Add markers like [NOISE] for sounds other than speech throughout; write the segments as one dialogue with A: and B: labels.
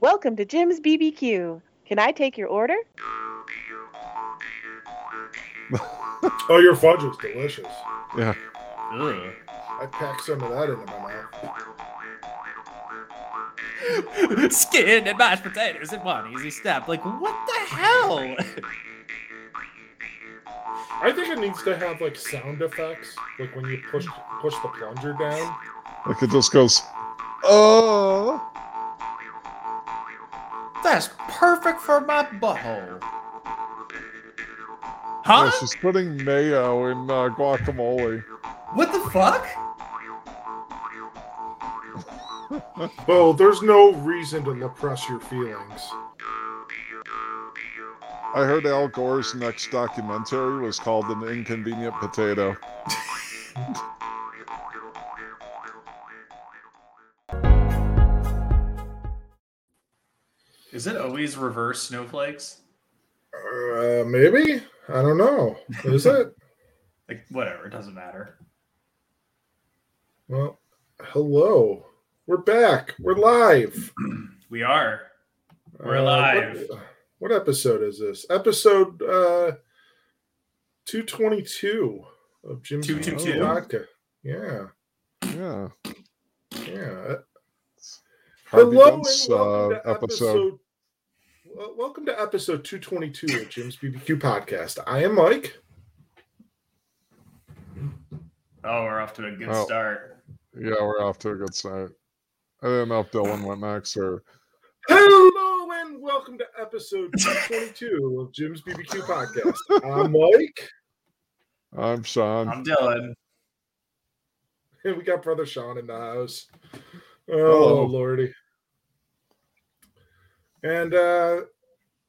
A: Welcome to Jim's BBQ. Can I take your order?
B: Oh, your fudge is delicious.
C: Yeah.
D: Ugh.
B: I packed some of that into my mouth.
D: Skin and mashed potatoes in one easy step. Like, what the hell?
B: I think it needs to have like sound effects, like when you push push the plunger down.
C: Like it just goes, oh.
D: That's perfect for my butthole.
C: Yeah,
D: Huh?
C: oh, she's putting mayo in uh, guacamole. [LAUGHS]
D: What the fuck?
B: Well, there's no reason to repress your feelings.
C: I heard Al Gore's next documentary was called An Inconvenient Potato.
E: Is it always reverse snowflakes?
B: Uh, maybe I don't know. Is it? [LAUGHS]
E: Like whatever, it doesn't matter.
B: Well, hello. We're back. We're live.
E: We are. We're
B: Uh, what-
E: live.
B: What, episode is this? Episode uh, two twenty two of Jim's
E: 222.
B: Vodka. Yeah,
C: Yeah.
B: yeah.
C: Harvey
B: Hello and
C: Dent's,
B: welcome
C: uh,
B: to episode. Wel- Welcome to episode 222 of Jim's BBQ podcast. I am Mike.
E: Oh, we're off to a good
C: Oh.
E: start.
C: Yeah, we're off to a good start. I didn't know if Dylan went next or.
B: Hello and welcome to episode 222 of Jim's BBQ podcast. I'm Mike,
C: I'm Sean.
E: I'm Dylan.
B: and [LAUGHS] we got brother Sean in the house. Oh
C: Hello.
B: lordy! And uh,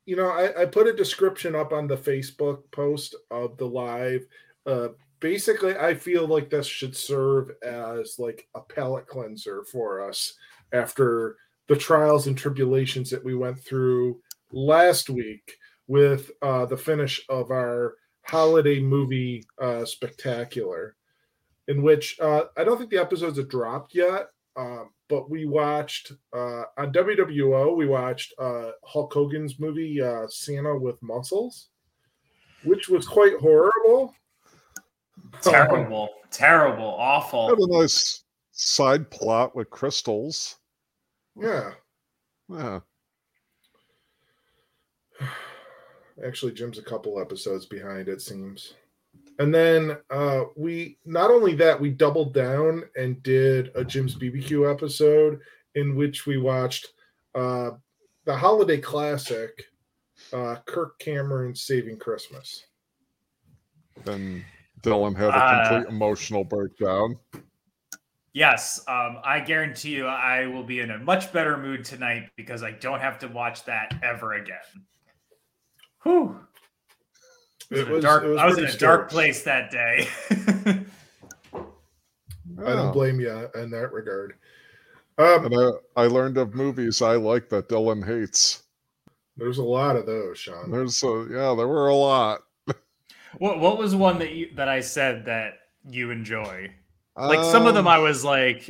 B: you know, I, I put a description up on the Facebook post of the live. Uh, basically, I feel like this should serve as like a palate cleanser for us after the trials and tribulations that we went through last week with uh, the finish of our holiday movie uh, spectacular, in which uh, I don't think the episodes have dropped yet, uh, but we watched uh, on WWO we watched uh, Hulk Hogan's movie uh, Santa with Muscles, which was quite horrible.
D: Oh.
E: Terrible. Terrible.
C: had
E: Awful.
C: a nice side plot with crystals.
B: Yeah,
C: Yeah.
B: [SIGHS] actually jim's a couple episodes behind it seems and then uh we not only that we doubled down and did a jim's bbq episode in which we watched uh the holiday classic uh kirk cameron saving christmas
C: And Dylan had a complete
E: Uh.
C: emotional breakdown.
E: Yes. Um, I guarantee you I will be in a much better mood tonight because I don't have to watch that ever again. Whew. I was
B: It
E: in a
B: was-
E: dark-
B: it was
E: I was in
B: pretty
E: a dark
B: scary.
E: place that day.
B: i
E: [LAUGHS]
C: Yeah.
B: don't blame you in that regard um
C: And I, I learned of movies I like that Dylan hates.
B: there's a lot of those sean
C: There's a, yeah, there were a lot.
E: what what was one that you that I said that you enjoy? like some of them
C: Um,
E: i was like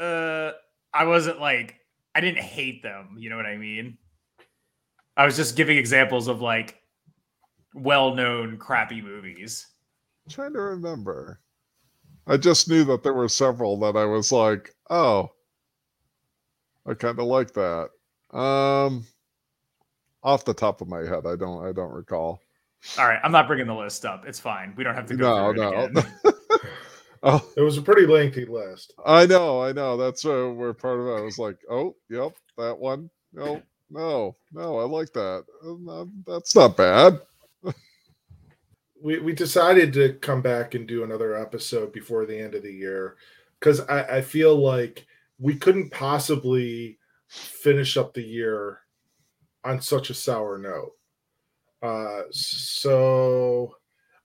E: uh i wasn't like i didn't hate them you know what i mean i was just giving examples of like well-known crappy movies
C: trying to remember. I just knew that there were several that I was like, oh, I kind of like that. Um, off the top of my head, I don't, I don't recall. [LAUGHS]
E: all right i'm not bringing the list up it's fine we don't have to go
C: No,
E: through it
C: no. [LAUGHS]
E: again.
C: oh,
B: it was a pretty lengthy list
C: I know, I know. That's uh, where part of it. I was like, oh, yep, that one. No, no, no. I like that. Um, um, That's not bad.
B: we, we decided to come back and do another episode before the end of the year because I, I feel like we couldn't possibly finish up the year on such a sour note. Uh, so,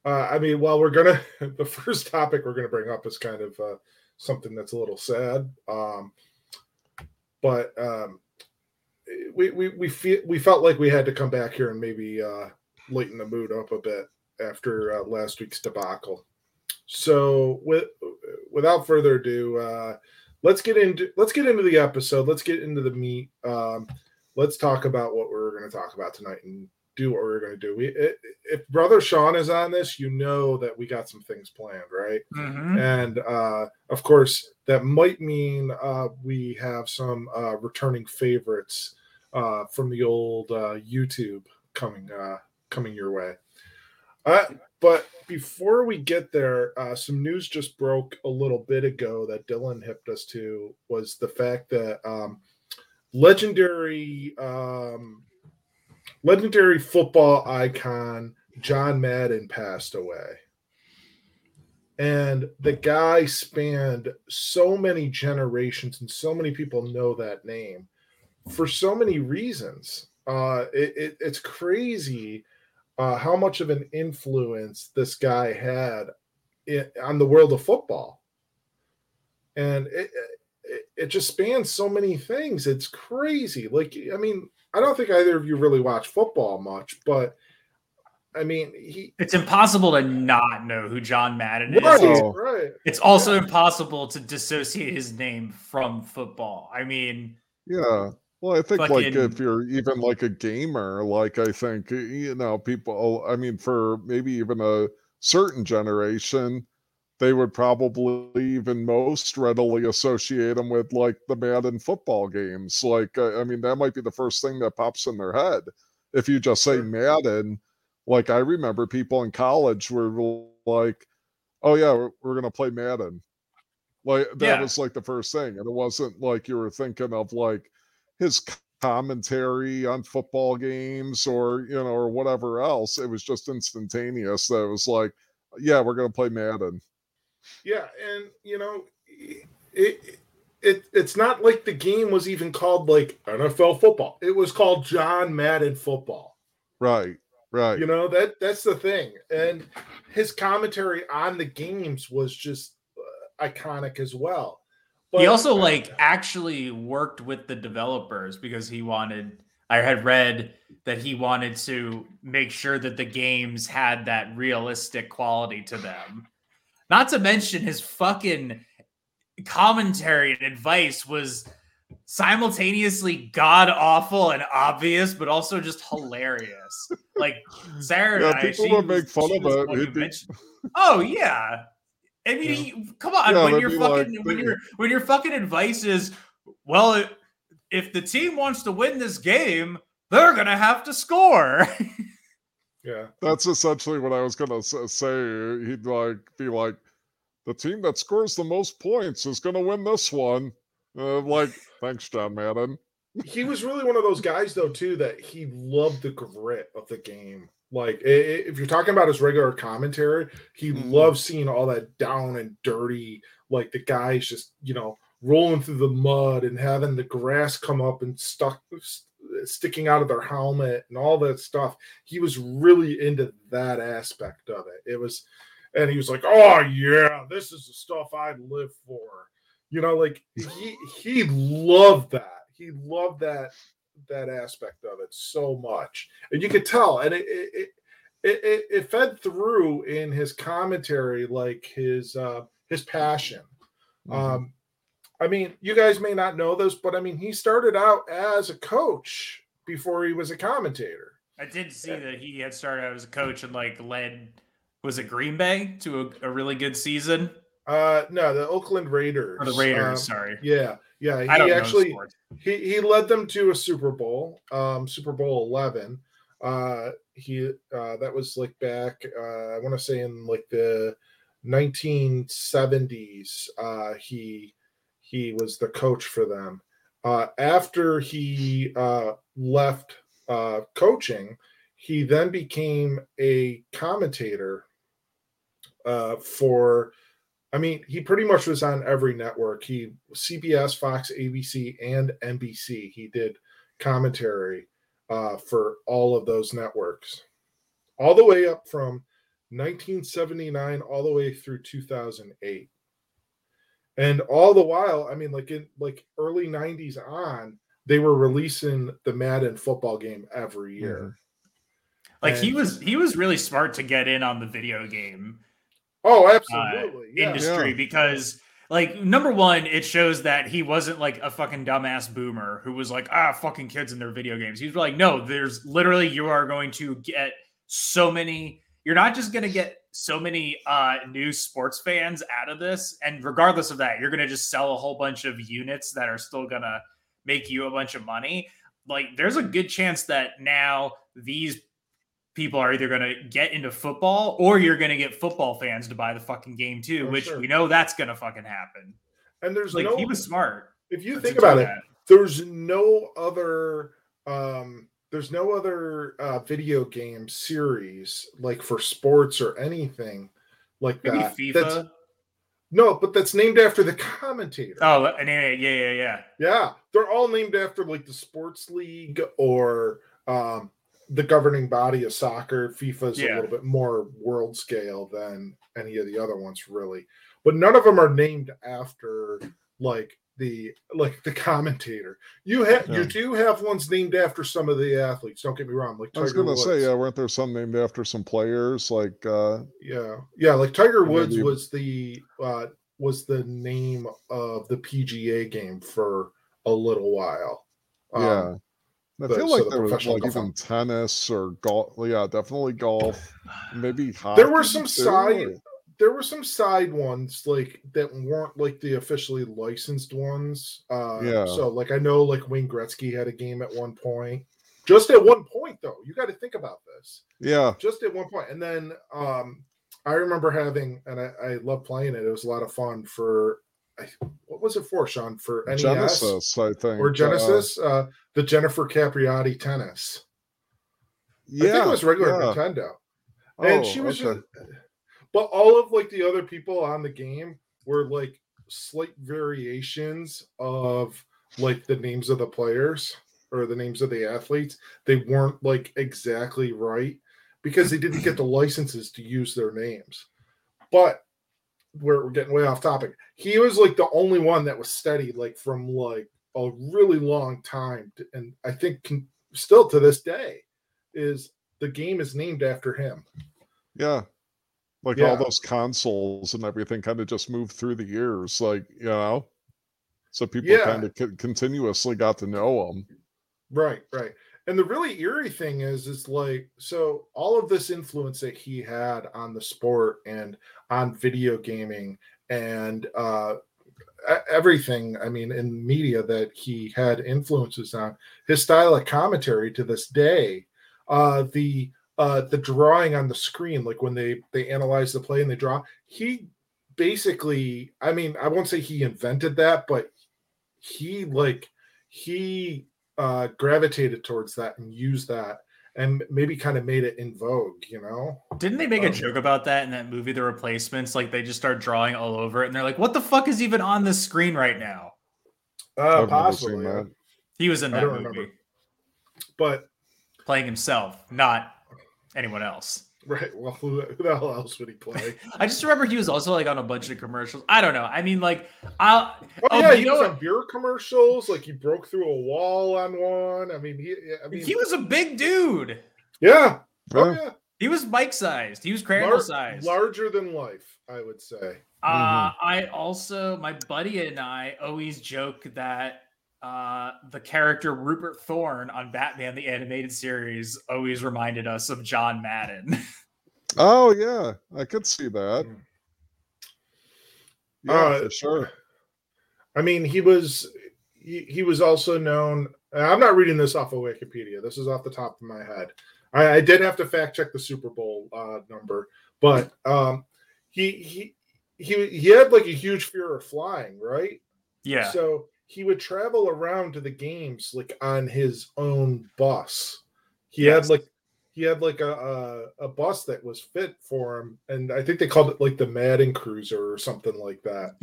B: uh, I mean, while we're gonna, [LAUGHS] the first topic we're gonna bring up is kind of uh, something that's a little sad. Um, but um, we we we feel we felt like we had to come back here and maybe uh, lighten the mood up a bit after uh, last week's debacle. So, with, without further ado, uh, let's get into let's get into the episode. Let's get into the meat. Um, let's talk about what we we're going to talk about tonight and do what we we're going to do. We, i- if brother Sean is on this, you know that we got some things planned, right?
E: Mhm.
B: And uh, of course, that might mean uh, we have some uh, returning favorites uh, from the old uh, YouTube coming uh, coming your way. Uh, but before we get there, uh, some news just broke a little bit ago that Dylan hipped us to was the fact that um, legendary um, legendary football icon John Madden passed away and the guy spanned so many generations and so many people know that name for so many reasons uh it, it, it's crazy uh how much of an influence this guy had i on the world of football and it, it it just spans so many things it's crazy like i mean i don't think either of you really watch football much but i mean he
E: It's impossible to not know who John Madden is.
B: right,
C: So-
B: right
E: It's also impossible to dissociate his name from football. I mean,
C: Yeah. Well, I think like
E: Fucking-
C: if you're even like a gamer, like I think you know people. oh, I mean, for maybe even a certain generation, they would probably even most readily associate them with like the Madden football games. Like I, I mean, that might be the first thing that pops in their head if you just say Madden. Like I remember people in college were like, "Oh yeah, we're, we're gonna play Madden." Like that
E: Yeah.
C: was like the first thing, and it wasn't like you were thinking of like his c- commentary on football games or you know or whatever else. It was just instantaneous. That it was like, yeah, we're gonna play Madden.
B: Yeah, and you know, it, it it's not like the game was even called like NFL football. It was called John Madden football.
C: Right, right.
B: You know that that's the thing. And his commentary on the games was just uh, iconic as well.
E: he also like actually worked with the developers because he wanted i had read that he wanted to make sure that the games had that realistic quality to them not to mention his fucking commentary and advice was simultaneously god awful and obvious but also just hilarious like sarah
C: Yeah,
E: and I,
C: people
E: she
C: would
E: was-
C: make fun
E: she
C: of
E: was the
C: it.
E: one who
C: It'd be-
E: mentioned- oh yeah I mean,
C: Yeah.
E: you- come on.
C: Yeah,
E: when
C: that'd
E: you're
C: be
E: fucking,
C: like-
E: when you're, when your fucking advice is, well, i- if the team wants to win this game, they're gonna have to score. [LAUGHS]
B: yeah,
C: That's essentially what I was gonna s- say. He'd like be like, the team that scores the most points is gonna win this one. And I'm like, thanks, John Madden.
B: he was really one of those guys though too that he loved the grit of the game. Like i- i- if you're talking about his regular commentary, he
C: Mhm.
B: loves seeing all that down and dirty, like the guys just you know rolling through the mud and having the grass come up and stuck s- sticking out of their helmet and all that stuff. He was really into that aspect of it. It was, and he was like, "Oh yeah, this is the stuff I live for." You know,
E: [LAUGHS]
B: like he he loved that. He loved that that aspect of it so much, and you could tell. And it it it, it, it, it fed through in his commentary, like his uh, his passion.
E: Mm-hmm.
B: Um, I mean, you guys may not know this, but I mean, he started out as a coach before he was a commentator.
E: I did see that he had started out as a coach and like led was it Green Bay to a, a really good season
B: Uh, no, the Oakland Raiders.
E: or Oh, the Raiders?
B: um,
E: sorry,
B: yeah, yeah.
E: I don't
B: He
E: know
B: actually
E: sports.
B: he, he led them to a Super Bowl, um, Super Bowl eleven. Uh, he uh, that was like back uh, I want to say in like the 1970s. Uh, he he was the coach for them. Uh, after he uh, left uh, coaching, he then became a commentator uh, for. I mean, he pretty much was on every network. He CBS, Fox, ABC, and NBC. He did commentary uh, for all of those networks, all the way up from 1979 all the way through 2008. And all the while, I mean, like in like early 90s on, they were releasing the Madden football game every year.
E: like he
B: and-
E: was he was really smart to get in on the video game Uh,
B: Oh, absolutely. yeah.
E: industry
C: Yeah.
E: because like number one, it shows that he wasn't like a fucking dumbass boomer who was like, ah, fucking kids and their video games. He was like, no, there's literally you are going to get so many. You're not just gonna get so many uh, new sports fans out of this, and regardless of that, you're gonna just sell a whole bunch of units that are still gonna make you a bunch of money. Like, there's a good chance that now these people are either going to get into football or you're going to get football fans to buy the fucking game too,
B: For
E: which
B: sure.
E: we know that's going to fucking happen.
B: And there's
E: Like
B: no
E: he was smart.
B: if you
E: to
B: think
E: do
B: about it,
E: that.
B: there's no other um there's no other uh video game series like for sports or anything like
E: Maybe
B: that. That's-
E: FIFA.
B: no, but that's named after the commentator.
E: Oh, and yeah, yeah, yeah, yeah.
B: Yeah, they're all named after like the sports league or um, the governing body of soccer. FIFA is
E: Yeah.
B: a little bit more world scale than any of the other ones, really. But none of them are named after like the like the commentator. You have
C: Yeah.
B: you do have ones named after some of the athletes. Don't get me wrong, like
C: I was
B: Tiger
C: gonna say, uh,
B: Woods.
C: yeah, weren't there some named after some players? Like, uh,
B: yeah, yeah, like Tiger
C: Maybe-
B: Woods was the uh, was the name of the PGA game for a little while. Um,
C: yeah, I
B: the-
C: feel
B: so
C: like
B: the
C: there was
B: professional
C: like
B: golf
C: even tennis or golf. Yeah, definitely golf. Maybe hockey.
B: There were some
C: too,
B: side-
C: or-
B: there were some side ones like that weren't like the officially licensed ones. Uh,
C: Yeah.
B: So like I know like Wayne Gretzky had a game at one point. Just at one point though, you got to think about this.
C: Yeah,
B: Just at one point, and then um, I remember having and I, I love playing it. It was a lot of fun for I, what was it for Sean for NES
C: Genesis, I think,
B: E or
C: uh,
B: Genesis uh, the Jennifer Capriati tennis. I
C: yeah,
B: think it was regular
C: yeah.
B: Nintendo and
C: Oh,
B: she was
C: okay.
B: just, but all of like the other people on the game were like slight variations of like the names of the players or the names of the athletes they weren't like exactly right because they didn't
C: [CLEARS THROAT]
B: get the licenses to use their names but we're, we're getting way off topic he was like the only one that was steady like from like a really long time to, and i think can, still to this day is the game is named after him
C: yeah. Like
B: Yeah.
C: all those consoles and everything kind of just moved through the years, like you know, so people
B: Yeah.
C: kind of c- continuously got to know them.
B: Right, right. And the really eerie thing is, it's like, so all of this influence that he had on the sport and on video gaming and uh, e- everything, I mean, in media that he had influences on, his style of commentary to this day, uh, the uh, the drawing on the screen, like when they they analyze the play and they draw, he basically, I mean, I won't say he invented that, but he like he uh, gravitated towards that and used that and maybe kind of made it in vogue, you know?
E: Didn't they make
B: Oh.
E: a joke about that in that movie, The Replacements? Like they just start drawing all over it, and they're like, "What the fuck is even on the screen right now?"
B: Uh,
C: I've never seen
B: possibly.
C: that.
E: He was in
B: I
E: that
B: don't
E: movie
B: remember. But,
E: playing himself, not anyone else.
B: right, well, [LAUGHS] who, who the hell else would he play?
E: [LAUGHS] I just remember he was also like on a bunch of commercials. I don't know. I mean, like, I
B: Oh,
E: Oh,
B: yeah,
E: you
B: he
E: know
B: was
E: what-
B: on beer commercials. Like, he broke through a wall on one. I mean, he, I mean,
E: he was a big dude.
B: yeah. Oh,
C: Yeah.
B: yeah.
E: He was bike sized. He was cradle
B: Lar-
E: sized.
B: larger than life, I would say.
E: uh, I also, my buddy and I always joke that uh, the character Rupert Thorne on Batman the Animated Series always reminded us of John Madden. [LAUGHS]
C: Oh yeah, I could see that.
B: Mm.
C: Yeah,
B: Uh,
C: for sure.
B: I mean, he was he, he was also known. I'm not reading this off of Wikipedia. This is off the top of my head. I, I did have to fact check the Super Bowl uh, number, but um, he he he he had like a huge fear of flying, right?
E: yeah.
B: So he would travel around to the games like on his own bus. He
E: Yes.
B: had like he had like a, a a bus that was fit for him, and I think they called it like the Madden Cruiser or something like
E: [LAUGHS]
B: that.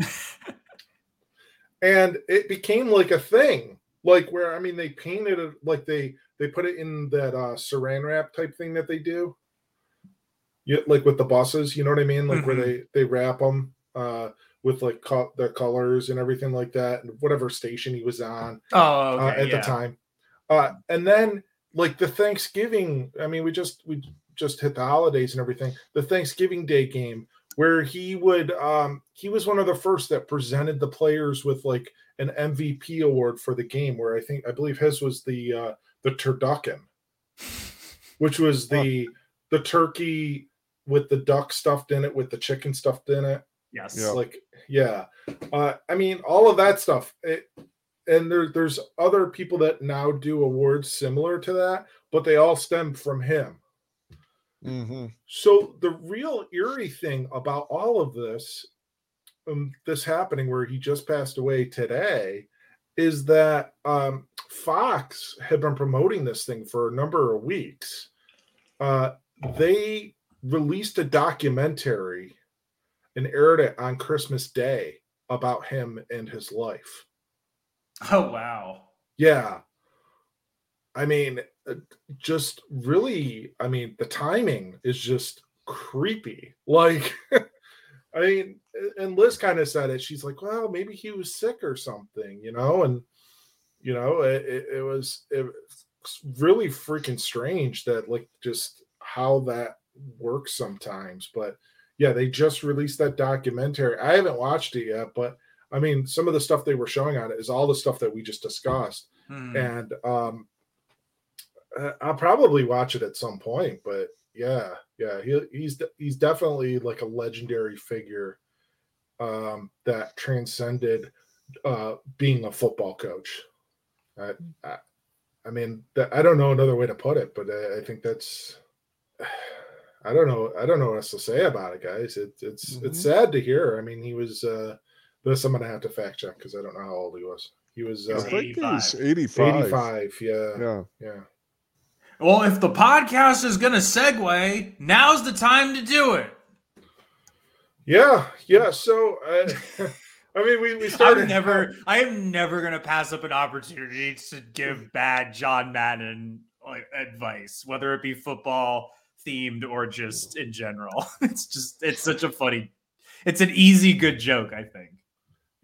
B: and it became like a thing, like where I mean they painted it like they they put it in that uh, saran wrap type thing that they do. You, like with the buses, you know what I mean? Like where
E: Mhm.
B: they they wrap them uh, with like co- their colors and everything like that, and whatever station he was on
E: oh,
B: uh,
E: okay,
B: at
E: yeah.
B: the time. Uh, and then like the Thanksgiving, I mean, we just we just hit the holidays and everything. The Thanksgiving Day game where he would um he was one of the first that presented the players with like an MVP award for the game where I think I believe his was the uh the turducken which was the the turkey with the duck stuffed in it with the chicken stuffed in it
E: Yes.
C: Yeah.
B: like yeah uh, i mean all of that stuff it, and there, there's other people that now do awards similar to that but they all stem from him
C: hmm
B: so the real eerie thing about all of this um, this happening where he just passed away today is that um, fox had been promoting this thing for a number of weeks uh, they released a documentary and aired it on christmas day about him and his life
E: [LAUGHS] Oh wow.
B: yeah i mean uh, just really i mean the timing is just creepy [LAUGHS] like i mean a- and liz kind of said it she's like well maybe he was sick or something you know and you know it, it, it was it, it's really freaking strange that like just how that works sometimes but yeah they just released that documentary i haven't watched it yet but i mean some of the stuff they were showing on it is all the stuff that we just discussed
E: Hmm.
B: and um I- i'll probably watch it at some point but yeah yeah he, he's de- he's definitely like a legendary figure um that transcended uh being a football coach i i, I mean that, i don't know another way to put it but I, I think that's [SIGHS] i don't know i don't know what else to say about it guys it, it's it's sad to hear i mean he was uh this i'm gonna have to fact check because i don't know how old he was he was
C: I
B: uh,
E: He's
C: think he's
E: 85.
C: 85.
B: 85 yeah yeah,
C: Yeah.
E: Well, if the podcast is gonna segue, now's the time to do it.
B: yeah yeah so uh, [LAUGHS] i mean we, we started
E: I'm never. I am never gonna pass up an opportunity to give bad John Madden like, advice, whether it be football themed or just in general. [LAUGHS] It's just. It's such a funny. It's an easy good joke. I think.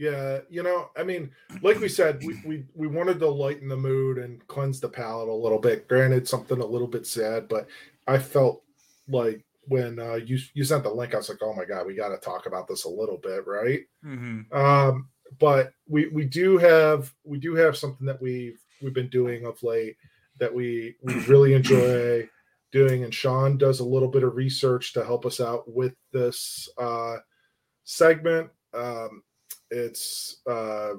B: yeah you know i mean like we said we, we we wanted to lighten the mood and cleanse the palate a little bit granted something a little bit sad but i felt like when uh, you you sent the link i was like oh my god we got to talk about this a little bit right
E: Mm-hmm.
B: um but we we do have we do have something that we've we've been doing of late that we we really enjoy doing and sean does a little bit of research to help us out with this uh segment um it's uh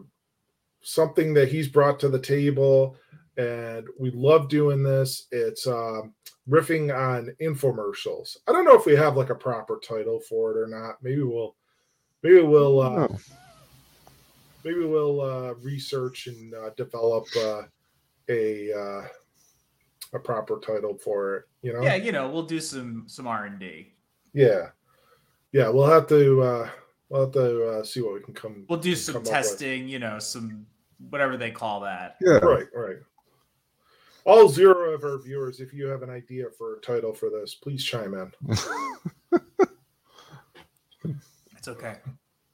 B: something that he's brought to the table and we love doing this it's um riffing on infomercials i don't know if we have like a proper title for it or not maybe we'll maybe [LAUGHS] we'll uh
C: Oh,
B: maybe we'll uh, research and uh, develop uh, a uh, a proper title for it. You know,
E: Yeah, you know, we'll do some some R and D.
B: yeah, Yeah, We'll have to uh, we'll have to uh, see what we can come.
E: We'll do
B: Come
E: some
B: up with-
E: testing. You know, some whatever they call that.
C: yeah.
B: Right, right. All zero of our viewers, if you have an idea for a title for this, please chime in.
E: It's okay.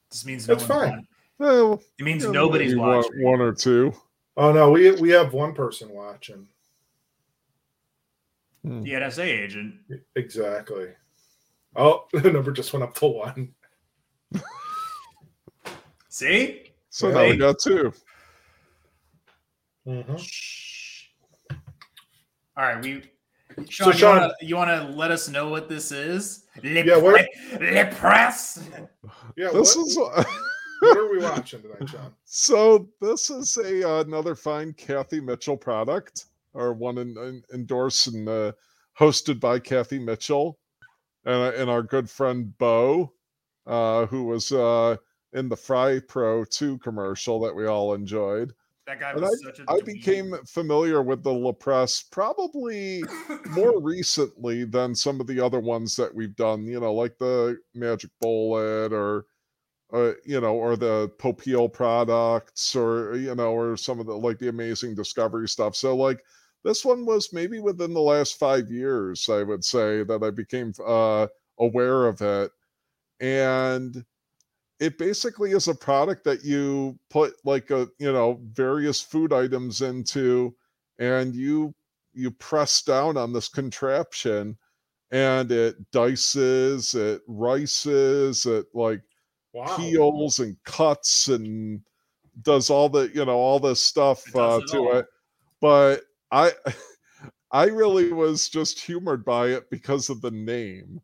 E: This means no
B: That's
E: one's
B: fine.
E: watching.
C: [LAUGHS] Well,
E: It means
C: yeah,
E: nobody's
C: maybe one-
E: watching.
C: One or two.
B: Oh no, we we have one person watching.
E: The NSA agent.
B: Exactly. Oh, [LAUGHS] the number just went up to one.
E: See?
C: So now we
E: Right.
C: got two.
B: Mhm.
E: All right, we. Sean, you
B: Sean-
E: wanna- you want to let us know what this is? Le
B: Yeah, what-
E: pre- Le press.
B: Yeah,
C: This
B: what,
C: is [LAUGHS]
B: what are we watching tonight, John?
C: so. This is a uh, another fine Kathy Mitchell product, or one in, in- endorsed and uh, hosted by Kathy Mitchell, and uh, and our good friend Bo, uh, who was uh, in the Fry Pro Two commercial that we all enjoyed.
E: That guy
C: And
E: was such a.
C: I
E: dweeb. [LAUGHS]
C: became familiar with the La Presse probably more recently than some of the other ones that we've done, you know, like the Magic Bullet or, uh, you know, or the Popeil products or, you know, or some of the like the amazing discovery stuff. So, like, this one was maybe within the last five years, I would say, that I became uh, aware of it. And it basically is a product that you put like a, you know, various food items into and you you press down on this contraption and it dices, it rices, it like
B: Wow.
C: peels and cuts and does all the you know all this stuff
D: It
C: uh,
D: does it
C: to
D: all.
C: it but i [LAUGHS] i really was just humored by it because of the name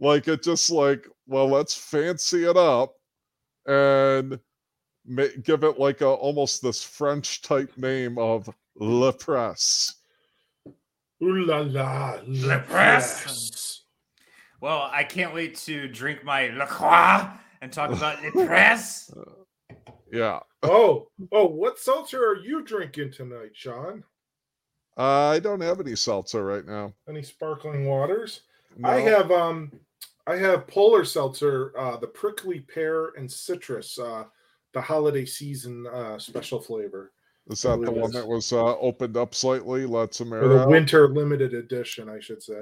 C: like it just like well let's fancy it up and ma- give it like a almost this french type name of le press
B: Ooh la la.
E: Le press. Well, I can't wait to drink my La Croix
C: [LAUGHS]
E: and talk about Le Press.
C: yeah
B: Oh, oh, what seltzer are you drinking tonight, Sean?
C: i don't have any seltzer right now
B: Any sparkling waters? I
C: No.
B: have um I have polar seltzer, uh the prickly pear and citrus, uh the holiday season uh special flavor.
C: Is that the one
B: Lewis.
C: that was uh, opened up slightly? Let's America.
B: Or the winter limited edition, I should say.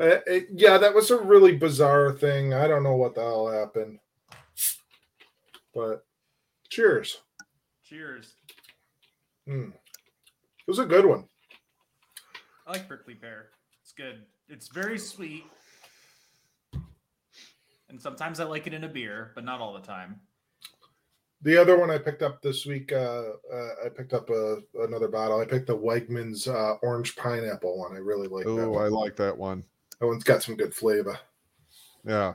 B: Uh, it- yeah, that was a really bizarre thing. I don't know what the hell happened. But cheers.
E: Cheers.
B: Mm. It was a good one.
E: I like prickly pear. It's good. It's very sweet. And sometimes I like it in a beer, but not all the time.
B: The other one I picked up this week, uh, uh, I picked up a, another bottle. I picked the Wegmans uh, orange pineapple one. I really like that
C: Oh,
B: one.
C: I like that one.
B: That one's got some good flavor.
C: Yeah.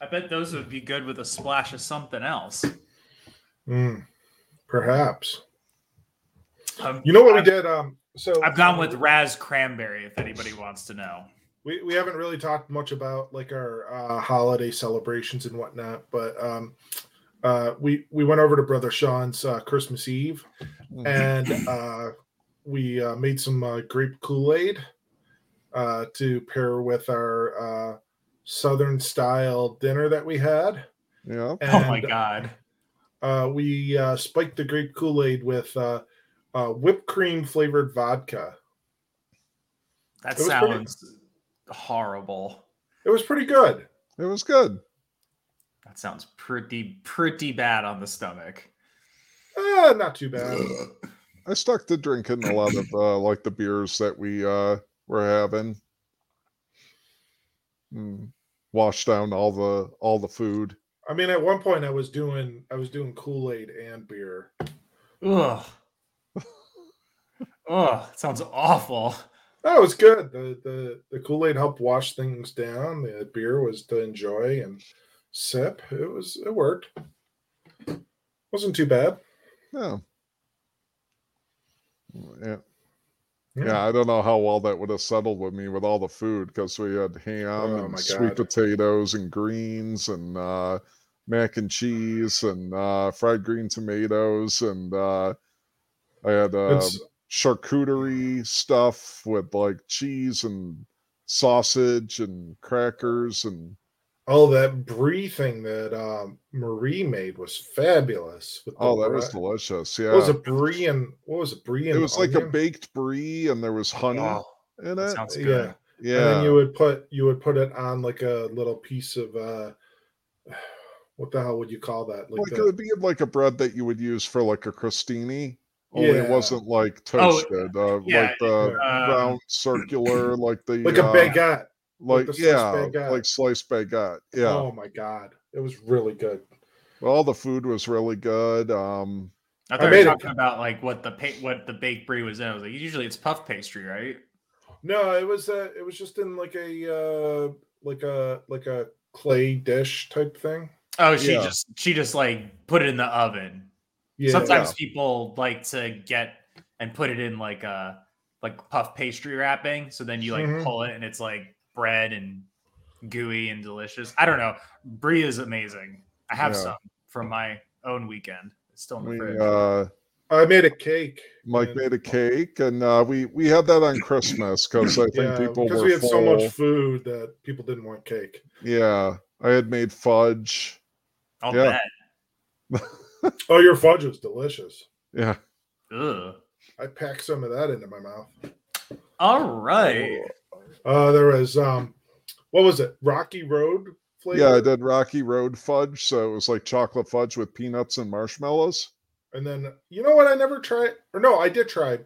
E: I bet those would be good with a splash of something else.
B: Mm, perhaps.
E: Um,
B: You know what we
E: I've-
B: did? Um, so
E: I've gone with Raz Cranberry if anybody wants to know.
B: we, we haven't really talked much about like our uh, holiday celebrations and whatnot, but um, uh, we we went over to Brother Sean's uh, Christmas Eve
E: Mm-hmm.
B: and uh, we uh, made some uh, grape Kool Aid uh, to pair with our uh, Southern style dinner that we had.
C: Yeah.
B: And,
E: oh my god.
B: Uh, we uh, spiked the grape Kool Aid with uh, uh, whipped cream flavored vodka.
E: That
B: it was pretty-
E: sounds horrible.
B: It was pretty good.
C: It was good.
E: That sounds pretty pretty bad on the stomach.
B: Uh, not too bad.
C: I stuck to drinking a lot of uh, like the beers that we uh, were having. Mm. Wash down all the all the food.
B: I mean, at one point I was doing I was doing Kool Aid and beer. [LAUGHS]
E: Ugh. Ugh, it sounds awful.
B: That was good. The the the Kool Aid helped wash things down. The beer was to enjoy and sip. It was it worked. Wasn't too bad.
C: Yeah. Yeah.
B: Yeah.
C: Yeah, I don't know how well that would have settled with me with all the food because we had ham
B: Oh my
C: and sweet
B: God.
C: potatoes and greens and uh, mac and cheese and uh, fried green tomatoes and uh, I had uh,
B: It's-
C: charcuterie stuff with like cheese and sausage and crackers and
B: oh, that brie thing that um, Marie made was fabulous. with the
C: oh, that was
B: bre-
C: delicious. Yeah,
B: what was a brie and what was a brie
C: it
B: and
C: was like a
B: onion?
C: baked brie and there was honey
E: Oh,
C: in
E: that
C: it.
E: sounds good.
B: yeah.
C: yeah,
B: And then you would put you would put it on like a little piece of uh, [SIGHS] what the hell would you call that?
C: like
B: the-
C: it would be like a bread that you would use for like a crostini only it
B: Yeah.
C: wasn't like
E: Oh,
C: toasted uh,
E: yeah,
C: like the
E: um,
C: round
B: [CLEARS THROAT]
C: circular like the
B: like a
C: uh,
B: baguette.
C: like,
B: like the sliced
C: yeah
B: baguette.
C: like sliced baguette yeah
B: Oh my god, it was really good.
C: Well, all the food was really good um
E: I
B: I
E: thought we
B: made
E: were
B: it.
E: talking about like what the pa- what the baked brie was in. I was like, usually it's puff pastry, right?
B: No, it was uh, it was just in like a uh, like a like a clay dish type thing.
E: Oh, she
C: Yeah.
E: just she just like put it in the oven.
B: Yeah,
E: Sometimes people like to get and put it in like a like puff pastry wrapping. So then you like
B: Mhm.
E: pull it and it's like bread and gooey and delicious. I don't know. Brie is amazing. I have
C: Yeah.
E: some from my own weekend. It's
B: Oh,
E: still in the
C: we
E: fridge.
C: uh
B: I made a cake.
C: mike
B: and-
C: made a cake and uh we we had that on christmas because i think
B: yeah,
C: people
B: because
C: were
B: we had so
C: full.
B: much food that people didn't want cake.
C: yeah i had made fudge
E: I'll
C: yeah.
E: bet.
B: Oh, your fudge was delicious.
C: yeah
E: Ugh.
B: I packed some of that into my mouth.
E: All right.
C: Oh.
B: Uh, there was um, what was it? Rocky Road flavor.
C: yeah i did rocky road fudge so it was like chocolate fudge with peanuts and marshmallows
B: And then you know what? I never tried, or no, I did try.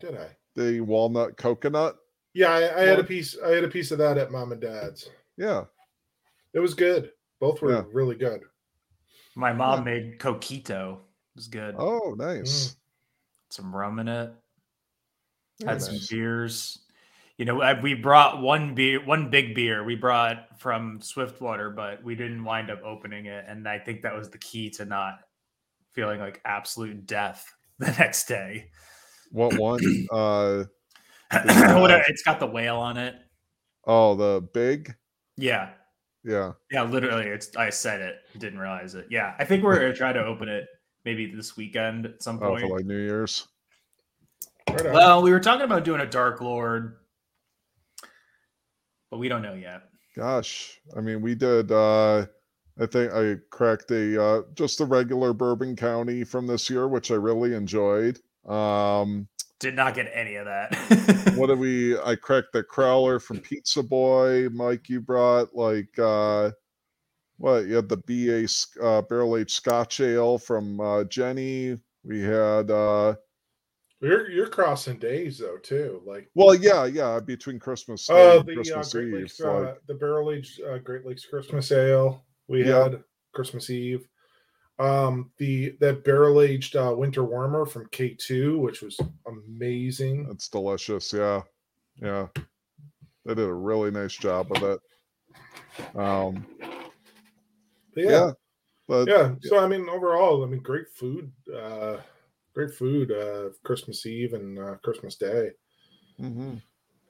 B: Did I?
C: the walnut coconut.
B: Yeah, I, I had a piece. I had a piece of that at mom and dad's.
C: Yeah.
B: It was good. Both were
C: Yeah.
B: really good.
E: My mom made coquito. It was good.
C: Oh, nice.
E: Some rum in it.
C: Very
E: had some
C: nice.
E: beers. You know, I, we brought one beer, one big beer we brought from Swiftwater, but we didn't wind up opening it. And I think that was the key to not feeling like absolute death [LAUGHS] the next day.
C: What one? uh
E: [LAUGHS] Whatever, it's got the whale on it.
C: oh, the big.
E: Yeah.
C: Yeah.
E: Yeah, literally. It's I said it, didn't realize it. Yeah. I think we're gonna try to open it maybe this weekend at some
C: Oh,
E: point.
C: for like New Year's.
B: Right on.
E: well, we were talking about doing a Dark Lord, but we don't know yet.
C: Gosh. I mean, we did uh I think I cracked a uh just the regular Bourbon County from this year, which I really enjoyed. Um
E: Did not get any of that.
C: what did we I cracked the crowler from Pizza Boy. Mike, you brought like uh what you had the BA sc- uh, barrel aged Scotch ale from uh, Jenny. We had uh
B: you're you're crossing days though too. Like
C: well, yeah, yeah, between Christmas Day
B: oh,
C: and
B: the uh,
C: Christmas
B: Great
C: Eve,
B: Lakes,
C: like,
B: uh, the barrel aged uh, Great Lakes Christmas Ale we
C: Yeah.
B: had Christmas Eve. Um, the that barrel aged uh, winter warmer from K two, which was amazing.
C: It's delicious. Yeah. Yeah. They did a really nice job with it. Um,
B: But
C: yeah.
B: yeah,
C: But
B: yeah. So I mean, overall, I mean, great food. Uh, great food. Uh, Christmas Eve and uh, Christmas Day.
C: mhm.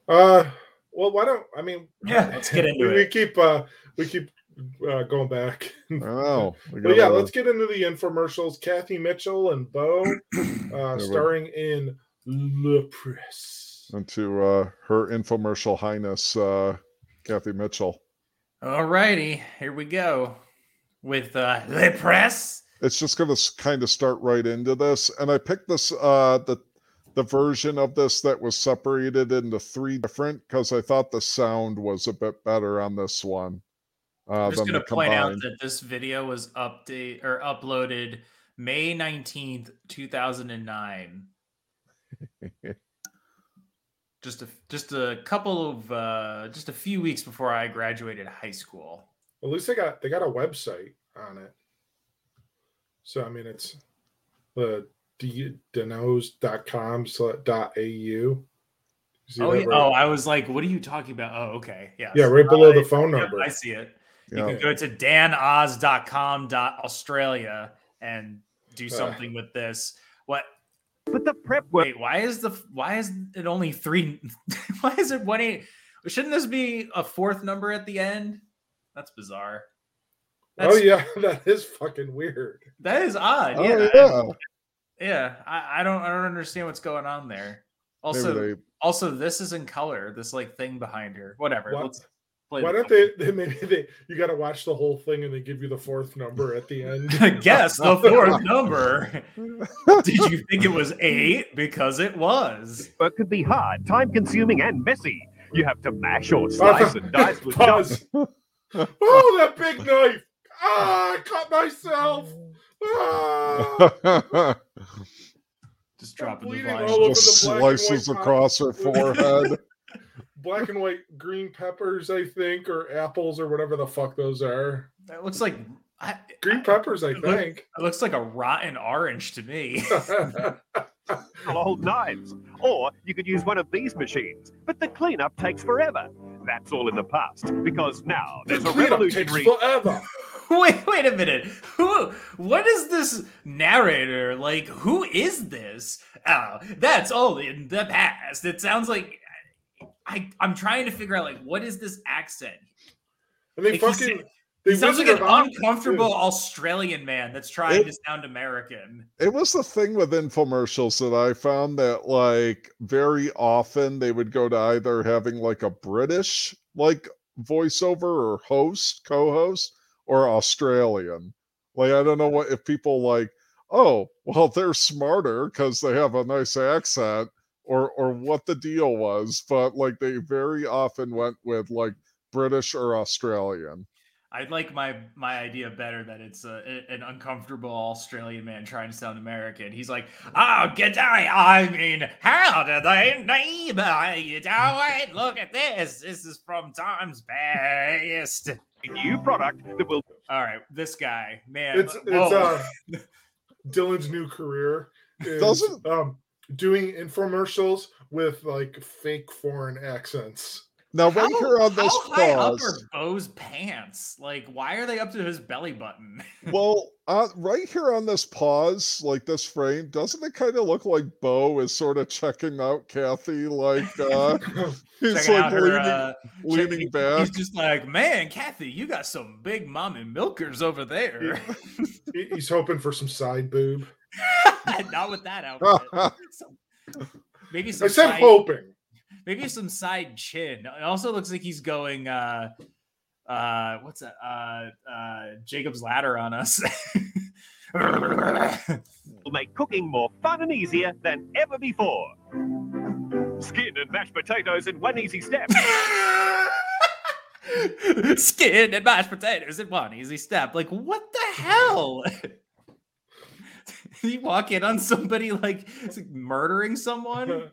B: Uh, well, why don't I mean?
E: [LAUGHS] Yeah, let's get into
B: we, we
E: it.
B: keep uh, we keep uh, going back.
C: I know. We
B: [LAUGHS] But yeah,
C: gotta-
B: let's get into the infomercials. Kathy Mitchell and Bo, uh, starring in Le Press.
C: into uh, her infomercial highness, uh, Kathy Mitchell.
E: All righty, here we go with uh, Le Press.
C: It's just going to kind of start right into this. And I picked this, uh, the, the version of this that was separated into three different because I thought the sound was a bit better on this one. Uh,
E: I'm just
C: than
E: going
C: the
E: to point out
C: combined.
E: that this video was update or uploaded May 19th,
B: [LAUGHS]
E: 2009. just a just a couple of uh, just a few weeks before I graduated high school.
B: At least they got they got a website on it. So I mean, it's the denos.com sl- dot au. You see
E: Oh,
B: that
E: yeah.
B: right-
E: oh, I was like, what are you talking about? Oh, okay. Yeah.
B: yeah, right below the
E: I-
B: phone
E: yeah,
B: number.
E: I see it.
C: Yeah.
E: You can go to danoz.com.australia and do
B: Uh.
E: something with this. What?
F: But the prep work
E: Wait, why is the why is it only three? [LAUGHS] Why is it one eight? Shouldn't this be a fourth number at the end? That's bizarre. That's,
B: oh yeah, [LAUGHS] that is fucking weird.
E: that is odd.
C: Oh,
E: yeah, yeah.
C: yeah.
E: I, I don't I don't understand what's going on there.
C: Maybe
E: Also,
C: they-
E: also this is in color. This like thing behind her. Whatever.
B: Why-
E: Let's play.
B: Why
E: the-
B: don't they,
E: [LAUGHS]
B: they? Maybe they. You got to watch the whole thing, and they give you the fourth number at the end.
E: [LAUGHS] Guess the fourth number. Did you think it was eight? Because it was.
F: work could be hard, time consuming, and messy. You have to mash or
B: Pause.
F: slice and dice with
B: Pause. oh, that big knife! Ah, I cut myself! Ah!
E: Just dropping the
B: bleeding
E: line. [LAUGHS]
B: all over
C: just
B: the black and white
C: slices
B: box.
C: across her forehead.
B: Black and white green peppers, I think, or apples, or whatever the fuck those are.
E: That looks like I,
B: Green peppers, I think. [LAUGHS]
E: it looks like a rotten orange to me. [LAUGHS]
F: old knives. Or you could use one of these machines, but the cleanup takes forever. That's all in the past, because now there's a
B: Cleanup takes
F: revolutionary.
B: forever.
E: wait, wait a minute. Who? What is this narrator like? Who is this? Oh, that's all in the past. It sounds like I. I'm trying to figure out like what is this accent?
B: And they
E: Like, he's-
B: fucking.
E: He
B: They
E: sounds like
B: Wizard
E: an
B: of Oz,
E: uncomfortable
B: too.
E: Australian man that's trying
C: It-
E: to sound American.
C: It was the thing with infomercials that I found that, like, very often they would go to either having like a British like voiceover or host, co-host, or Australian. Like, I don't know what if people like, oh, well, they're smarter because they have a nice accent, or or what the deal was, but like they very often went with like British or Australian.
E: I like my my idea better that it's a, a- an uncomfortable Australian man trying to sound American. He's like, "Oh, g'day. I mean, how do they neighbor? You know, wait, look at this. This is from Times Best."
F: A new product that will
E: All right, this guy, man,
B: It's it's
E: whoa.
B: uh, Dylan's new career is
C: Doesn't-
B: um, doing infomercials with like fake foreign accents.
C: Now, when
E: How-
C: you're on this
E: how high up are
C: pause,
E: Bo's pants? Like, why are they up to his belly button?
C: well, uh, right here on this pause, like this frame, doesn't it kind of look like Bo is sort of checking out Kathy? Like
E: [LAUGHS]
C: uh, [LAUGHS] he's
E: Checking
C: like
E: out her,
C: leaning,
E: uh, check-
C: leaning
E: he-
C: back.
E: He's just like, man, Kathy, you got some big mommy milkers over there.
B: He- He's hoping for some side boob.
E: [LAUGHS] Not with that
C: [LAUGHS]
E: outfit. Some- maybe
B: I
E: some
B: said
E: side,
B: hoping.
E: maybe some side chin. It also looks like he's going uh uh what's that uh uh Jacob's ladder on us. [LAUGHS]
F: make cooking more fun and easier than ever before. Skin and mashed potatoes in one easy step.
E: Skin and mashed potatoes in one easy step. Like, what the hell? [LAUGHS] you walk in on somebody like s- murdering
B: [LAUGHS]
E: someone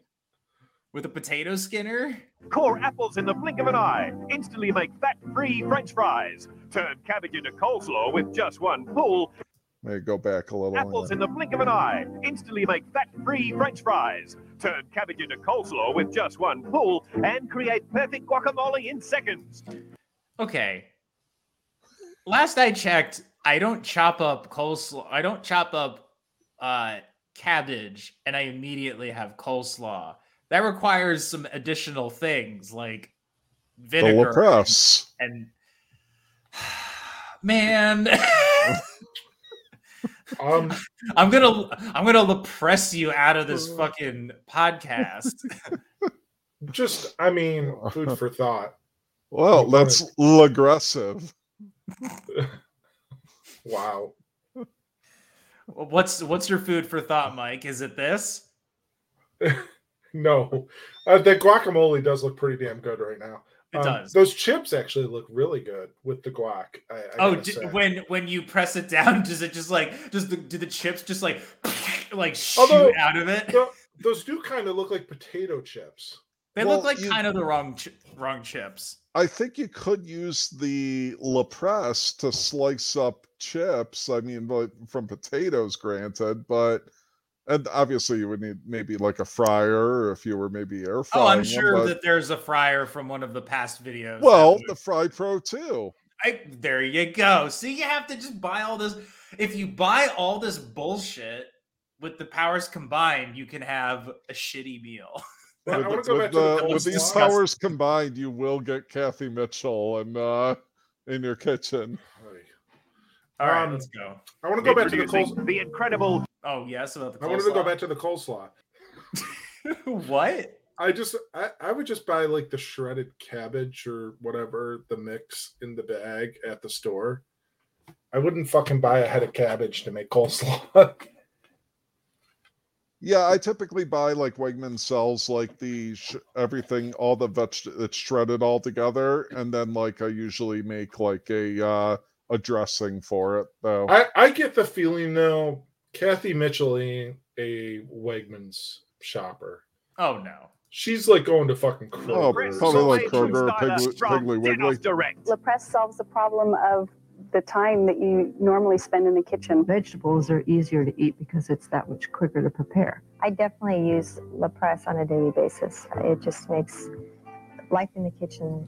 E: with a potato skinner?
F: Core apples in the blink of an eye. Instantly make fat-free French fries. Turn cabbage into coleslaw with just one pull.
C: May go back a little. hang
F: Apples
C: on.
F: in the blink of an eye. Instantly make fat-free French fries. Turn cabbage into coleslaw with just one pull, and create perfect guacamole in seconds.
E: Okay. Last I checked, I don't chop up coleslaw. I don't chop up uh, cabbage, and I immediately have coleslaw. That requires some additional things like
C: the
E: vinegar.
C: LaPress.
E: and [SIGHS] man [LAUGHS]
B: Um,
E: i'm gonna i'm gonna repress you out of this fucking podcast
B: just I mean, food for thought.
C: Well,
B: Good.
C: that's l- aggressive.
B: Wow.
E: what's what's your food for thought mike is it this
B: No, uh, that guacamole does look pretty damn good right now.
E: it
B: Um,
E: does
B: Those chips actually look really good with the guac. I, I
E: oh
B: gotta
E: d-
B: say.
E: when when you press it down [LAUGHS] does it just like does the do the chips just like [LAUGHS] like shoot
B: Although-
E: out of it
B: Tho- those do kind of look like potato chips.
E: they
C: well,
E: look like
C: you-
E: kind of the wrong ch- wrong chips
C: I think you could use the LaPress to slice up chips. I mean, but from potatoes, granted, but and obviously you would need maybe like a fryer if you were maybe air frying.
E: oh i'm
C: them,
E: sure
C: but-
E: that there's a fryer from one of the past videos that
C: well,
E: was-
C: the Fry Pro too.
E: I, there you go. See, you have to just buy all this. If you buy all this bullshit with the powers combined, you can have a shitty meal. [LAUGHS]
B: But I want
C: with
B: to go
C: with
B: back
C: the-
B: to the
C: with
E: looks
B: coleslaw.
C: these
E: disgusting.
C: powers combined, you will get Kathy Mitchell and uh, in your kitchen.
E: All right,
B: Um,
E: let's go.
B: I want to go back to the
F: Introducing
B: coleslaw.
F: the incredible
E: Oh yes, about the.
B: I wanted to go back to the coleslaw.
E: to [LAUGHS] what?
B: I just I, I would just buy like the shredded cabbage or whatever the mix in the bag at the store. I wouldn't fucking buy a head of cabbage to make coleslaw. [LAUGHS]
C: Yeah, I typically buy like Wegman sells like the sh- everything, all the veg it's shredded all together, and then like I usually make like a uh a dressing for it though.
B: I I get the feeling though Kathy Mitchell ain't a Wegmans shopper.
E: Oh no.
B: She's like going to fucking Kroger.
C: Oh,
B: or
C: probably like
B: something.
C: Kroger. or
F: Stardust
C: Piggly-
F: from
C: Piggly Wiggly.
F: Dennis Direct.
G: LaPresse solves the problem of the time that you normally spend in the kitchen.
H: Vegetables are easier to eat because it's that much quicker to prepare.
I: I definitely use LaPresse on a daily basis. It just makes life in the kitchen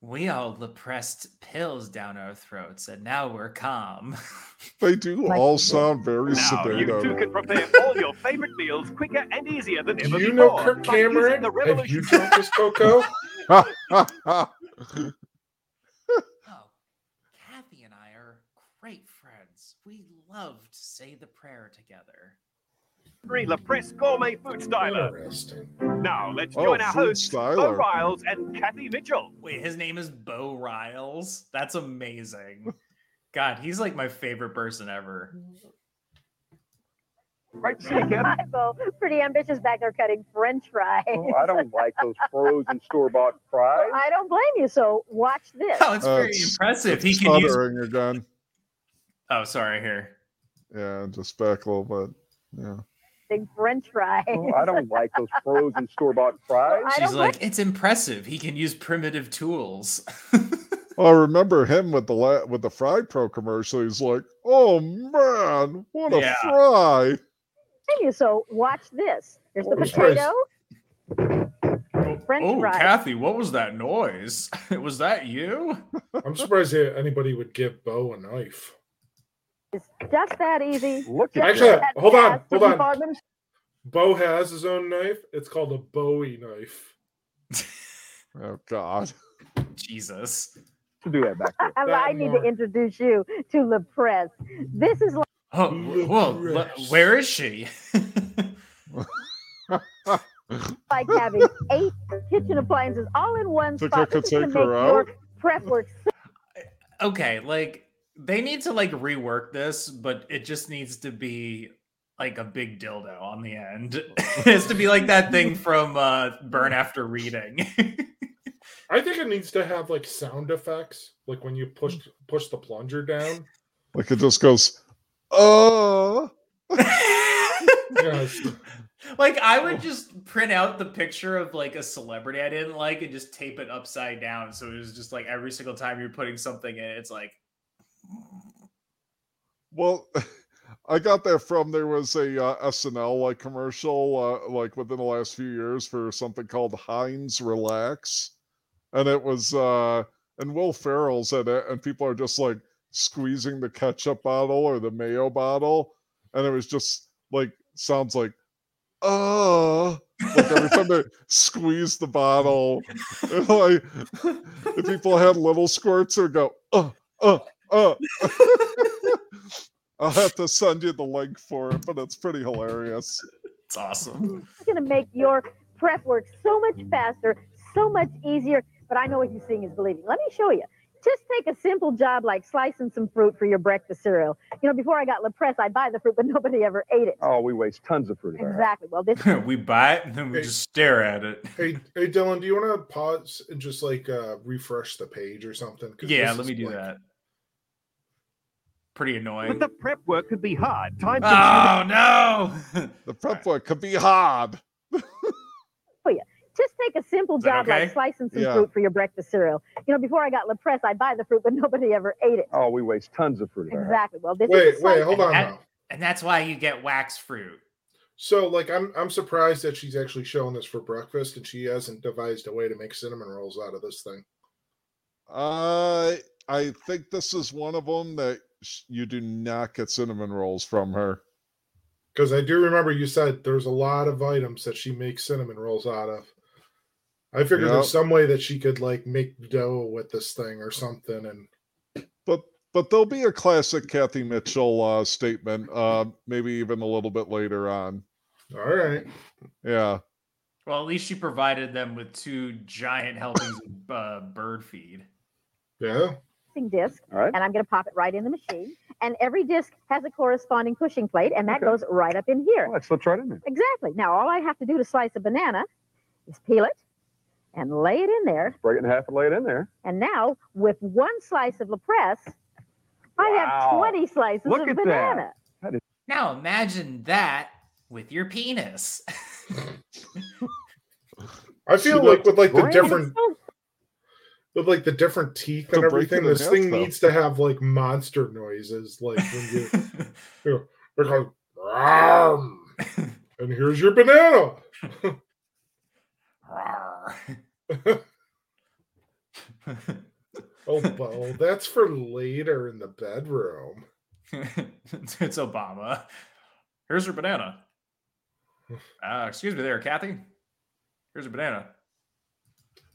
E: We all repressed pills down our throats, and now we're calm. [LAUGHS]
C: they do
I: Like-
C: all sound very
F: Now you two
C: sedated.
F: can prepare all your favorite meals quicker and easier than ever
B: Do you know
F: before.
B: Kirk
F: by using
B: Cameron?
F: the
B: Have you
F: revolution-
B: drunk this
F: [LAUGHS]
B: cocoa?
E: Oh, Kathy and I are great friends. We love to say the prayer together.
F: Free La Presse Gourmet Food Styler.
B: Interesting.
F: Now let's
C: Oh,
F: join our
C: Food
F: hosts, Bo
C: Styler.
F: Riles and Kathy Mitchell.
E: Wait, his name is Bo Riles. That's amazing. God, he's like my favorite person ever.
J: Right, see again.
I: Michael, pretty ambitious back there cutting French fries.
J: Oh, I don't like
I: [LAUGHS]
J: those frozen store bought fries.
I: I don't blame you. So watch this.
K: [LAUGHS]
E: Oh, it's
C: Uh,
E: very
C: it's- [LAUGHS]
E: impressive. He
C: it's
E: can use.
C: stuttering again.
E: Oh, sorry. Here.
C: Yeah, just back a little bit. Yeah.
I: Big French fries.
J: Oh, I don't like those frozen store bought fries.
I: I
E: She's
I: don't
E: like, it's impressive. He can use primitive tools.
C: Well, I remember him with the la- with the Fry Pro commercial. He's like, "Oh man, what a
E: Yeah.
C: fry!"
I: blame you. So watch this. Here's the
B: French fries.
I: potato. French
E: oh,
I: fries.
E: Kathy, what was that noise? [LAUGHS] was that you?
B: I'm surprised that anybody would give Bo a knife.
I: It's just that easy.
J: Look at
B: Actually,
J: that.
I: That
B: hold on,
I: fast.
B: hold on.
J: 55 minutes.
B: Bo has his own knife. It's called a Bowie knife.
C: Oh God,
E: Jesus.
J: Do that back there.
I: I, I need to
B: more.
I: introduce you to LePress. This is like
E: Oh,
B: Look
E: whoa, le-
B: fresh.
E: where is she? [LAUGHS]
I: like having eight kitchen appliances all in one
C: Think I
I: spot.
C: could
I: This is to
C: take
I: make
C: her out?
I: your prep work
E: okay, like they need to like rework this, but it just needs to be like a big dildo on the end. [LAUGHS] it has to be like that
B: [LAUGHS]
E: thing from uh Burn After Reading. [LAUGHS]
B: I think it needs to have like sound effects, like when you push push the plunger down.
C: like it just goes, "Oh."
I: [LAUGHS]
B: Yes.
E: Like I
B: Oh.
E: would just print out the picture of like a celebrity I didn't like and just tape it upside down. So it was just like every single time you're putting something in, it's like
C: Well, [LAUGHS] I got that from there was a uh, SNL like commercial uh, like within the last few years for something called Heinz Relax, and it was uh and Will Ferrell's in it, and people are just like squeezing the ketchup bottle or the mayo bottle, and it was just like sounds like uh like every time they squeeze the bottle, [LAUGHS] and, like if people had little squirts, they would go uh uh uh. I'll have to send you the link for it, but it's pretty hilarious.
E: it's awesome. [LAUGHS]
I: It's going to make your prep work so much faster, so much easier. But I know what you're seeing is believing. Let me show you. Just take a simple job like slicing some fruit for your breakfast cereal. You know, before I got La Presse, I'd buy the fruit, but [LAUGHS] nobody ever ate it.
J: Oh, we waste tons of fruit. at our house.
I: Exactly. Well, this
E: we buy it and then we just stare at it.
B: Hey, hey, Dylan, do you want to pause and just like uh refresh the page or something? 'Cause
E: Yeah,
B: this
E: let
B: is
E: me do
B: blank.
E: that. Pretty annoying. [LAUGHS]
F: But the prep work could be hard. Time consuming.
E: Oh no!
C: The prep work could be hard.
I: just take a simple
E: Is that
I: job
E: okay?
I: like slicing some
C: Yeah.
I: fruit for your breakfast cereal. You know, before I got La Presse, I'd buy the fruit, but [LAUGHS] nobody ever ate it.
J: Oh, we waste tons of fruit. at our house.
I: Exactly. Well, this is
B: Wait,
I: a
B: wait,
I: slice-
B: hold on
E: That-
B: now.
E: [LAUGHS] and that's why you get wax fruit.
B: So, like, I'm I'm surprised that she's actually showing this for breakfast, and she hasn't devised a way to make cinnamon rolls out of this thing.
C: Uh, I think this is one of them that sh- you do not get cinnamon rolls from her.
B: Because I do remember you said there's a lot of items that she makes cinnamon rolls out of. I figured
C: Yep.
B: there's some way that she could like make dough with this thing or something, and
C: But but there'll be a classic Kathy Mitchell uh, statement, uh, maybe even a little bit later on.
B: all right.
C: Yeah.
E: Well, at least she provided them with two giant helpings of uh, bird feed.
B: Yeah.
I: mixing disc,
J: All right.
I: and I'm going to pop it right in the machine. And every disc has a corresponding pushing plate, and that
J: Okay.
I: goes right up in here.
J: Well, Let's let's try it in there.
I: Exactly. Now, all I have to do to slice a banana is peel it and lay it in there.
J: Break it in half and lay it in there.
I: And now, with one slice of La Presse,
J: Wow.
I: I have 20 slices
J: Look
I: of
J: at that.
I: banana.
E: Now imagine that with your penis.
B: I feel
C: She
B: like with like the
J: great.
B: different with like the different teeth and
C: To break it
B: everything,
C: in
B: this
C: half,
B: thing
C: though.
B: needs to have like monster noises, like when
C: [LAUGHS]
B: you it goes,
C: [LAUGHS]
B: "Rawr." and here's your banana.
E: [LAUGHS] Rawr. [LAUGHS]
B: Oh, well, that's for later in the bedroom.
E: it's Obama. Here's your
B: [SIGHS]
E: banana. Uh, excuse me, there, Kathy. Here's a banana.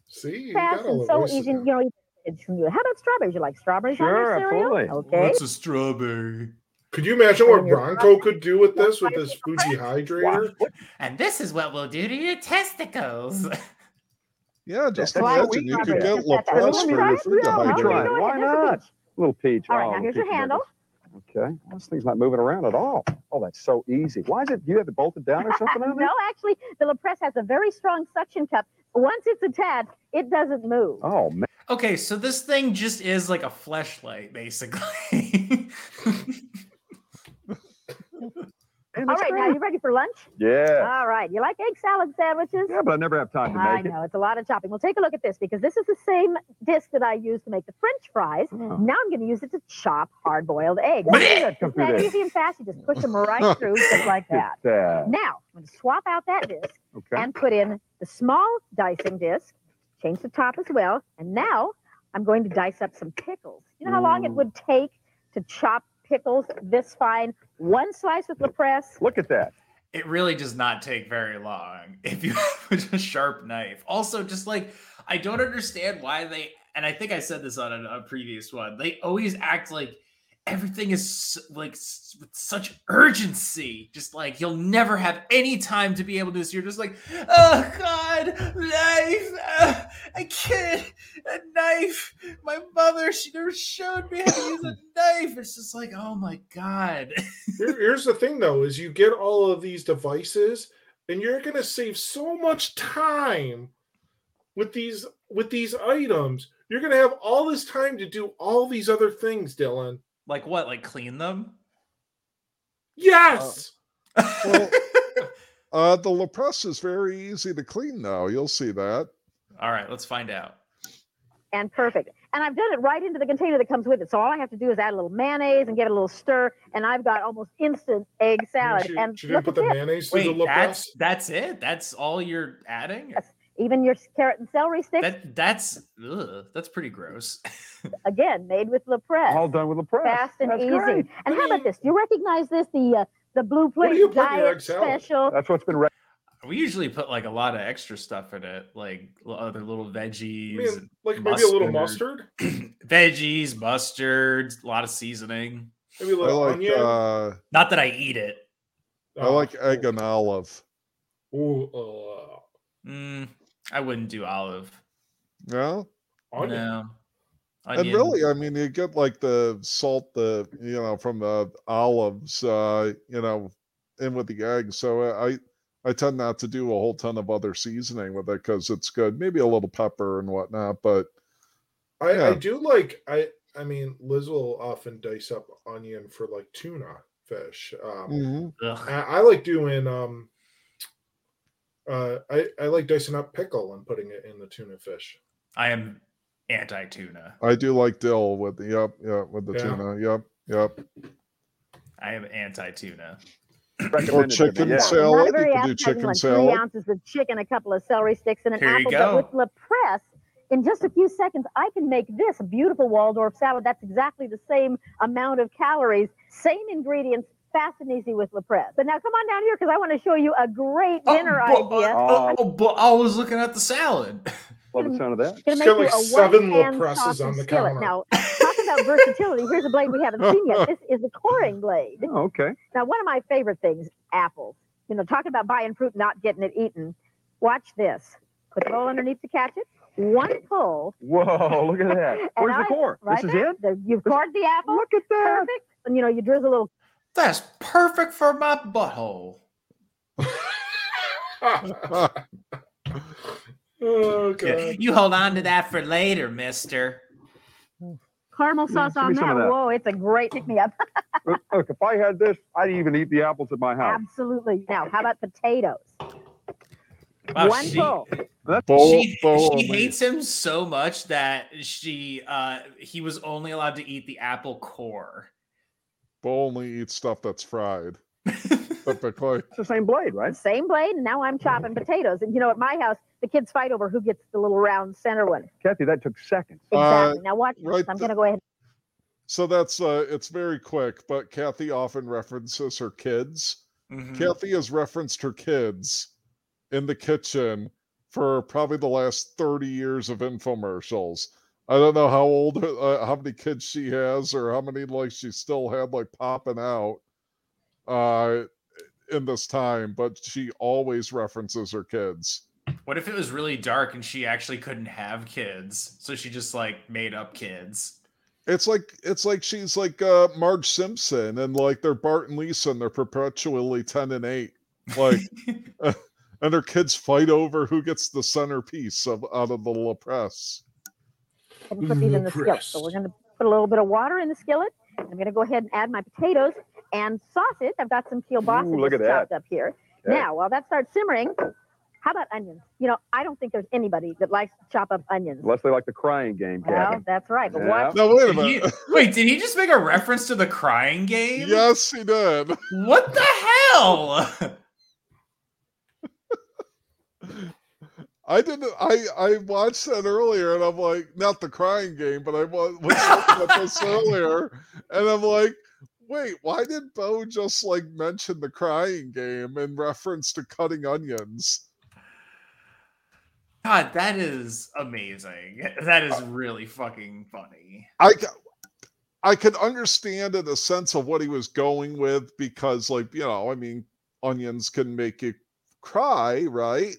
B: See, you got
I: Fast
B: all
I: and
B: the
I: so
B: voices
I: easy. You
B: down.
I: know, it's- how about strawberries? You like strawberries on
J: Sure,
I: your cereal?
J: absolutely.
I: Okay.
E: a strawberry?
B: Could you imagine what
I: When you're-
B: Bronco could do with this with his Fuji
I: [LAUGHS]
B: hydrator?
E: And this is what we'll do to your testicles. [LAUGHS]
C: Yeah, just
J: that's what we
C: imagine you
J: got
C: could
J: there.
C: get La
I: That's what
C: Presse
I: we
C: for
I: got
C: your
I: there.
C: food hydrator.
I: Why Why not?
J: Try it. Why
I: That's a
J: not? Little peach.
I: All right,
J: Oh,
I: now here's
J: peach
I: your handle.
J: burgers. Okay. This thing's not moving around at all. Oh, that's so easy. Why is it? You have it bolted down or something? on there?
I: [LAUGHS] no, actually, the La Presse has a very strong suction cup. Once it's attached, it doesn't move.
J: Oh man.
E: Okay, so this thing just is like a fleshlight, basically. [LAUGHS]
I: All right, now you ready for lunch?
J: Yeah.
I: All right. You like egg salad sandwiches?
J: Yeah, but I never have time to
I: I
J: make it.
I: know it's a lot of chopping. Well, take a look at this because this is the same disc that I used to make the French fries.
J: Oh.
I: Now I'm going to use it to chop hard-boiled eggs. Isn't
J: Come through
I: that
J: there.
I: easy and fast? You just push them
J: [LAUGHS]
I: right through just like that.
J: Just, uh,
I: Now I'm going to swap out that disc
J: okay.
I: and put in the small dicing disc. Change the top as well. And now I'm going to dice up some pickles. You know how long it would take to chop pickles this fine? One slice with La Presse.
J: Look at that.
E: it really does not take very long [LAUGHS] if you have a sharp knife. Also, just like I don't understand why they and I think I said this on a, a previous one. They always act like everything is s- like s- with such urgency. Just like you'll never have any time to be able to. So you're just like, oh god, knife! Uh, I can't a knife. My mother, she never showed me how to use a knife. It's just like, oh my god. [LAUGHS]
B: Here- here's the thing though is you get all of these devices and you're going to save so much time with these with these items you're going to have all this time to do all these other things dylan
E: Like what? Like clean them?
C: Oh.
B: yes
C: Well, uh, the La Presse is very easy to clean, though. You'll see that.
E: All right, let's find out.
I: and perfect. And I've done it right into the container that comes with it. So all I have to do is add a little mayonnaise and give it a little stir, and I've got almost instant egg salad.
B: she,
I: and
B: she didn't
I: look
B: put
I: at
B: the
I: this.
B: mayonnaise through
E: Wait,
B: the
E: that's
B: that's...
E: that's it. That's all you're adding.
I: even your carrot and celery sticks,
E: That that's ugh, that's pretty gross. [LAUGHS]
I: again, made with La Presse.
J: All done with the press.
I: Fast and
J: That's
I: easy.
J: great.
I: And how about this? Do you recognize this? The uh, the blue
B: do you
I: plate
B: put in your egg
I: diet
B: salad?
I: special.
J: That's what's been. Re-
E: We usually put like a lot of extra stuff in it, like l- other little
B: I
E: veggies,
B: mean, like maybe a little mustard
E: and- veggies, mustard, a lot of seasoning.
B: maybe a
C: I
B: little
C: like
B: onion
C: uh,
E: Not that I eat it.
C: I
B: Oh,
C: like egg and olive.
B: ooh, uh,
E: Mm, I wouldn't do olive.
C: Yeah.
B: onion.
E: No.
C: And
E: Onion.
C: really, I mean, you get like the salt, the you know, from the olives, uh, you know, in with the egg. So uh, I, I tend not to do a whole ton of other seasoning with it because it's good. Maybe a little pepper and whatnot, but
B: I, I
C: Yeah.
B: do like I I mean Liz will often dice up onion for like tuna fish. Um,
C: Mhm.
E: Ugh.
B: I, I like doing um uh I, I like dicing up pickle and putting it in the tuna fish.
E: I am anti tuna.
C: I do like dill with the yep, yep, with the
B: Yeah.
C: tuna, yep, yep,
E: I am anti tuna.
C: or
J: recommended to me,
C: chicken
J: yeah.
I: Not
C: salad. You can
I: very
C: do
I: appetizing
C: chicken
I: one.
C: salad.
I: Three ounces of chicken, a couple of celery sticks, and an
E: Here you
I: apple.
E: go.
I: But with La Presse, in just a few seconds, I can make this a beautiful Waldorf salad. That's exactly the same amount of calories, same ingredients, fast and easy with La Presse. But now come on down here because I want to show you a great dinner
E: oh, but,
I: idea.
E: oh, oh, but I was looking at the salad.
J: Love the sound of that.
I: Gonna
B: She's
I: make
B: got
I: you
B: like
I: a
B: seven La
I: one-pan
B: Presses
I: sausage
B: on the
I: skillet.
B: counter.
I: Now, talk about versatility. Here's a blade we haven't seen
B: [LAUGHS]
I: yet. This is the coring blade.
J: Oh, okay.
I: Now, one of my favorite things, apples. You know, talking about buying fruit, not getting it eaten. Watch this. Put the bowl underneath to catch it. One pull.
J: Whoa, look at
I: [LAUGHS]
J: that. Where's the
I: I-
J: core?
I: Right
J: this is
I: there.
J: it?
I: The- you've cored the apple.
J: Look at that.
I: Perfect. And you know, you drizzle a little
E: That's perfect for my butthole.
B: oh god.
E: Yeah, You hold on to that for later, mister.
I: caramel
J: Yeah,
I: sauce
J: give me
I: on
J: some
I: that.
J: of that.
I: Whoa, it's a great pick me up.
J: Look, look, if I had this, I'd even eat the apples at my house.
I: Absolutely. Now, how about potatoes?
E: Wow,
I: One
E: she,
I: pull.
C: [LAUGHS] Bowl,
E: she,
C: bowl only.
E: she hates him so much that she uh he was only allowed to eat the apple core.
C: Bowl only eat stuff that's fried. Typically,
J: It's the same blade, right?
I: Same blade, and now I'm chopping potatoes. And you know, at my house, the kids fight over who gets the little round center one.
J: Kathy, that took seconds.
C: Uh,
I: Exactly. now watch this.
C: right
I: I'm
C: th-
I: going to go ahead.
C: so that's uh, it's very quick. But Kathy often references her kids.
E: Mhm.
C: Kathy has referenced her kids in the kitchen for probably the last 30 years of infomercials. I don't know how old, uh, how many kids she has, or how many like she still had like popping out uh, in this time, but she always references her kids.
E: What if it was really dark and she actually couldn't have kids, so she just like made up kids?
C: It's like it's like she's like uh, Marge Simpson, and like they're Bart and Lisa, and they're perpetually ten and eight. Like, uh, and their kids fight over who gets the centerpiece of out of the La Presse.
I: and put these in the skillet. So we're going to put a little bit of water in the skillet. I'm going to go ahead and add my potatoes and sausage. I've got some teal
J: Ooh,
I: sausage
J: look at
I: chopped
J: that.
I: up here.
J: Yeah.
I: Now, while that starts simmering, how about onions? You know, I don't think there's anybody that likes to chop up onions.
J: Unless they like the crying game,
I: Well,
J: Captain.
I: that's right. But
J: Yeah.
I: watch
C: No, wait a
E: Did
C: minute.
E: he- wait, did he just make a reference to the crying game?
C: Yes, he did.
E: What the hell? [LAUGHS]
C: I didn't. I I watched that earlier, and I'm like, not the crying game, but I wa- was looking at this earlier, and I'm like, wait, why did Bo just like mention the crying game in reference to cutting onions?
E: God, that is amazing. That is really fucking funny.
C: I c- I could understand in a sense of what he was going with because, like, you know, I mean, onions can make you cry, right?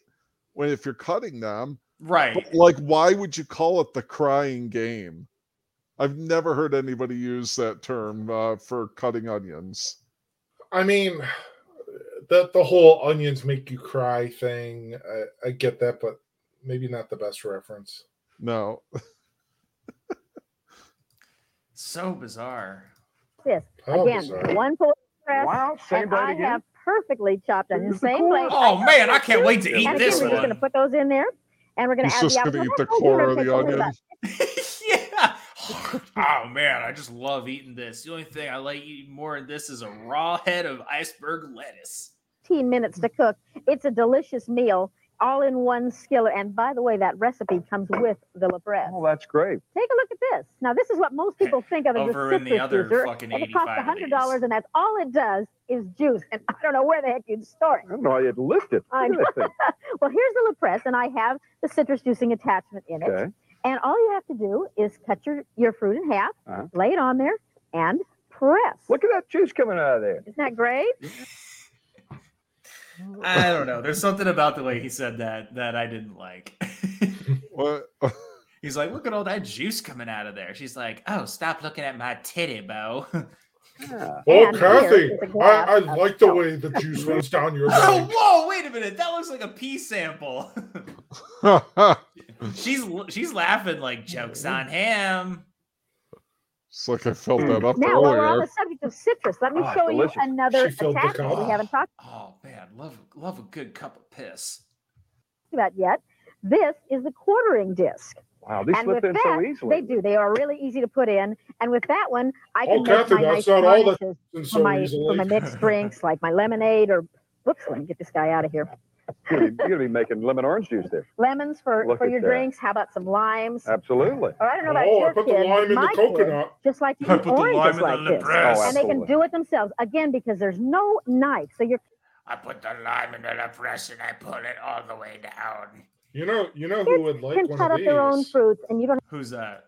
C: When if you're cutting them,
E: Right.
C: But, like, why would you call it the crying game? I've never heard anybody use that term uh, for cutting onions.
B: I mean, the the whole onions make you cry thing. I, I get that, but maybe not the best reference.
C: No.
E: So bizarre.
I: this.
B: Oh,
I: again,
B: sorry.
I: one full press.
J: Wow, same
I: and
J: blade
I: I
J: again?
I: have perfectly chopped onions.
J: Use the
I: Same
J: core.
I: blade.
E: Oh man, I can't wait to
C: Yeah,
E: eat
I: And
C: look
I: again,
E: this
I: we're just going to
E: one.
I: put those in there, and we're going to
C: He's
I: add
C: just
I: the
C: going
I: apple.
C: to eat the
I: Oh, you're
C: core of
I: gonna
C: the
I: take
C: onion.
E: [LAUGHS] yeah. Oh man, I just love eating this. The only thing I like eating more than this is a raw head of iceberg lettuce.
I: 15 minutes to cook. It's a delicious meal, all in one skillet. And by the way, that recipe comes with the librette.
J: Oh, that's great.
I: Take a look at this. Now, this is what most people think of as
E: Over
I: a
E: in the
I: citrus
E: other
I: juicer,
E: fucking
I: and it costs
E: 85 of these.
I: $100, and that's all it does is juice. And I don't know where the heck you'd store it.
J: I don't know how you'd lift it.
I: I
J: Look at
I: [LAUGHS]
J: that
I: Well, here's the lipresse, and I have the citrus juicing attachment in
J: thing.
I: it.
J: Okay.
I: And all you have to do is cut your, your fruit in half,
J: Uh-huh.
I: lay it on there, and press.
J: Look at that juice coming out of there.
I: Isn't that great?
E: I don't know. There's something about the way he said that that I didn't like. [LAUGHS]
C: What?
E: He's like, look at all that juice coming out of there. She's like, oh, stop looking at my titty, Bo. [LAUGHS]
J: Yeah.
B: Oh,
I: And here
B: Kathy,
I: is a
B: I,
I: glass
B: I
I: of
B: like the
I: milk.
B: way the juice runs down
I: [LAUGHS]
B: your
E: oh,
B: leg.
E: whoa, wait a minute. That looks like a pee sample. [LAUGHS] she's she's laughing like jokes on him.
C: [LAUGHS] it's like I felt that up
I: Hmm.
B: Oh,
I: Now, while we're on
C: earlier.
I: the subject of citrus, let me
J: Ah,
I: show
J: delicious.
I: you another
B: She filled the
I: attachment we
B: cup.
I: haven't talked
E: Oh man, love love a good cup of piss.
I: about yet. This is the quartering disc.
J: Wow, these
I: and
J: slip
I: with
J: in
I: that,
J: so
I: they
J: easily.
I: do. They are really easy to put in. And with that one, I
B: Oh,
I: can make
B: Kathy,
I: my
B: that's
I: nice
B: not all that-
I: garnishes
B: And
I: for,
B: so
I: my, for
B: easily. [LAUGHS]
I: my mixed drinks, like my lemonade or, whoops, let me get this guy out of here.
J: You're going to be making lemon orange juice there.
I: Lemons for,
J: Look
I: for
J: at
I: your
J: that.
I: drinks. How about some limes?
J: Absolutely.
I: Or I don't know about
B: Oh,
I: your
B: I put the
I: kids,
B: lime in
I: my
B: the coconut.
I: Kids, just like you
D: I
I: eat
D: put the lime
I: oranges
D: in the
I: like this.
D: lipress.
J: Oh,
I: and they can
J: Absolutely.
I: do it themselves again because there's no knife. So you're
D: I put the lime in the press and I pull it all the way down.
B: You know, you know who would
I: kids
B: like
I: can
B: one
I: cut
B: of
I: up their own
B: these
I: fruits, and you don't
E: Who's that?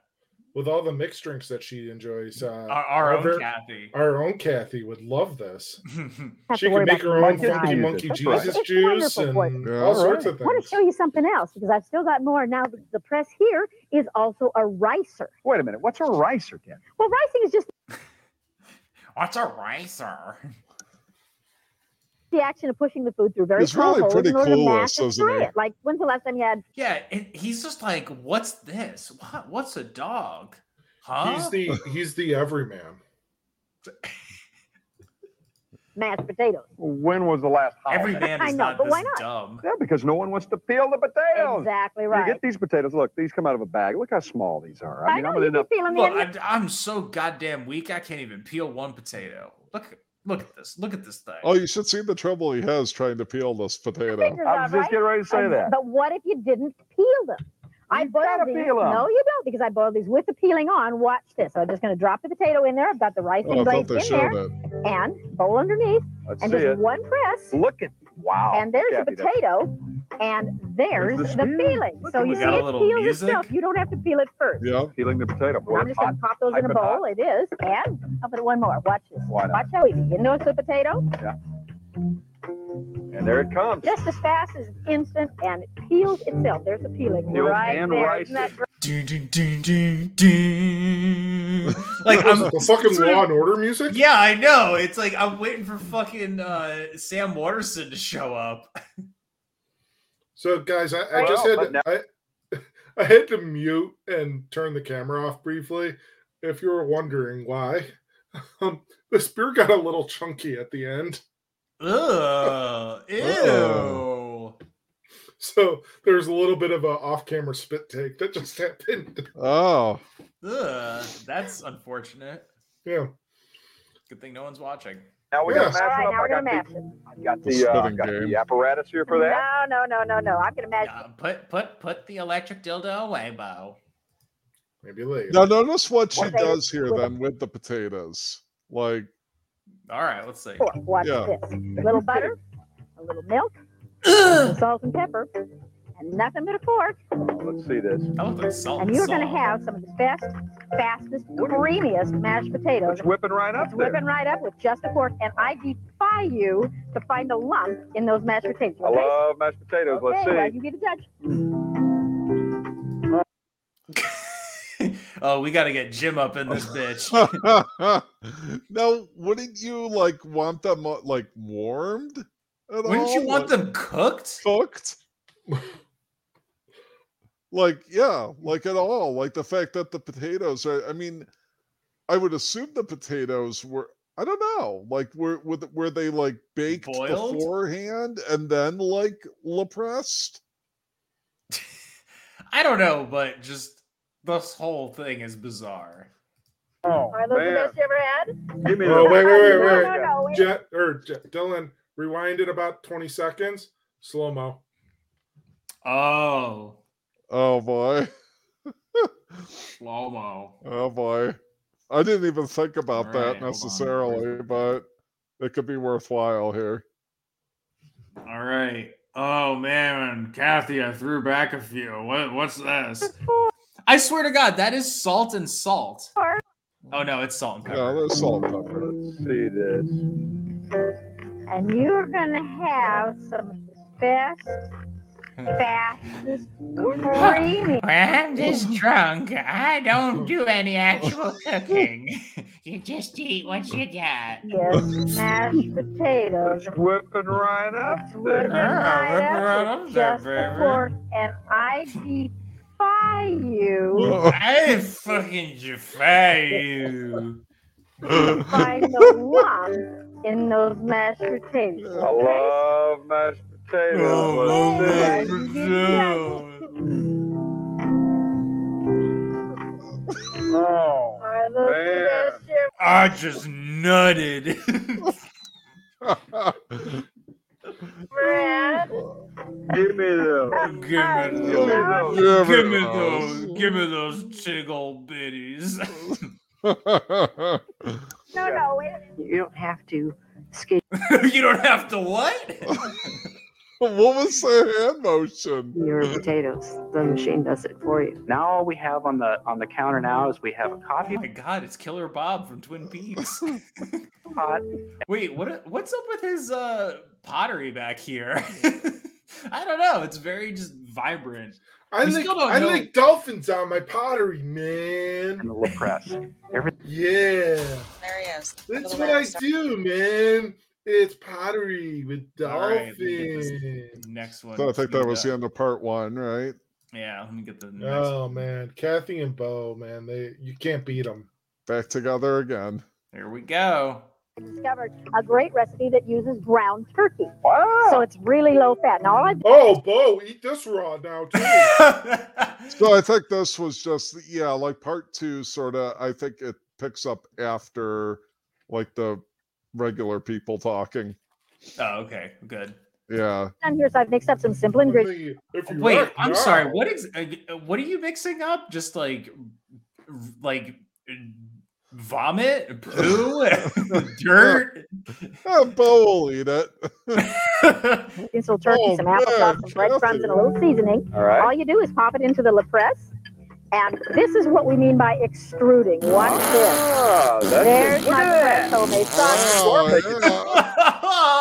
B: with all the mixed drinks that she enjoys. Uh,
E: Our, our own
B: ver-
E: Kathy.
B: our own Kathy would love this.
D: [LAUGHS]
I: have
B: She
I: to worry
B: can make
I: about
B: her own
J: monkey
B: funky
J: juice.
B: monkey
J: That's right.
B: Jesus
I: It's
B: juice
I: wonderful
B: and
I: for
C: you.
B: all sorts of
J: Alright.
I: I want to
B: things.
I: show you something else because I've still got more. Now the- the press here is also a ricer.
J: Wait a minute. What's a ricer, Captain?
I: Well, ricing is just
D: What's a ricer?
I: the action of pushing the food through very
C: It's
I: small
C: really
I: holes
C: pretty
I: in order
C: cool, uh, eh?
I: to mash and
C: isn't
I: fry
C: it?
I: it. Like when's the last time you had?
E: Yeah, and he's just like, what's this? What, what's a dog? Huh?
B: He's the he's the everyman.
I: Mashed potatoes.
J: When was the last
E: Every
J: holiday?
E: man
I: I
E: is
I: know,
E: not
I: but
E: this
I: why not?
E: dumb.
J: Yeah, because no one wants to peel the potatoes.
I: Exactly
J: You
I: right.
J: get these potatoes. Look, these come out of a bag. Look how small these are. I,
I: I
J: mean,
I: know
J: I'm gonna
I: you
J: end
I: can
J: up.
I: feel them.
E: Look, I, I'm so goddamn weak. I can't even peel one potato. Look, look at this. Look at this thing.
C: Oh, you should see the trouble he has trying to peel this potato.
I: Fingers
J: I
I: out,
J: was just
I: right?
J: getting ready to say
I: Um,
J: that.
I: But what if you didn't peel them? I
J: You've
I: boiled
J: gotta
I: these.
J: peel 'em.
I: No, you don't, because I boiled these with the peeling on. Watch this. So I'm just going to drop the potato in there. I've got the rice
C: Oh, I
I: and
C: thought
I: glaze
C: they
I: in there,
C: showed it.
I: and bowl underneath,
J: Let's
I: and
J: see
I: just
J: it.
I: one press.
J: Look at wow.
I: and there's
J: Oh, Kathy,
I: the
J: that's-
I: potato, and there's
J: There's the
I: the
J: skin.
I: peeling.
J: Look
I: So
J: at
I: you
J: it.
I: see
E: Got a
I: it
E: little
I: peel
E: music.
I: yourself. You don't have to peel it first.
C: Yeah.
J: Peeling the potato. Boy,
I: I'm just
J: it's hot.
I: going to pop those in a
J: Hyphen
I: bowl. It is, and I'll put one more. Watch this.
J: Why not?
I: Watch how easy. You know it's a potato.
J: And there it comes.
I: Just as fast as instant, and it peels itself. There's the peeling
J: Peels
I: right
J: and
I: there.
J: rice.
I: Isn't that great?
E: Dun, dun, dun, dun, dun. I'm like [LAUGHS] I'm
B: The fucking
E: sort of-
B: Law and Order music?
E: Yeah, I know. It's like I'm waiting for fucking uh, Sam Waterson to show up.
B: So guys, I, I
E: Well,
B: just had
E: but
B: to, I, [LAUGHS] I had to mute and turn the camera off briefly. If you were wondering why, [LAUGHS] um, the spear got a little chunky at the end.
E: Ugh, ew.
B: So there's a little bit of a off-camera spit take that just [LAUGHS] happened.
C: Oh,
E: Ugh, that's unfortunate.
B: Yeah.
E: Good thing no one's watching.
J: Now we
B: Yeah.
J: got
I: All
J: to mash it
I: right,
J: up.
I: now
J: I
I: we're
J: got
I: gonna
J: the,
I: mash it.
J: I got
C: The
J: the, uh, I
C: spitting
J: got
C: game.
J: the apparatus here for that.
I: No, no, no, no, no. I'm gonna mash.
E: Uh, put put put the electric dildo away, Bo.
B: Maybe later.
C: now notice what she
I: Well, they-
C: does here
I: well-
C: then with the potatoes. Like, [LAUGHS]
E: All right, let's see.
I: Sure, watch
C: Yeah.
I: this. A little butter, a little milk, a little salt and pepper, and nothing but a fork.
J: Let's see this.
E: That looks like salt.
I: And
E: and
I: you're going
E: salt.
I: to have some of the best, fastest, creamiest mashed potatoes.
J: It's whipping right up
I: It's
J: there.
I: whipping right up with just a fork. And I defy you to find a lump in those mashed potatoes.
J: I
I: Okay?
J: love mashed potatoes. Let's
I: Okay, well,
J: see.
I: you be the judge.
E: [LAUGHS] Oh, we got to get Jim up in this bitch.
C: now wouldn't you like want them uh, like warmed? At
E: Wouldn't you
C: all?
E: want
C: Like,
E: them cooked?
C: cooked? like yeah, like at all. Like the fact that the potatoes are. I mean, I would assume the potatoes were. I don't know. Like were were, th- were they like baked
E: Boiled?
C: beforehand and then like la pressed?
E: [LAUGHS] I don't know, but just this whole thing is bizarre.
J: Oh,
I: Are those the
J: man.
I: best you ever had?
J: Give me
B: Oh,
J: the-
B: wait, wait, wait,
I: no,
B: wait.
I: No, no, wait.
B: Jet or Jet, Dylan, rewind it about 20 seconds. Slow mo.
E: Oh,
C: Oh boy.
E: slow mo.
C: Oh boy. I didn't even think about
E: All right, hold
C: that
E: on.
C: necessarily, but it could be worthwhile here.
E: All right. Oh man, Kathy, I threw back a few. What what's this? [LAUGHS] I swear to God, that is salt and salt. Oh no, it's salt and
C: Yeah,
E: pepper.
C: there's salt and pepper.
J: Let's see this.
I: And you're going to have some best, fastest, creamiest.
D: I'm just drunk. I don't do any actual cooking. [LAUGHS] you just eat what you got.
I: mashed potatoes.
J: It's whipping right up
I: Would
J: there.
I: divide
D: Yeah,
I: up with
D: that's right up
I: just
D: there,
I: a
D: baby.
I: fork, and I defy you
E: I fucking defy you.
C: [LAUGHS]
I: to find the lump in those mashed potatoes.
J: I love mashed
E: Oh,
J: potatoes. Let's see. Oh,
I: Are those the
J: Man.
I: best you-
E: I just nutted. [LAUGHS]
I: Brad?
J: give me the.
E: Give me those.
J: Give
C: Yeah,
J: me
E: Give me
C: but-
E: those. Give me those tickle bitties.
C: [LAUGHS]
I: No, no, wait. a minute. You don't have to skate.
E: [LAUGHS] you don't have to what?
C: what was the hand motion?
H: your potatoes. The machine does it for you.
L: Now all we have on the on the counter now is we have a
E: Oh
L: coffee
E: my god, it's Killer Bob from Twin Peaks.
L: pot.
E: Wait, what what's up with his uh pottery back here? [LAUGHS] I don't know. It's very just vibrant.
B: I
E: We
B: like
E: still don't
B: I
E: know.
B: like dolphins on my pottery, man.
L: and the La
B: [LAUGHS]
L: Presse.
B: Yeah.
M: Hilarious.
B: That's
M: Little
B: what I
M: Larry's-
B: do, man. It's pottery with
E: All right, let me get this
B: dolphins.
E: Next one.
C: So I think that was the
E: yeah.
C: end of part one, right?
E: Yeah, let me get the next
B: Oh
E: one.
B: man, Kathy and Bo, man, they you can't beat them.
C: Back together again.
E: There we go. [LAUGHS]
I: discovered a great recipe that uses ground turkey. So
J: Wow.
I: it's really low fat. Now, all I've
B: Oh, Bo, eat this raw now too.
C: So I think this was just yeah, like part two sort of I think it picks up after like the regular people talking.
E: oh, okay. Good.
C: Yeah.
I: done here is I've mixed up some simple ingredients.
B: If you
E: Wait,
B: like
E: I'm sorry.
B: now.
E: What is uh, what are you mixing up? Just like r- like uh, vomit, poo, dirt. [LAUGHS]
C: Yeah, Bo will eat it.
I: Some turkey,
C: Oh,
I: some
C: man,
I: applesauce, some breadcrumbs, and a little seasoning.
J: All right.
I: All you do is pop it into the La Presse. And this is what we mean by extruding. Watch this.
J: Ah, that's
I: There's
J: it. Look
I: my
J: at
I: fresh
J: that.
C: [LAUGHS]
I: homemade sausage.
C: Oh,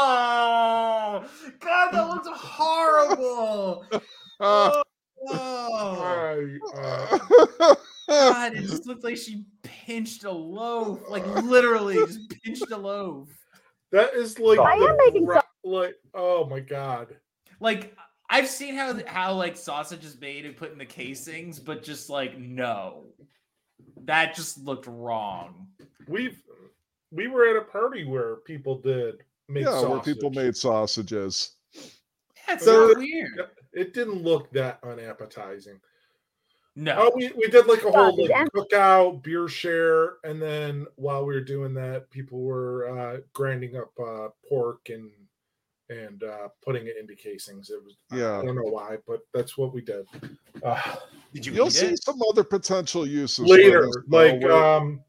C: yeah.
E: oh, God, that looks horrible.
C: Ah.
E: Oh,
B: I, uh,
E: God, it just looked like she pinched a loaf, like literally just pinched a loaf.
B: That is like
E: I
B: the
E: am making
B: gra- like oh my god.
E: Like I've seen how how like sausage is made and put in the casings, but just like no, that just looked wrong.
B: We've we were at a party where people did make
C: yeah, where
B: sausage.
C: people made sausages.
E: That's
B: There-
E: not weird.
B: It didn't look that unappetizing.
E: No.
B: Oh, we, we did like a whole
E: Sausage
B: like,
E: and-
B: cookout, beer share, and then while we were doing that, people were uh, grinding up uh, pork and and uh, putting it into casings. It was
C: Yeah.
B: I don't know why, but that's what we did. Uh,
E: Did
C: you will see some other potential uses for
B: later,
C: this, though,
B: like
C: where-
B: um,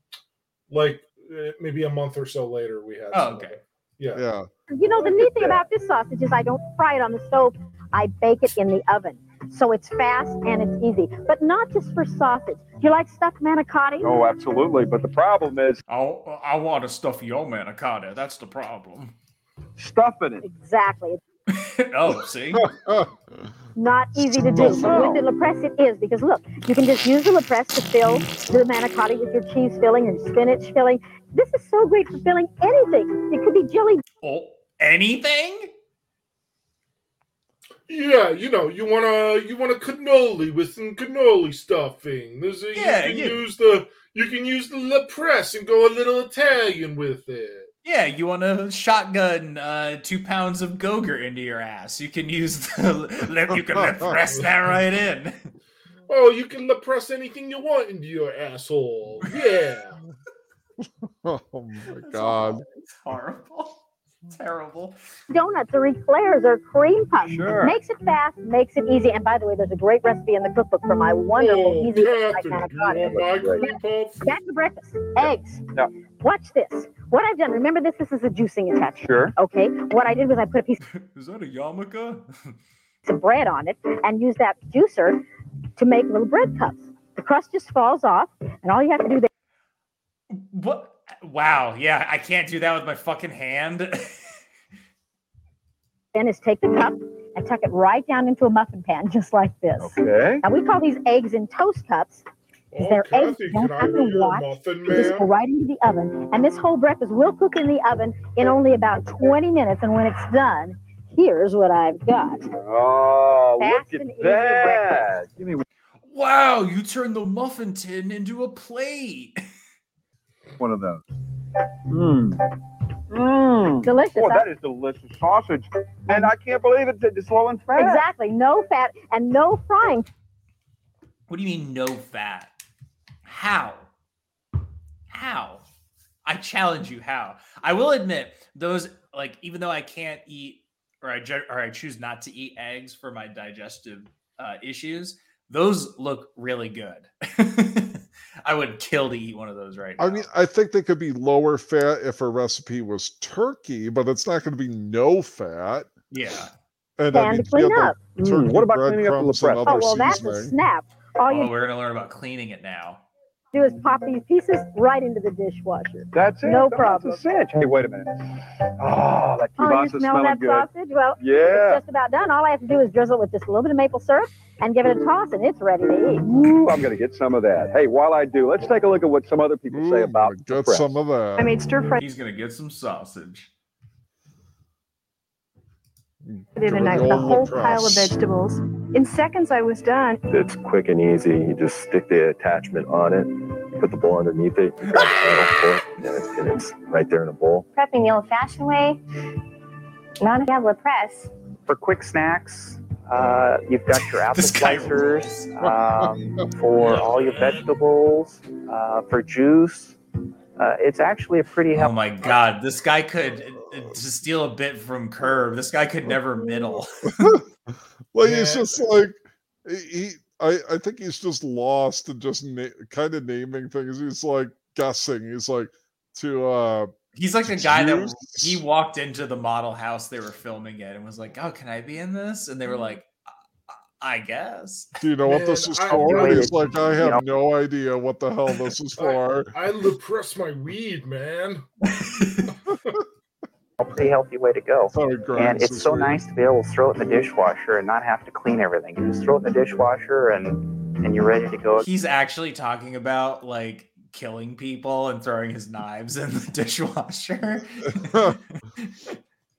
B: like uh, maybe a month or so later, we had.
C: Oh,
B: some of
C: okay.
B: it. Yeah.
C: yeah. [LAUGHS]
I: You know, the neat thing about this sausage is I don't fry it on the stove. I bake it in the oven. So it's fast and it's easy. But not just for sausage. Do you like stuffed manicotti?
J: Oh, absolutely. But the problem is
E: I I want to stuff your manicotta. That's the problem. [LAUGHS]
J: stuffing it.
I: Exactly. It's
E: oh, see.
I: not easy to do.
E: Stuffing.
I: With the La Presse it is because look, you can just use the La Presse to fill the manicotti with your cheese filling and spinach filling. This is so great for filling anything. It could be jelly
E: oh, anything?
B: Yeah, you know, you want to you want a cannoli with some cannoli stuffing. There's a,
E: Yeah,
B: you can
E: yeah.
B: use the you can use the La Presse and go a little Italian with it.
E: Yeah, you want to shotgun uh, two pounds of Gogurt into your ass. You can use [LAUGHS] the lip. You can press that right in.
B: Oh, you can La Presse anything you want into your asshole.
I: [LAUGHS]
B: Yeah.
C: Oh my god.
E: [LAUGHS] It's horrible. Terrible.
I: donuts or eclairs or cream puffs.
E: Sure.
I: Makes it fast, makes it easy. And by the way, there's a great recipe in the cookbook for my wonderful
B: Oh,
I: easy like
B: Catherine,
I: manicotti.
B: you want my cream
I: Back to breakfast. Eggs.
J: Yeah.
I: Watch this. What I've done, remember this? This is a juicing attachment.
J: Sure.
I: Okay. What I did was I put a piece
E: Is that a yarmulke?
I: of bread on it and used that juicer to make little bread cups. The crust just falls off, and all you have to do there.
E: What? Wow. Yeah, I can't do that with my fucking hand. [LAUGHS]
I: then is take the cup and tuck it right down into a muffin pan, [LAUGHS] just like this.
J: Okay.
I: Now we call these eggs in toast cups. 'cause They're eggs
B: Kathy,
I: you don't
B: can I
I: have to
B: be your
I: watch.
B: muffin
I: They just go
B: man?
I: right into the oven. And this whole breakfast will cook in the oven in only about 20 minutes. And when it's done, here's what I've got.
J: Oh,
I: Fast
J: look
I: and easy
J: at that. Give me
E: wow, you turned the muffin tin into a plate. [LAUGHS]
J: one of those. Mmm. Mmm.
I: Delicious,
J: Boy,
I: huh?
J: that is delicious sausage. And I can't believe it's, it's low in fat.
I: Exactly. No fat and no frying.
E: What do you mean no fat? How? How? I challenge you how. I will admit those like even though I can't eat or I gen- or I choose not to eat eggs for my digestive uh, issues, those look really good. [LAUGHS] I would kill to eat one of those right now.
C: I mean, I think they could be lower fat if a recipe was turkey, but it's not going to be no fat.
E: Yeah.
C: And I
I: Pan
C: mean,
I: to clean
C: you have
I: up.
C: the turkey
J: Hmm, what about cleaning up the
C: breadcrumbs and
J: press?
C: other
I: Oh, well, that's a
C: seasoning.
I: snap. All
E: Oh,
I: you
E: we're gonna learn about cleaning it now.
I: do is pop these pieces right into the dishwasher.
J: That's it.
I: No
J: That's
I: problem.
J: a cinch. Hey, wait a minute. Oh, that
I: Oh, you
J: kielbasa
I: smell
J: smelling
I: that
J: good.
I: sausage? Well,
J: Yeah.
I: it's just about done. All I have to do is drizzle it with just a little bit of maple syrup and give it a toss, and it's ready to eat.
J: Ooh, I'm going to get some of that. Hey, while I do, let's take a look at what some other people say about the
C: Get
J: press.
C: some of that.
H: I made stir fry
E: He's gonna get some sausage.
H: the other night with a whole pile of vegetables. In seconds, I was done.
M: It's quick and easy. You just stick the attachment on it, put the bowl underneath it, you grab the handle for it, and it's, and it's right there in a bowl.
K: prepping the old-fashioned way, not have La Presse.
L: For quick snacks, uh, you've got your apple slicers.
C: [LAUGHS]
L: Um, for all your vegetables, uh, for juice, uh, it's actually a pretty
E: Oh my god, this guy could uh, uh, to steal a bit from Curve. This guy could never middle. [LAUGHS]
C: Like he's just like he. he- I I think he's just lost and just na- kind of naming things. He's like guessing. He's like to. uh
E: He's like the guy that he walked into the model house they were filming it and was like, "Oh, can I be in this?" And they were like, "I, I guess."
C: Do you know what this
B: Man,
C: is
B: I-
C: for?
B: I-
C: He's like, I have
B: Yeah.
C: no idea what the hell this is for.
B: I repress my weed, man.
L: a pretty healthy way to go. and
C: grinds
L: it's
C: is
L: so
C: weird.
L: nice to be able to throw it in the dishwasher and not have to clean everything. You just throw it in the dishwasher and and you're ready to go.
E: He's actually talking about like killing people and throwing his knives in the [LAUGHS]
I: [LAUGHS]
E: dishwasher.
C: [LAUGHS]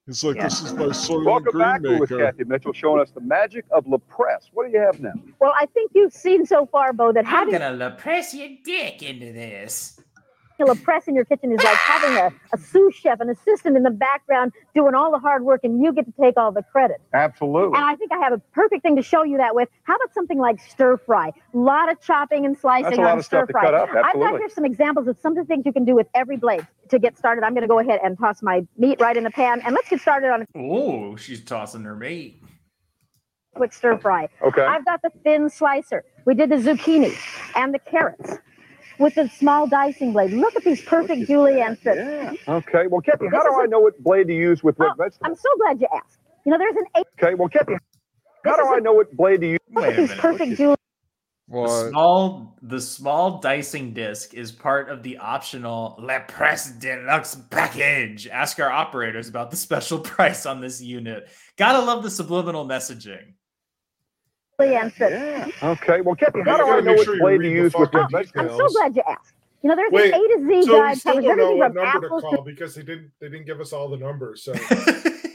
C: He's like, this is my soil
J: Welcome back,
C: green
J: Lewis
C: maker.
J: Kathy Mitchell, showing us the magic of La Presse. What do you have now?
I: Well, I think you've seen so far, Bo, that
D: I'm
I: having
D: gonna la press your dick into this.
I: a press in your kitchen is like having a, a sous chef, an assistant in the background doing all the hard work, and you get to take all the credit.
J: Absolutely.
I: And I think I have a perfect thing to show you that with. How about something like stir fry? A lot of chopping and slicing
J: That's a lot
I: on
J: of
I: stir
J: stuff to
I: fry.
J: cut up,
I: I've got
J: absolutely.
I: here some examples of some of the things you can do with every blade. To get started, I'm going to go ahead and toss my meat right in the pan, and let's get started on a
E: Oh, she's tossing her meat.
I: quick stir fry.
E: Okay.
I: I've got the thin slicer. We did the zucchini and the carrots with the small dicing blade. Look at these perfect julienne strips.
J: Okay. Well, Kathy, how
I: This
J: do
I: is
J: I
I: a-
J: know what blade to use with red vegetables?
I: I'm so glad you asked. You know, there's an eight.
J: Okay. Well, Kathy,
I: This
J: how do
I: is
J: I know what blade to use?
I: Look at these perfect julienne.
E: The small the small dicing disc is part of the optional La Presse Deluxe package. Ask our operators about the special [LAUGHS] price on this unit. Gotta love the subliminal messaging. [LAUGHS]
I: julienne strips.
J: Okay. Well, Kathy, how
E: You
J: do I
E: gotta
J: know
E: make
J: what
E: sure you
J: blade
E: read
J: to
E: the
J: use with
E: fucking
J: red
I: I'm
J: vegetables?
I: so glad you asked. You know, there's
B: Wait,
I: an A to Z
B: so we
I: guide
B: still
I: covers
B: don't know
I: everything
B: what
I: from
B: number to
I: apples to
B: call because they didn't they didn't give us all the numbers. So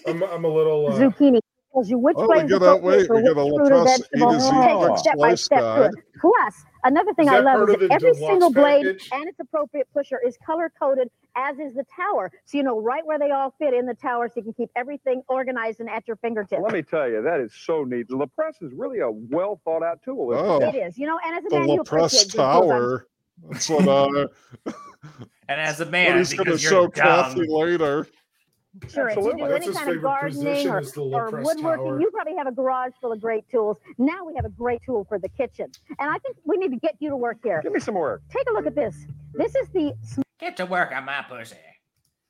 B: I'm, I'm a little uh,
I: zucchini. Tells you which
B: Oh,
I: way
B: we
I: is
B: gotta-
I: appropriate
B: wait,
I: for
B: we
I: which
B: gotta let
I: fruit or
B: us eat
I: vegetable.
B: as
I: Take
B: easy
I: it
B: as
I: step by
B: slice
I: step through it.
B: guide.
I: Plus, another thing
B: Is
I: I
B: that
I: love
B: part
I: is
B: of
I: that
B: the
I: every
B: deluxe
I: single blade
B: package?
I: and its appropriate pusher is color coded, as is the tower, so you know right where they all fit in the tower, so you can keep everything organized and at your fingertips.
J: Let me tell you, that is so neat. La Presse is really a well thought out tool. isn't
C: Oh.
J: it?
I: It is, you know, and as a
C: The
I: man, you
C: La Presse
I: appreciate these tools. I'm
C: Tower. That's what
E: [LAUGHS]
C: I.
E: And as a
C: what
E: man,
C: he's going to
E: because
C: show
E: you're dumb. [LAUGHS]
C: Kathy later.
I: Sure, if you do
C: Absolutely. That's
I: any
C: his
I: kind of
C: favorite
I: gardening
C: position
I: or,
C: is the
I: or
C: Lopress
I: woodworking,
C: Tower.
I: you probably have a garage full of great tools. Now we have a great tool for the kitchen. And I think we need to get you to work here.
J: Give me some work.
I: Take a look at this. This is the
D: Get to work on my pussy.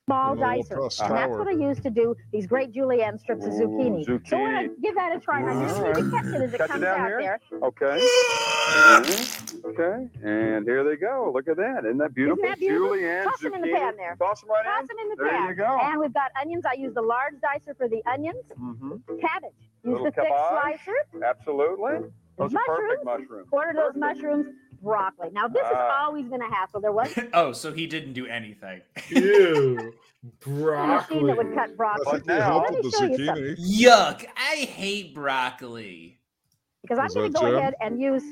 I: small
D: Give me a little
I: dicer.
D: press
I: And that's
D: tower.
I: what I use to do these great julienne strips of zucchini. So we're going to give that a try. And I just need to catch it as it
J: Catch it
I: comes
J: down
I: out
J: here?
I: there.
J: Okay. Okay. And here they go. Look at that. Isn't that beautiful?
I: Isn't that beautiful?
J: Julienne
I: Toss them in the
J: zucchini.
I: pan there.
J: Toss them right
I: Toss
J: in.
I: them in the
J: There
I: pan.
J: you go.
I: And we've got onions. I use the large dicer for the onions. Cabbage. Use
J: Little
I: the thick
J: cabbage.
I: slicer.
J: Absolutely. Those are perfect mushrooms.
I: Order those mushrooms, broccoli. Now this is
E: Ah.
I: always been a hassle. There was
E: [LAUGHS] Oh, so he didn't do anything. [LAUGHS]
I: [LAUGHS]
B: Ew.
I: a machine that would cut broccoli.
E: But now-
I: Let me show you something.
E: Yuck! I hate broccoli.
I: Because I'm
E: Is
I: going to
E: that
I: go
E: Jim?
I: ahead and use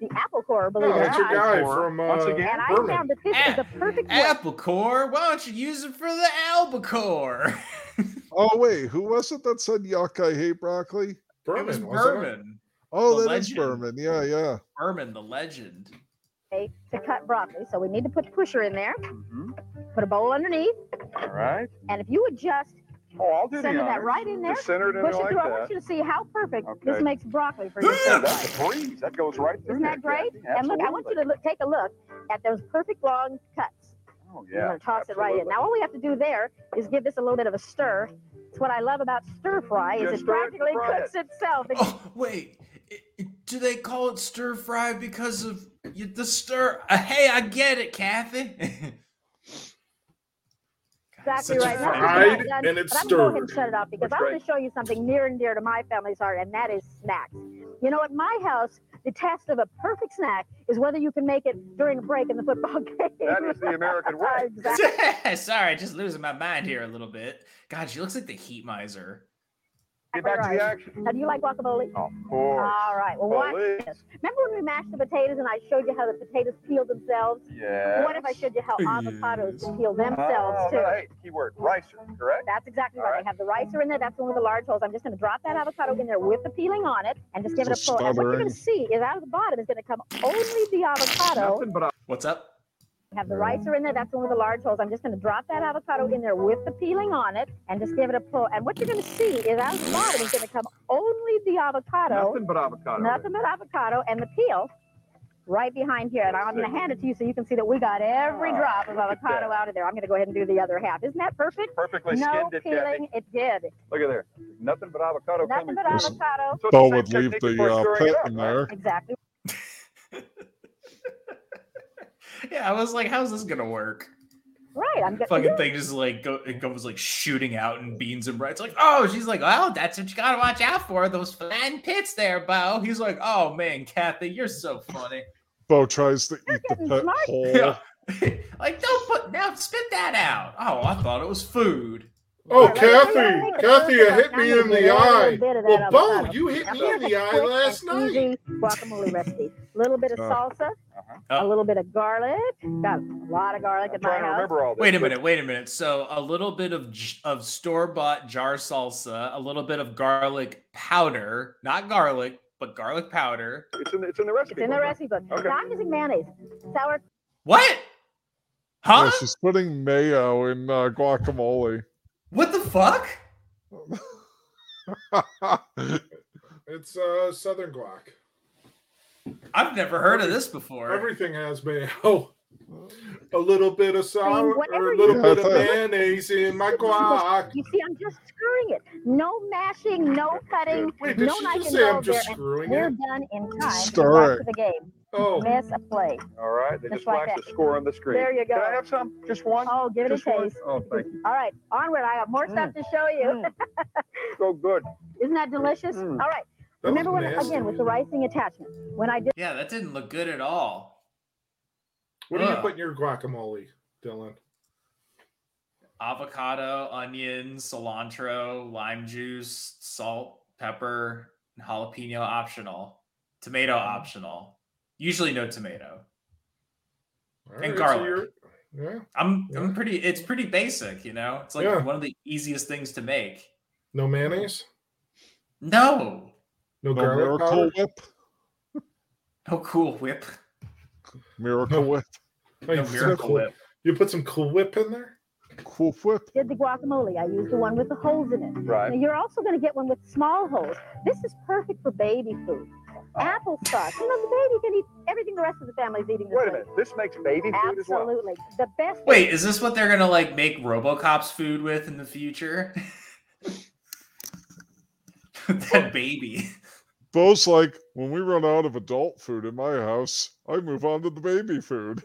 I: the apple core,
B: Oh,
I: believe
E: No,
I: it or
E: that's your
I: not.
E: guy from, uh, Once again,
I: and I
E: Berman.
I: found that this is the perfect way.
E: Apple core. Why don't you use it for the albacore? [LAUGHS]
C: Oh, wait. Who was it that said, yuck, I hate broccoli?
E: Berman, It was wasn't it? Berman.
C: Oh,
E: The
C: that is Berman. Yeah, yeah.
E: Herman, the legend.
I: to cut broccoli. So we need to put the pusher in there. Put a bowl underneath.
J: All right.
I: And if you would just
J: Oh, I'll do the
I: center that
J: honors.
I: right in there,
J: Just center it in
I: push it
J: like
I: through. I
J: that.
I: want you to see how perfect this
J: Okay.
I: makes broccoli for you.
J: That's a breeze. That goes right through.
I: Isn't that
J: there,
I: great?
J: Kathy.
I: And look, I want you to
J: Absolutely.
I: look, take a look at those perfect long cuts.
J: Oh,
I: We're
J: yeah.
I: going to toss it right in. Now, all we have to do there is give this a little bit of a stir. It's what I love about stir fry is
E: Just
I: it
E: stir it and
I: practically
E: fry
I: cooks itself.
E: [LAUGHS]
I: Oh,
E: Wait, i- i- do they call it stir fry because of y- the stir? Uh, hey, I get it, Kathy. [LAUGHS]
I: exactly
E: such
I: right.
E: a
I: Now,
E: fried
I: we're about done,
E: and it's
I: but I'm going to go ahead and
E: stirred.
I: shut it off because
E: That's
I: I want
E: right.
I: to show you something near and dear to my family's heart, and that is snacks. You know, at my house, the test of a perfect snack is whether you can make it during a break in the football [LAUGHS] game.
J: That is the
I: [LAUGHS]
J: American way.
E: [LAUGHS] Sorry, just losing my mind here a little bit. God, she looks like the heat miser.
J: Get back to the action.
I: Now, do you like guacamole?
J: Of course.
I: All right. Well, watch
J: Police.
I: this. Remember when we mashed the potatoes and I showed you how the potatoes peel themselves?
J: Yes.
I: What if I showed you how avocados peel
J: Oh,
I: themselves too?
J: no, hey, keyword, ricer, correct?
I: That's exactly right. I have the rice in there. That's the one with the large holes. I'm just going to drop that avocado in there with the peeling on it and just give it a
J: Just
I: pull. And what you're going
J: stuttering.
I: to see is out of the bottom is going to come only the avocado.
J: Nothing but a-
E: What's up?
I: I have the ricer in there. That's the one with the large holes. I'm just going to drop that avocado in there with the peeling on it and just give it a pull. And what you're going to see is out of the bottom is going to come only the avocado.
J: Nothing but avocado.
I: Nothing but avocado and the peel right behind here. And I'm going to hand it to you so you can see that we got every
J: Ah,
I: drop of
J: look at
I: avocado
J: that.
I: out of there. I'm going to go ahead and do the other half. Isn't that perfect?
J: Perfectly
I: no
J: skinned it,
I: peeling.
J: Kathy.
I: It did.
J: Look at there. Nothing but avocado
I: Nothing
J: coming
I: but
J: through.
I: avocado.
J: So it's
C: Bo
J: the
C: would
J: same
C: leave
J: technique
C: the
J: for
C: uh,
J: stirring
C: pit
J: it up,
C: in
J: right?
C: there.
I: Exactly.
E: Yeah, I was like, how's this gonna work?
I: Right. I'm
E: Fucking
I: good.
E: thing just like go, it goes like shooting out and beans and brights. Like, oh, she's like, oh, that's what you gotta watch out for those flying pits there, Bo. He's like, oh man, Kathy, you're so funny.
C: Bo tries to eat the pet whole.
E: Yeah. [LAUGHS] like, don't put now spit that out. Oh, I thought it was food.
B: Oh, Kathy, Kathy, you hit me in the eye. Well, Bo, you hit me in
I: [LAUGHS]
B: the eye last night.
I: Easy guacamole recipe. A little bit of
B: Uh-huh.
I: salsa, a little bit of garlic. Got a lot of garlic in my house.
E: Wait a minute, wait a minute. So a little bit of j- of store bought jar salsa, a little bit of garlic powder, not garlic, but garlic powder.
J: It's in the, it's in the recipe.
I: It's in the recipe book. Now I'm using mayonnaise. Sour
E: What?
C: Huh? she's putting mayo in uh, guacamole. [LAUGHS]
E: What the fuck?
B: It's uh, Southern guac.
E: I've never heard of this before.
B: Everything has mayo. [LAUGHS] A little bit of
I: I mean,
B: sour,
I: whatever
B: a
I: you
B: little bit
I: do-
B: of mayonnaise in my guac.
I: You see, I'm just screwing it. No mashing, no cutting,
B: Wait, did
I: no
B: she
I: knife
B: just
I: and
B: say I'm
I: go
B: just
I: there, and
B: screwing
I: We're
B: it?
I: done in time.
J: Stir
I: Stir
J: it.
I: to the game.
B: Oh.
I: Miss a play.
J: All right, they
I: Just
J: just
I: like
J: flashed
I: that.
J: a score on the screen.
I: There you go.
J: Can I have some? Just one?
I: Oh, give it
J: Just
I: a
J: one?
I: taste.
J: Oh, thank you.
I: All right, onward. I have more stuff to show you.
J: So good.
I: [LAUGHS] Isn't that delicious?
J: Mm.
I: All right.
E: That
I: Remember
E: was
I: when
E: nasty.
I: again with the ricing attachment when I did
E: Yeah, that didn't look good at all.
B: What do you
E: Ugh.
B: put in your guacamole, Dylan?
E: Avocado, onion, cilantro, lime juice, salt, pepper, and jalapeno optional. Tomato
B: Mm-hmm.
E: optional. Usually no tomato. and garlic.
B: yeah.
E: I'm I'm pretty it's pretty basic, you know. It's like
B: Yeah.
E: one of the easiest things to make.
B: No mayonnaise?
E: No.
B: No,
C: No
B: garlic
C: Miracle
B: powder?
C: Whip.
E: No cool
B: [LAUGHS]
E: whip.
C: Miracle Whip.
B: No, you put some
C: Miracle
B: Cool-
C: Whip.
B: You put some Cool Whip in there?
C: Cool Whip.
I: did the guacamole, I used the one with the holes in it.
B: Right.
I: Now, you're also going to get one with small holes. This is perfect for baby food. Applesauce. You know, the baby can eat everything the rest of the family's eating. This Wait a minute.
J: This makes baby
I: food as well. Absolutely. The best.
E: Wait, is this what they're gonna like make RoboCop's food with in the future? [LAUGHS] that baby.
C: Bo's like, when we run out of adult food in my house, I move on to the baby food.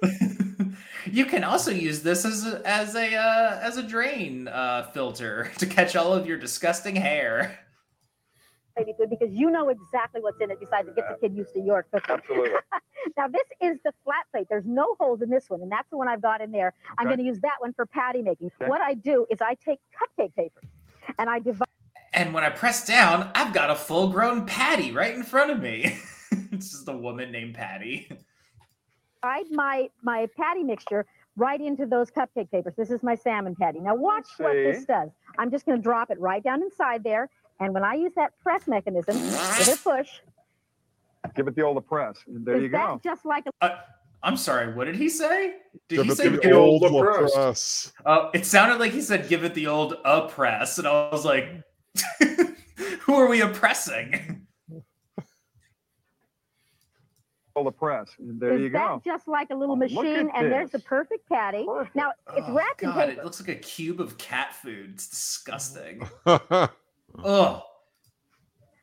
E: You can also use this as a, as a uh, as a drain uh, filter [LAUGHS] to catch all of your disgusting hair.
I: baby food because you know exactly what's in it besides to get the kid used to your cooking.
E: Absolutely.
I: now this is the flat plate. There's no holes in this one, and that's the one I've got in there. I'm
E: Okay.
I: going to use that one for patty making.
E: Okay.
I: What I do is I take cupcake paper and I divide
E: And when I press down, I've got a full grown Patty right in front of me. [LAUGHS] this is the woman named Patty.
I: my my patty mixture right into those cupcake papers. This is my salmon patty. Now watch what this
E: See?
I: does. I'm just going to drop it right down inside there, and when I use that press mechanism with a push,
J: Give it the old press. And there
I: is
J: you
I: that
J: go.
I: just like a
E: I'm sorry, what did he say? Did
C: Give
E: he
C: it
E: say
C: the
E: give
C: old
E: it the
C: La
E: press? Uh, it sounded like he said give it the old oppress, and I was like, [LAUGHS] who are we oppressing?
J: Old press. And there
I: is
J: you
I: that
J: go. Oh,
I: just like a little machine?
J: at Oh,
I: And there's the perfect patty. Now it's wrapped in
E: God,
I: paper.
E: it looks like a cube of cat food.
C: [LAUGHS]
E: It's disgusting.
C: Ugh.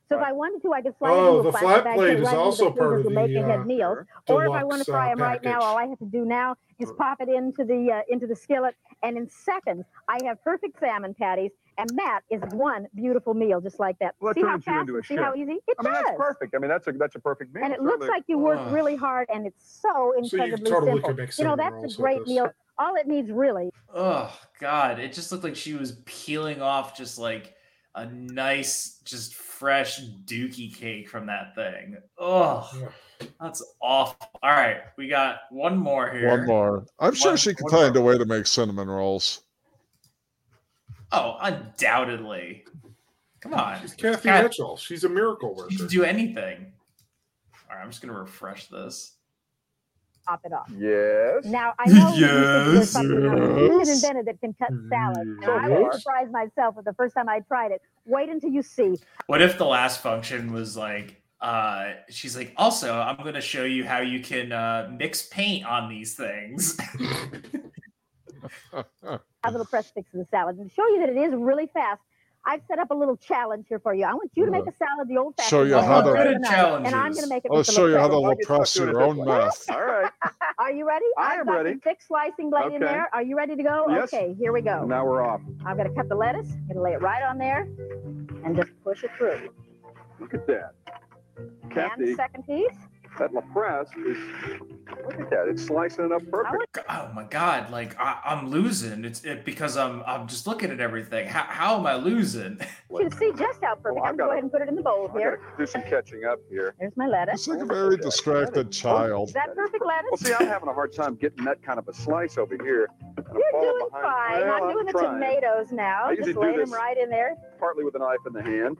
I: So if I wanted to, I could slide
B: Oh,
I: it into
B: the
I: a
B: flat
I: plastic bag,
B: plate
I: put it
B: is
I: right into
B: also
I: the
B: part
I: freezer
B: of
I: for
B: the,
I: making
B: uh,
I: ahead meals. Or if I want to
B: deluxe, uh,
I: fry them right now,
B: package.
I: all I have to do now is pop it into the uh, into the skillet, and in seconds, I have perfect salmon patties, and that is one beautiful meal, just like that.
J: Well, that
I: see how
J: turns you
I: fast?
J: into a
I: See how
J: chef.
I: easy? It
J: I
I: does.
J: mean, that's perfect. I mean, that's a that's a perfect meal.
I: And it looks
J: certainly.
I: like you worked really hard, and it's so
J: So you
I: incredibly
J: totally
I: simple.
J: could make
I: you know,
J: cinnamon
I: that's
J: rolls
I: a
J: with
I: great
J: this.
I: meal. All it needs really
E: Oh God, it just looked like she was peeling off just like a nice, just fresh dookie cake from that thing. Oh, that's awful. All right, we got one more here.
C: One more. I'm sure
E: One-
C: she can
E: one
C: find a way to make cinnamon rolls.
E: Oh, undoubtedly. Come on,
B: She's Kathy
E: Kath-
B: Mitchell. She's a miracle worker.
E: she can do anything. All right, I'm just gonna refresh this.
I: pop it off.
J: Yes.
I: Now I know that you think there's
E: Yes,
I: something out there. Who's
E: yes.
I: invented that can cut salad?
E: So
I: I was
E: yes.
I: surprised myself with the first time I tried it. Wait until you see.
E: What if the last function was like, uh, she's like, also, I'm gonna show you how you can uh, mix paint on these things. [LAUGHS]
I: how little press fix the salad and show you that it is really fast. I've set up a little challenge here for you. I want you to make a salad the old-fashioned
C: Show you
I: way.
C: how to-
I: Good
C: Good
I: enough.
C: challenges.
I: And I'm going to make it.
C: I'll
I: with the
C: show you how to
I: Lefredo.
C: press your own mouth.
J: All
I: [LAUGHS]
J: right.
I: Are you ready?
J: I
I: I've
J: am
I: got
J: ready.
I: The thick slicing blade in
J: Okay.
I: there. Are you ready to go?
J: Yes.
I: Okay, here we go.
J: Now we're off.
I: I'm going to cut the lettuce. I'm going to lay it right on there, and just push it through.
J: Look at that.
I: And the
J: Kathy,
I: second piece.
J: That La Presse is, look at that, it's slicing it up perfect.
E: Oh my god! Like I, I'm losing. It's it, because I'm I'm just looking at everything. How, how am I losing?
I: You can see just how perfect. I'm going to go ahead and put it in the bowl here.
J: Oh, Do some catching up here.
I: There's my lettuce.
C: It's like a very distracted
I: Is
C: child.
I: that perfect lettuce?
J: Well, see, I'm having a hard time getting that kind of a slice over here. And I'm
I: You're
J: falling
I: doing
J: behind.
I: fine.
J: Well,
I: I'm doing the
J: trying,
I: tomatoes now.
J: I usually
I: Just
J: do
I: lay them
J: this.
I: right in there.
J: Partly with a knife in the hand.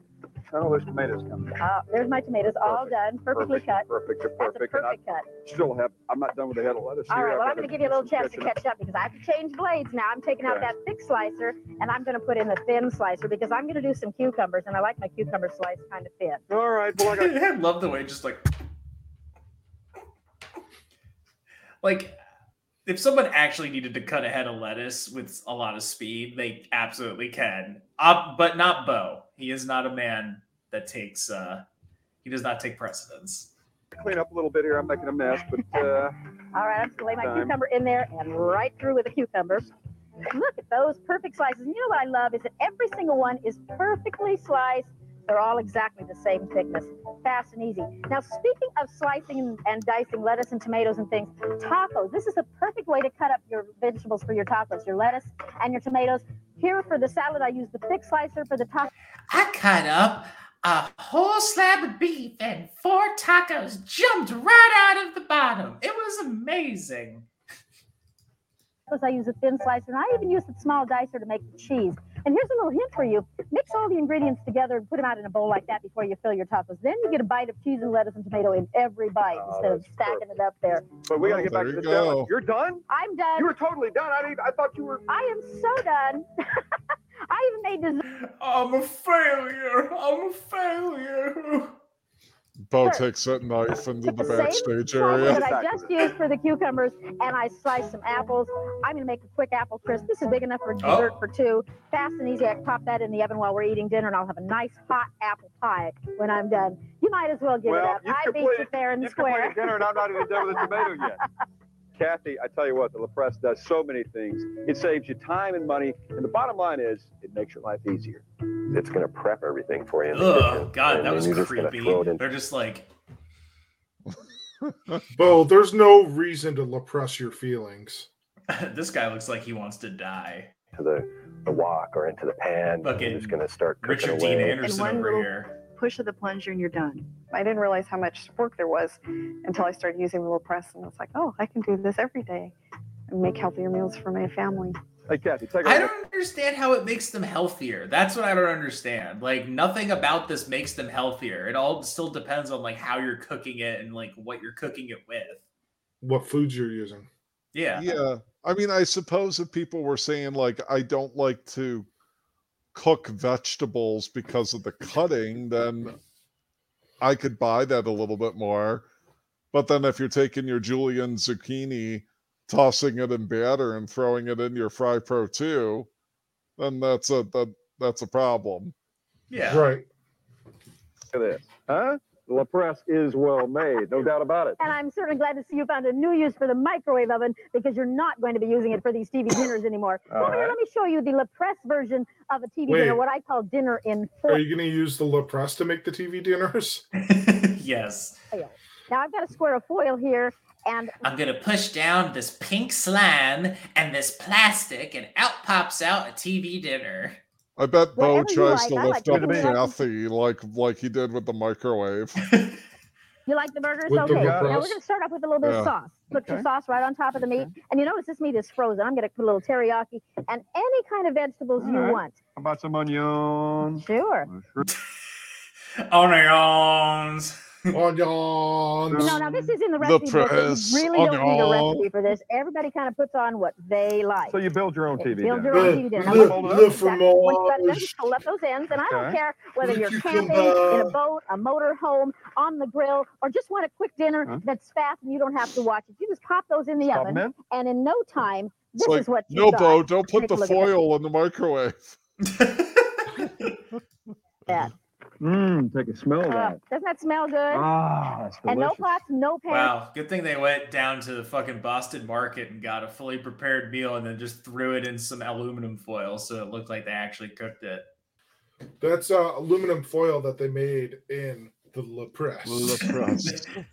J: Oh, those tomatoes come.
I: Uh, there's my tomatoes all done, perfectly cut.
J: Perfect, they're
I: That's a
J: perfect. And I
I: perfect cut.
J: still have, I'm not done with the head of lettuce
I: All
J: here.
I: right, well, I'm
J: I've got
I: going to give you a little chance to
J: catching up.
I: catch up because I have to change blades now. I'm taking out
J: Okay.
I: that thick slicer and I'm going to put in the thin slicer because I'm going to do some cucumbers and I like my cucumber slice kind of thin.
J: All right, well, I
E: got. [LAUGHS] I love the way it just like, like, if someone actually needed to cut a head of lettuce with a lot of speed, they absolutely can. Uh, but not Bo. He is not a man that takes. uh He does not take precedence.
J: Clean up a little bit here. I'm making a mess, but uh,
I: All right, I'm just going to lay my
J: Time.
I: cucumber in there and right through with the cucumber. Look at those perfect slices. And you know what I love is that every single one is perfectly sliced. They're all exactly the same thickness, fast and easy. Now, speaking of slicing and- and dicing lettuce and tomatoes and things, tacos. This is a perfect way to cut up your vegetables for your tacos, your lettuce and your tomatoes. Here for the salad, I use the thick slicer. For the taco,
D: I cut up a whole slab of beef and four tacos jumped right out of the bottom. It was amazing.
I: Because I use a thin slicer, and I even use the small dicer to make the cheese. And here's a little hint for you: mix all the ingredients together and put them out in a bowl like that before you fill your tacos. Then you get a bite of cheese and lettuce and tomato in every bite instead of stacking it up there.
J: but we got to get back to the salad. You're done?
I: I'm done.
J: You were totally done. I, didn't, I thought you were.
I: I am so done. [LAUGHS] I even made dessert.
E: I'm a failure. I'm a failure.
C: Bo takes that knife into the
I: same
C: backstage
I: slices
C: area.
I: that I just used for the cucumbers, and I sliced some apples. I'm gonna make a quick apple crisp. This is big enough for
C: Oh.
I: dessert for two. Fast and easy. I can pop that in the oven while we're eating dinner, and I'll have a nice hot apple pie when I'm done. You might as well give
J: Well,
I: it up.
J: you've
I: I beat you
J: completed-
I: fair and
J: you've
I: square.
J: completed dinner, and I'm not even done with the
I: [LAUGHS]
J: tomato yet. Kathy, I tell you what, the La Presse does so many things. It saves you time and money, and the bottom line is, it makes your life easier.
M: It's going to prep everything for you. In the
E: Ugh,
M: kitchen,
E: God,
M: and
E: that
M: then
E: was
M: you're just gonna
E: creepy.
M: throw it in-
E: They're just like, [LAUGHS]
B: Bo, there's no reason to repress your feelings.
E: this guy looks like he wants to die.
M: to the, the wok or into the pan.
E: Fucking
M: You're just going to start cooking
E: Richard Dean
M: away.
E: Anderson
K: one
E: over
K: little-
E: here.
K: Push of the plunger and you're done. I didn't realize how much work there was until I started using the little press and I was like, oh, I can do this every day and make healthier meals for my family.
J: Hey, Kathy, take a
E: I
J: look.
E: don't understand how it makes them healthier. That's what I don't understand. Like nothing about this makes them healthier. It all still depends on like how you're cooking it and like what you're cooking it with.
B: What foods you're using?
E: Yeah.
C: Yeah. I mean, I suppose if people were saying, like, I don't like to cook vegetables because of the cutting, then I could buy that a little bit more. But then if you're taking your julienne zucchini, tossing it in batter and throwing it in your fry pro too, then that's a that, that's a problem.
E: Yeah.
B: Right.
J: at this. Huh? La Presse is well made, no doubt
I: [LAUGHS]
J: about it.
I: And I'm certainly glad to see you found a new use for the microwave oven because you're not going to be using it for these TV dinners anymore.
B: All
I: Come here,
B: right.
I: let me show you the La Presse version of a TV
B: Wait.
I: dinner, what I call dinner in
B: Are
I: four.
B: you going to use the La Presse to make the TV
C: [LAUGHS]
B: dinners?
E: yes.
I: foil. Now I've got a square of foil here, and
D: I'm gonna push down this pink slime and this plastic, and out pops out a TV dinner.
C: I bet Bo
I: Whatever you
C: tries
I: like,
C: to
I: I
C: lift
I: like
C: up
I: it.
C: Kathy like like he did with the
I: [LAUGHS]
C: microwave.
I: you like the burgers?
C: With the
I: okay. Now
C: burgers.
I: we're going to start off with a little bit
C: Yeah.
I: of sauce. Put
C: Okay.
I: your sauce right on top of the meat, and you notice this meat is frozen. I'm going to put a little teriyaki and any kind of vegetables you
J: Alright.
I: want.
J: How about some onions?
I: Sure.
E: Onions.
B: Onions.
I: No, now this is in the recipe book. but
B: press
I: You really
B: on
I: don't need a
B: all.
I: recipe for this. Everybody kind of puts on what they like.
J: So you build your own TV
I: Build
J: dinner.
I: your own TV dinner. Now,
J: Look,
I: what you
J: look
I: do is
J: for
I: that when you
J: more.
I: got it done, you pull up those ends, and I don't
J: Okay.
I: care whether
J: Look,
I: you're
J: you
I: camping in
J: cucumber.
I: a boat, a motor home, on the grill, or just want a quick dinner
C: Huh?
I: that's fast and you don't have to watch it. You just pop those in the
C: Stop
I: oven,
C: them
I: and in no time,
C: It's
I: this
C: like,
I: is what you
C: no,
I: got.
C: Bo, don't put
I: Take
C: the
I: a look at
C: foil in the microwave.
I: that.
J: Mmm, take a smell of
I: Uh,
J: that.
I: doesn't that smell good?
N: Oh,
J: Ah, that's
I: and no
J: delicious.
I: pots, no pans.
E: [LAUGHS] Wow. Good thing they went down to the fucking Boston market and got a fully prepared meal and then just threw it in some aluminum foil so it looked like they actually cooked it.
B: That's uh, aluminum foil that they made in The La Press.
E: [LAUGHS] we
I: First of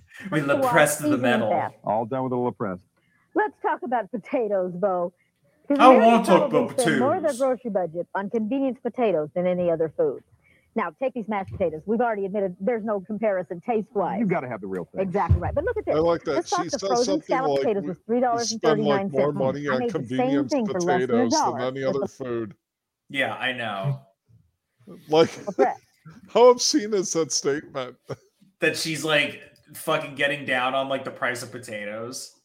I: all,
E: pressed the
I: season
E: metal.
I: that.
N: All done with a LaPresse.
I: Let's talk about potatoes, Bo. 'Cause
N: I
I: Americans
N: wanna talk about
I: probably spend More of their
N: potatoes.
I: grocery budget on convenience potatoes than any other food. Now, take these mashed potatoes. We've already admitted there's no comparison taste wise.
N: You've got to have the real thing.
I: Exactly right. But look at this.
N: I like that.
I: This
N: She
I: box of
N: says
I: frozen
N: something
I: salad
N: like
I: potatoes
N: we-
I: was three
C: We
I: dollars and
C: spend
I: thirty
C: like
I: nine
C: more
I: cents.
C: money
I: I
C: on
I: made the same
C: convenience
I: thing for less than a
C: potatoes than
I: dollar.
C: any
I: [LAUGHS]
C: other food.
E: Yeah, I know.
C: Like, how obscene is that statement?
E: That she's like fucking getting down on like the price of potatoes. [LAUGHS]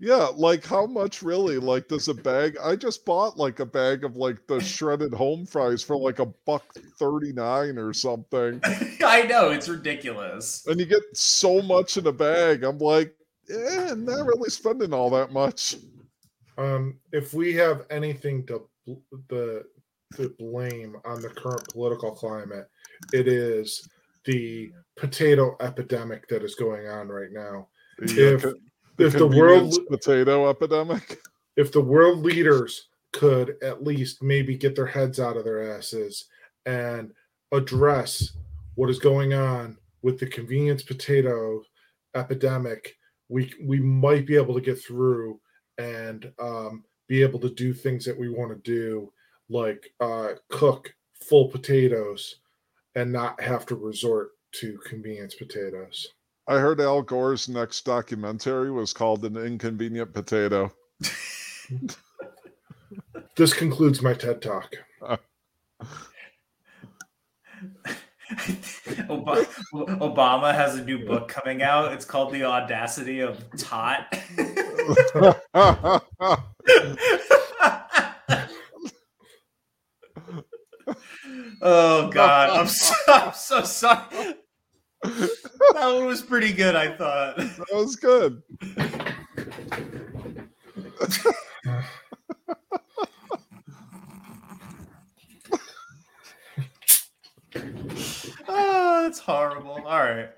C: Yeah, like how much really? Like, does a bag? I just bought like a bag of like the shredded home fries for like a buck thirty nine or something,
E: I know, it's ridiculous.
C: and you get so much in a bag. I'm like, eh, not really spending all that much.
B: Um, if we have anything to bl- the to blame on the current political climate, it is the potato epidemic that is going on right now.
C: The, uh,
B: if
C: co- the
B: if the world
C: convenience potato epidemic,
B: if the world leaders could at least maybe get their heads out of their asses and address what is going on with the convenience potato epidemic, we we might be able to get through and um, be able to do things that we want to do, like uh, cook full potatoes and not have to resort to convenience potatoes.
C: I heard Al Gore's next documentary was called "An Inconvenient Potato." [LAUGHS]
B: This concludes my TED talk.
E: Oba- Obama has a new book coming out. It's called The Audacity of Tot. [LAUGHS] oh God, I'm so, I'm so sorry. That one was pretty good, I thought. That
C: was good. [LAUGHS]
E: Oh, that's horrible. All right.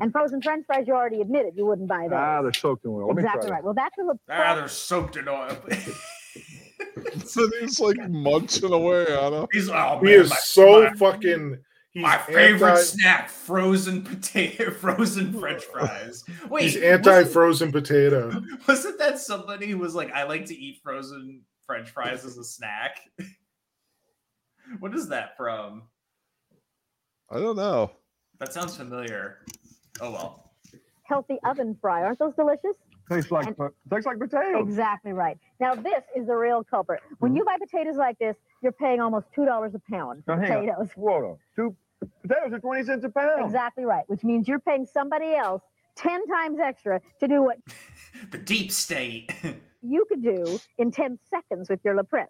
I: And frozen French fries, you already admitted you wouldn't buy those.
N: Ah, they're soaked in oil. Let me try
I: exactly
N: that.
I: right. Well, that's a little.
E: Ah, they're soaked in oil. [LAUGHS]
C: so he's like munching away on him.
E: He's, oh,
B: He
E: man,
B: is
E: my-
B: so
E: my-
B: fucking. He's
E: My favorite
B: anti-
E: snack: frozen potato, [LAUGHS] frozen French fries. Wait,
B: he's anti-frozen
E: wasn't-
B: potato.
E: [LAUGHS] Wasn't that somebody who was like, "I like to eat frozen French fries as a snack"? [LAUGHS] what is that from?
C: I don't know.
E: That sounds familiar. Oh well.
I: healthy oven fry. Aren't those delicious?
N: Tastes like po- tastes like potatoes.
I: Exactly right. Now this is the real culprit. When
N: Mm-hmm.
I: you buy potatoes like this, you're paying almost two dollars a pound for
N: Now, Oh, hang on. Oh.
I: potatoes. [LAUGHS]
N: Whoa, two potatoes are twenty cents a pound.
I: Exactly right. Which means you're paying somebody else ten times extra to do what
E: The deep state. [LAUGHS]
I: you could do in ten seconds with your La Presse.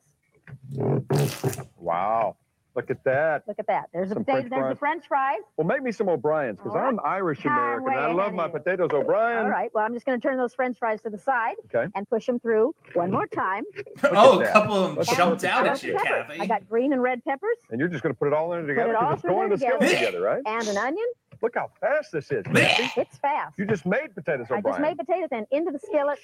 N: Wow, look at that.
I: Look at that. There's the
N: Some
I: potatoes.
N: French
I: There's the French fries.
N: Well, make me some O'Briens because I'm Irish American. I
I: way ahead
N: love
I: of
N: my
I: you.
N: potatoes O'Brien.
I: All right. Well, I'm just going to turn those French fries to the side
N: Okay.
I: and push them through one more time.
N: Look at
E: oh, a
N: that.
E: couple of them
N: That's
E: jumped
N: perfect.
E: out
I: Red
E: at you,
I: peppers.
E: Kathy.
I: I got green and red peppers.
N: And you're just going to put it all in
I: Put
N: together
I: it
N: because
I: all
N: it's
I: through
N: going
I: there
N: to skillet together, right?
I: And an onion.
N: Look how fast this
I: [LAUGHS]
N: is.
I: It's fast.
N: You just made potatoes
I: I just
N: O'Brien.
I: made potatoes and into the skillet,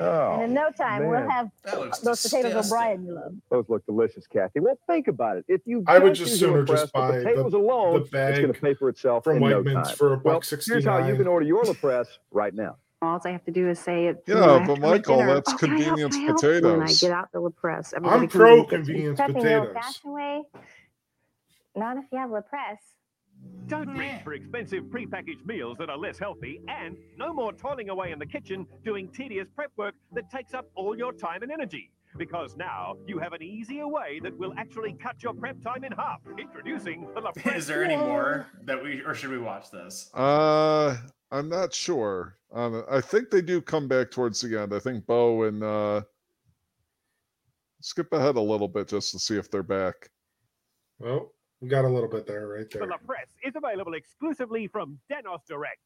N: oh,
I: and in no time
N: man.
I: we'll have
E: [LAUGHS] That looks
I: those potatoes
E: disgusting.
I: O'Brien you love.
N: Those look delicious, Kathy. Well, think about it. If you
B: I would just
N: use
B: sooner
N: your press,
B: just
N: the
B: buy
N: potatoes
B: the,
N: alone,
B: the bag
N: Oh, it's going to pay for itself
B: from
N: in no
B: Wegmans
N: time.
B: for a
N: well,
B: buck
N: Here's how you
B: 69.
N: can order
B: [LAUGHS]
N: your LaPresse right now.
H: All I have to do is say it.
N: Yeah,
H: when I have
N: but
H: [LAUGHS] to make
N: Michael,
H: dinner.
N: that's
H: "Okay, I'll
N: convenience
H: help you," And I
N: potatoes.
H: get out the La Presse.
B: I'm pro convenience potatoes.
O: way. Not if you have La Presse.
F: Don't reach for expensive prepackaged meals that are less healthy and no more toiling away in the kitchen doing tedious prep work that takes up all your time and energy. Because now you have an easier way that will actually cut your prep time in half. Introducing the La
E: [LAUGHS] Is there any more that we or should we watch this?
C: Uh, I'm not sure. Um, I think they do come back towards the end. I think Bo and uh, skip ahead a little bit just to see if they're back. [LAUGHS]
B: Well, we got a little bit there, right
F: The
B: there.
F: La Presse is available exclusively from Danos Direct.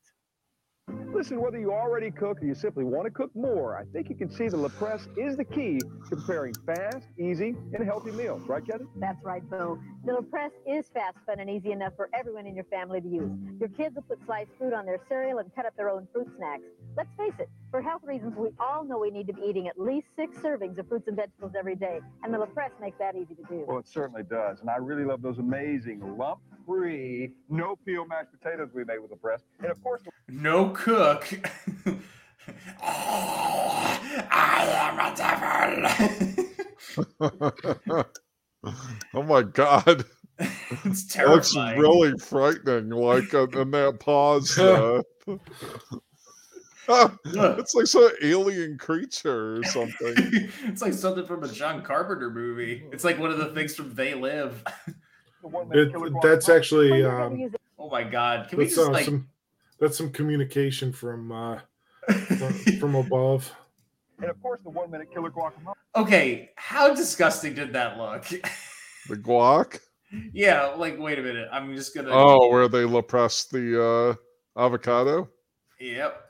N: Listen, whether you already cook or you simply want to cook more, I think you can see the LaPresse is the key to preparing fast, easy, and healthy meals. Right, Kathy?
I: That's right, Bo. The La Presse is fast, fun, and easy enough for everyone in your family to use. Your kids will put sliced fruit on their cereal and cut up their own fruit snacks. Let's face it, for health reasons, we all know we need to be eating at least six servings of fruits and vegetables every day, and the La Presse makes that easy to do.
N: Well, it certainly does. And I really love those amazing lump free no peel mashed potatoes we made with La Presse. And of course,
E: No cook. [LAUGHS]
C: oh my god.
E: [LAUGHS]
C: That's
E: It's terrifying.
C: really frightening. Like uh, in that pause, uh, [LAUGHS] it's like some alien creature or something.
E: [LAUGHS] It's like something from a John Carpenter movie. It's like one of the things from They Live.
B: It- that's actually um,
E: Oh my god! Can we
B: that's,
E: just
B: uh,
E: like
B: some that's some communication from uh,
N: [LAUGHS]
B: from, from above.
N: and of course, the one minute killer guacamole.
E: [LAUGHS] okay? How disgusting did that look? [LAUGHS]
C: The guac.
E: yeah, like wait a minute. I'm just gonna.
C: Oh, where they press the uh, avocado.
E: Yep.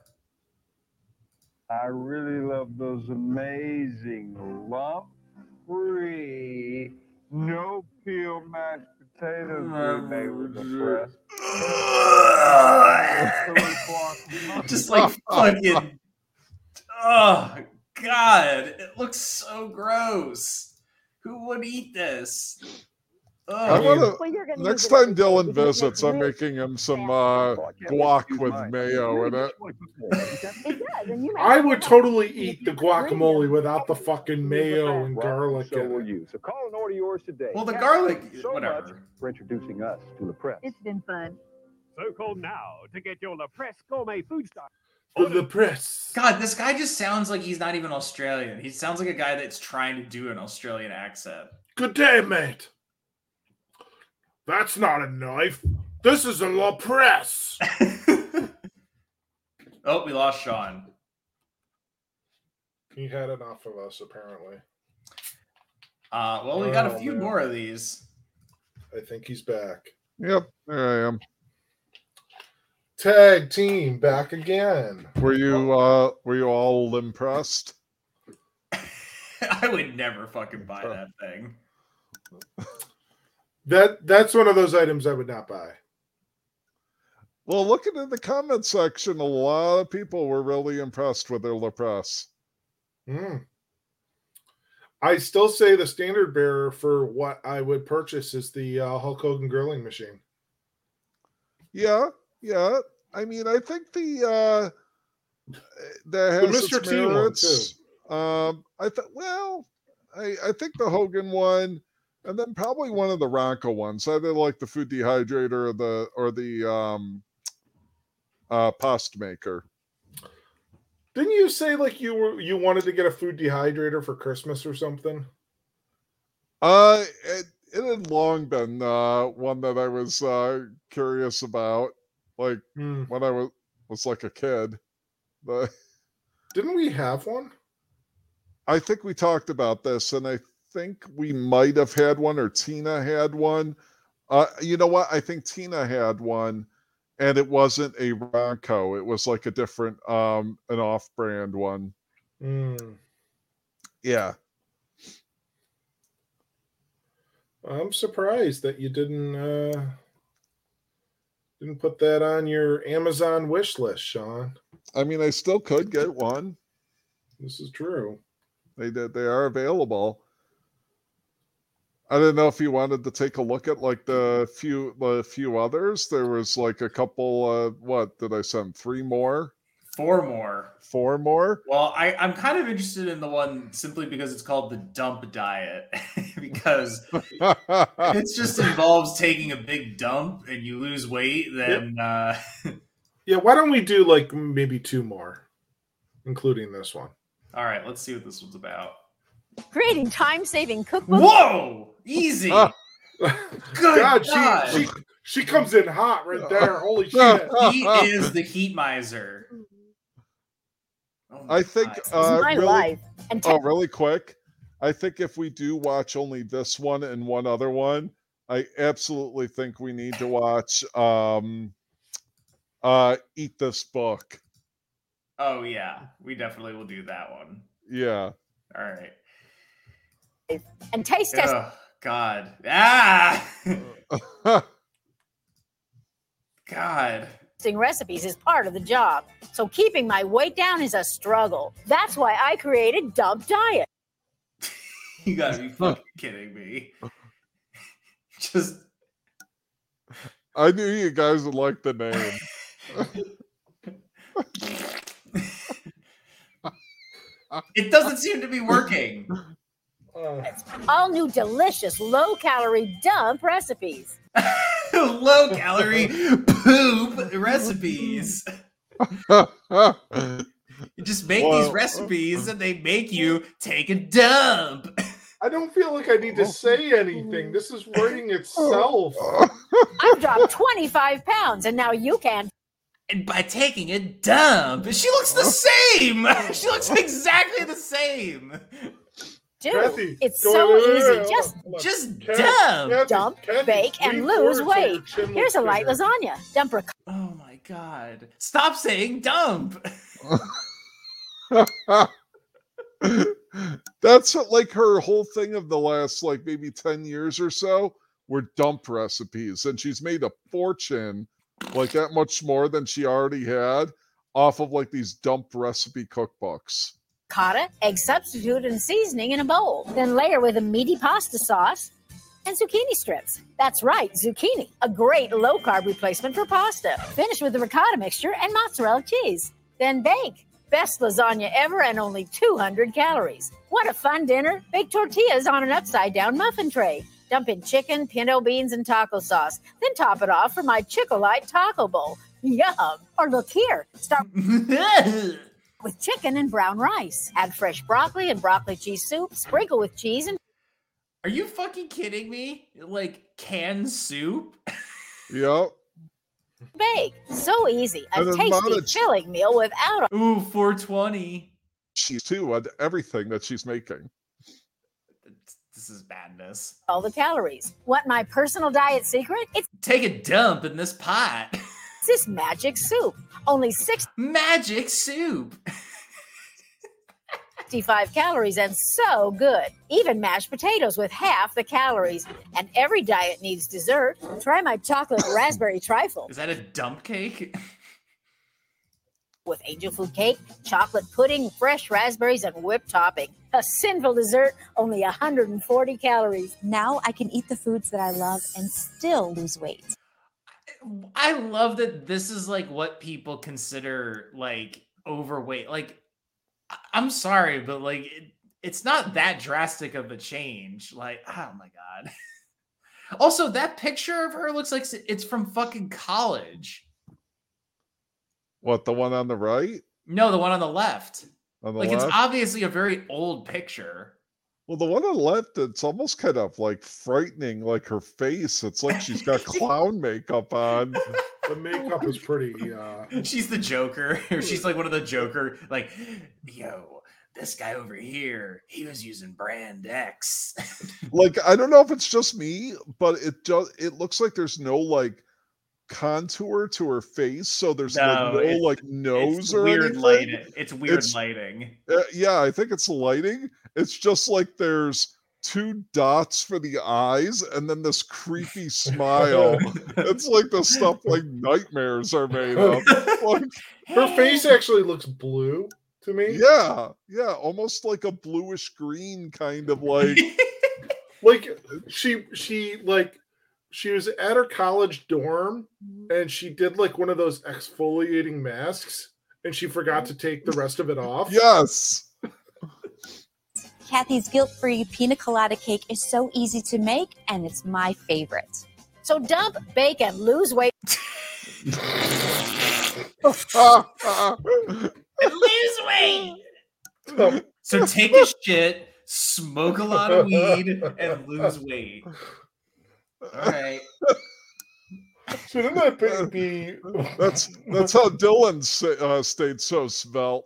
N: I really love those amazing lump free no peel mashed potatoes we made with La Presse.
E: Just like fucking. Oh god! It looks so gross. Who would eat this? Oh,
C: I
E: Ugh.
C: wanna,
I: Well, you're gonna
C: next
I: use it as
C: time
I: a
C: Dylan
I: bait because
C: visits, I'm making him some uh, guac with mayo in it.
E: [LAUGHS]
I: It does, and you might
B: I would totally eat the guacamole without the fucking mayo and garlic.
J: So
B: in
J: will
B: it.
J: you. So call and order yours today.
E: Well, the
J: Kathy,
E: garlic-
J: thank you so
E: whatever.
J: much for introducing us to La Presse.
I: It's been fun.
F: So call now to get your La Presse gourmet food stock.
B: the press.
E: God, this guy just sounds like he's not even Australian. He sounds like a guy that's trying to do an
B: [LAUGHS]
E: Australian accent.
B: Good day, mate. That's not a knife. This is a La Presse.
N: [LAUGHS]
E: Oh, we lost Sean.
B: He had enough of us, apparently.
E: Uh, well, we got a
B: Oh,
E: few
B: man.
E: more of these. [LAUGHS]
B: I think he's back.
C: Yep, there I am.
B: Tag team back again.
C: Were you uh, were you all impressed?
E: I would never fucking buy that thing.
B: That that's one of those items I would not buy.
C: Well, looking in the comment section, a lot of people were really impressed with their La Presse.
B: Mm. I still say the standard bearer for what I would purchase is the uh, Hulk Hogan grilling machine.
C: Yeah, yeah. I mean, I think the uh that
B: The
C: has its
B: Mr. T one,
C: merits. Um, I thought, well, I I think the Hogan one, and then probably one of the Ronco ones, either like the food dehydrator or the or the um uh pasta maker.
B: Didn't you say like you were you wanted to get a food dehydrator for Christmas or something?
C: Uh, it, it had long been uh, one that I was uh, curious about, like
B: Hmm.
C: when I was was like a kid. But
B: Didn't we have one?
C: I think we talked about this, and I think we might have had one, or Tina had one. Uh, you know what? I think Tina had one, and it wasn't a Ronco. It was like a different, um, an off-brand one.
B: Mm.
C: Yeah.
B: I'm surprised that you didn't uh didn't put that on your Amazon wish list, Sean.
C: I mean, I still could get one.
B: This is true.
C: They did. They are available. I didn't know if you wanted to take a look at like the few the few others. There was like a couple. Uh, what did I send? Three more,
E: Four more.
C: four more. [LAUGHS]
E: Well, I, I'm kind of interested in the one simply because it's called the dump diet. [LAUGHS] because if it just involves taking a big dump and you lose weight, then uh,
B: Yeah, why don't we do like maybe two more, including this
I: [LAUGHS]
B: one?
E: all right, let's see what this one's about.
I: Creating time-saving cookbooks.
E: Whoa! Easy.
B: Ah.
E: Good
B: God,
E: God.
B: She, she she comes in hot right
I: [LAUGHS]
B: there. Holy shit!
C: [LAUGHS]
E: he is the heat miser. Oh
C: I think.
E: This is
C: Uh,
I: my
C: really,
I: life, and
C: oh, really quick. I think if we do watch only this one and one other one, I absolutely think we need to watch. um uh Eat this book.
E: Oh yeah, we definitely will do that one.
C: Yeah. [LAUGHS]
E: All right.
I: and taste test.
E: Oh God. Ah. [LAUGHS] God.
I: Testing recipes is part of the job. So keeping my weight down is a struggle. That's why I created Dump Diet.
E: You gotta be fucking kidding me. Just
C: I knew you guys would like the name.
E: It doesn't seem to be working. [LAUGHS]
I: All new delicious low calorie dump recipes.
E: Low calorie poop recipes.
C: [LAUGHS]
E: You just make these
B: Well-
E: recipes
C: uh,
E: and they make you take a dump.
B: I don't feel like I need to say anything. This is wording
I: [LAUGHS]
B: itself.
E: [LAUGHS]
I: I've dropped 25 pounds and now you can.
E: And by taking a dump, she looks the same. [LAUGHS] She looks exactly the same.
I: Dude,
E: Kathy,
I: it's
E: go-
I: so
E: wait, wait,
I: easy.
E: wait, hold
I: Just,
E: on, hold on. Just Kathy, dump. Kathy,
I: dump,
E: Kathy,
I: bake, and
E: lean forward
I: lose
E: so your
I: weight.
E: chin looks
I: Here's a light
E: bigger.
I: lasagna. Dump her.
E: Oh my god. Stop saying dump. [LAUGHS]
C: [LAUGHS] That's what, like her whole thing of the last like maybe 10 years or so were dump recipes. And she's made a fortune like that much more than she already had off of like these dump recipe cookbooks.
I: cotta, egg substitute, and seasoning in a bowl. Then layer with a meaty pasta sauce and zucchini strips. That's right, zucchini, a great low carb replacement for pasta. Finish with the ricotta mixture and mozzarella cheese. Then bake. Best lasagna ever and only 200 calories. What a fun dinner! Bake tortillas on an upside down muffin tray. Dump in chicken, pinto beans, and taco sauce. Then top it off for my Chick-fil-A taco bowl. Yum! Or look here, start with chicken and brown rice. Add fresh broccoli and broccoli cheese soup. Sprinkle with cheese and
E: Are you fucking kidding me? Like canned soup?
C: Yep.
I: bake. So easy. A
C: And then
I: tasty,
C: manage-
I: filling meal without a
E: Ooh, 420.
C: She's too on everything that she's making.
E: This is badness.
I: all the calories. Want my personal diet secret? It's
E: Take a dump in this pot. [LAUGHS]
I: this magic soup. Only six
E: magic soup.
I: 65 calories and so good. Even mashed potatoes with half the calories. And every diet needs dessert. Try my chocolate raspberry trifle.
E: Is that a dump cake?
I: with angel food cake, chocolate pudding, fresh raspberries, and whipped topping. A sinful dessert, only 140 calories. Now I can eat the foods that I love and still lose weight.
E: I love that this is like what people consider like overweight. Like, I- I'm sorry, but like, it, it's not that drastic of a change. Like, oh my God. [LAUGHS] also, that picture of her looks like s- it's from fucking college.
C: What, the one on the right?
E: No, the one on the left.
C: On the
E: like,
C: left?
E: it's obviously a very old picture. [LAUGHS]
C: well, the one on the left, it's almost kind of like frightening, like her face. It's like she's
E: [LAUGHS]
C: got clown makeup on.
B: The makeup is pretty. Uh,
E: She's the Joker. [LAUGHS] She's like one of the Joker. Like, yo, this guy over here, he was using brand X. [LAUGHS]
C: like I don't know if it's just me, but it does. It looks like there's no like contour to her face, so there's
E: No,
C: like, no
E: it's-
C: like nose
E: it's
C: or
E: weird
C: anything.
E: lighting. It's weird
C: It's-
E: lighting.
C: Uh, yeah, I think it's lighting. It's just like there's two dots for the eyes, and then this creepy
E: [LAUGHS]
C: smile. it's like the stuff like nightmares are made of. Like,
I: [LAUGHS]
B: her face actually looks blue to me.
C: yeah, yeah, almost like a bluish green kind of like.
E: [LAUGHS]
B: like she she like she was at her college dorm
I: Mm-hmm.
B: and she did like one of those exfoliating masks and she forgot to take the rest of it off.
C: Yes.
P: Kathy's guilt free pina colada cake is so easy to make and it's my favorite.
I: So dump, bake, and lose weight.
E: lose weight. So take a shit, smoke a lot of weed, and lose weight. All
C: [LAUGHS]
E: right.
B: [LAUGHS] Shouldn't that be- be?
C: That's that's how Dylan sa- uh, stayed so svelte.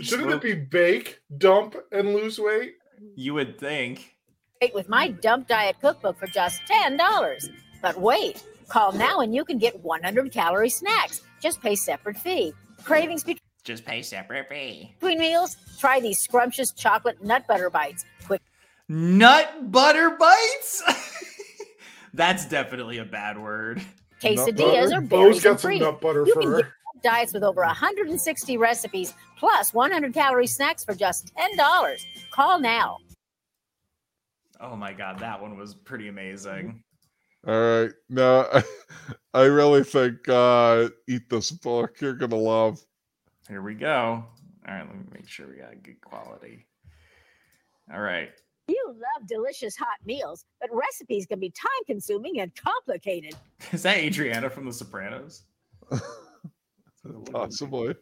B: Shouldn't it be bake, dump, and lose weight?
E: You would think.
I: Wait with my dump diet cookbook for just $10. But wait, call now and you can get 100 calorie snacks. Just pay separate fee. Cravings be-
E: Just pay separate fee.
I: between meals? Try these scrumptious chocolate nut butter bites. Quick
E: Nut butter bites? [LAUGHS] That's definitely a bad word.
I: quesadillas or
B: Bo's
I: berries
B: got
I: and
B: some
I: free.
B: nut butter
I: you
B: for
I: can
B: her.
I: get diets with over 160 recipes plus 100 calorie snacks for just $10. Call now.
E: Oh my god, that one was pretty amazing.
C: All right. No, [LAUGHS] I, I really think uh eat this book. You're gonna love.
E: Here we go. All right, let me make sure we got good quality. All right. [LAUGHS]
I: You love delicious hot meals, but recipes can be time consuming and complicated.
E: Is that Adriana from The Sopranos?
C: [LAUGHS] Possibly.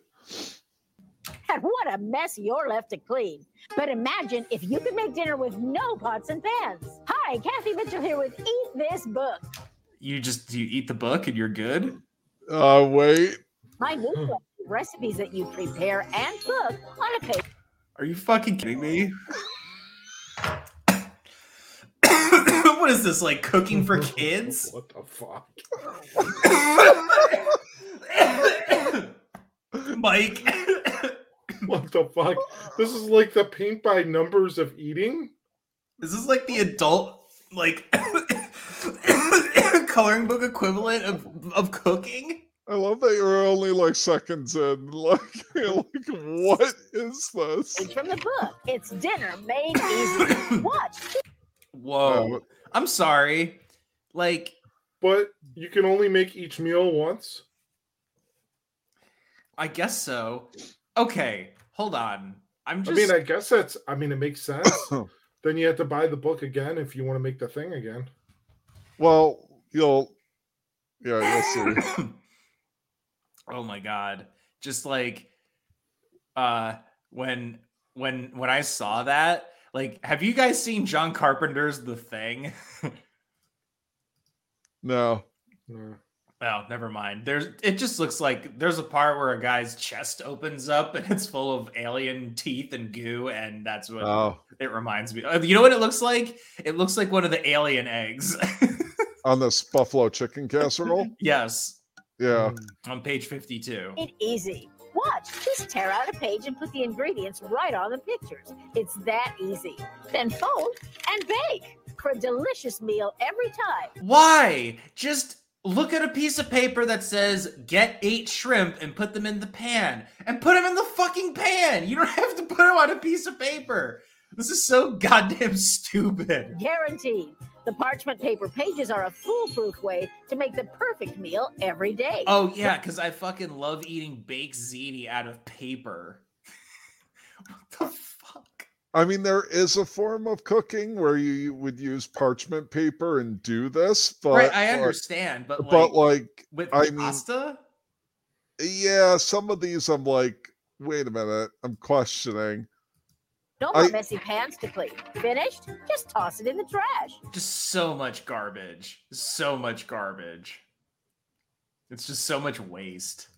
I: And what a mess you're left to clean. But imagine if you could make dinner with no pots and pans. Hi, Kathy Mitchell here with Eat This Book.
E: You just you eat the book and you're good.
C: Uh wait.
I: My new book, recipes that you prepare and cook on a paper.
E: Are you fucking kidding me? what is this like
B: [LAUGHS]
E: cooking for kids?
B: What the fuck?
E: [LAUGHS] Mike.
B: what the fuck? This is like the paint by numbers of eating.
E: Is this like the adult like [COUGHS] coloring book equivalent of [COUGHS] of [COUGHS] cooking?
C: I love that you're only like seconds in. [LAUGHS] Like, you're like what is this?
I: From the book, it's dinner
E: [COUGHS]
I: made easy. Watch.
B: Oh,
E: Whoa. I'm sorry. Like
B: But you can only make each meal once.
E: I guess so. Okay, hold on. I'm
B: I
E: just
B: mean, I guess that's. I mean, it makes sense. then you have to buy the book again if you want to make the thing again.
C: Well, you'll yeah, you'll
E: [LAUGHS]
C: see.
E: [COUGHS] oh my god. Just like uh when when when I saw that, like have you guys seen John Carpenter's The Thing?
C: No.
E: Oh, never mind. There's it just looks like there's a part where a guy's chest opens up [LAUGHS] and it's full of alien teeth and goo, and that's what
C: Oh.
E: it reminds me. Of. You know what it looks like? It looks like one of the alien eggs. [LAUGHS]
C: On this buffalo chicken casserole.
E: yes, Mm.
C: Yeah.
E: on page fifty-two.
I: It easy. Watch. Just tear out a page and put the ingredients right on the pictures. It's that easy. Then fold and bake for a delicious meal every time.
E: Why? Just look at a piece of paper that says "get eight shrimp" and put them in the pan, and put them in the fucking pan. You don't [LAUGHS] have to put them on a piece of paper. This is so goddamn stupid.
I: Guaranteed. The parchment paper pages are a foolproof way to make the perfect meal every day.
E: Oh yeah, because I fucking love eating baked ziti out of paper. [LAUGHS]
C: I mean, there is a form of cooking where you would use parchment paper and do this, but
E: right, I
C: like-
E: understand, but like,
C: but like,
E: with
C: I mean-
E: pasta,
C: yeah, some of these I'm like, wait a minute, I'm
E: [LAUGHS]
C: questioning.
I: No
C: I-
I: more messy pans to clean. Finished? Just toss it in the trash.
E: just so much garbage, so much garbage. It's just so much waste.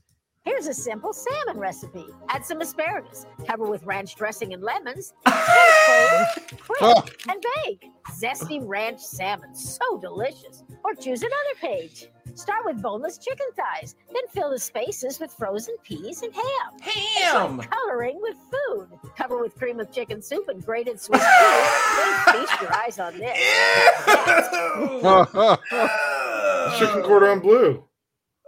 I: Here's a simple salmon recipe. Add some asparagus, cover with ranch dressing and lemons,
C: Ah.
I: cook and bake. Zesty ranch salmon, so delicious. Or choose another page. Start with boneless chicken thighs, then fill the spaces with frozen peas and ham.
E: Ham!
I: It's like coloring with food. Cover with cream of chicken soup and grated Swiss cheese. Don't feast your eyes on this.
B: Chicken cordon bleu.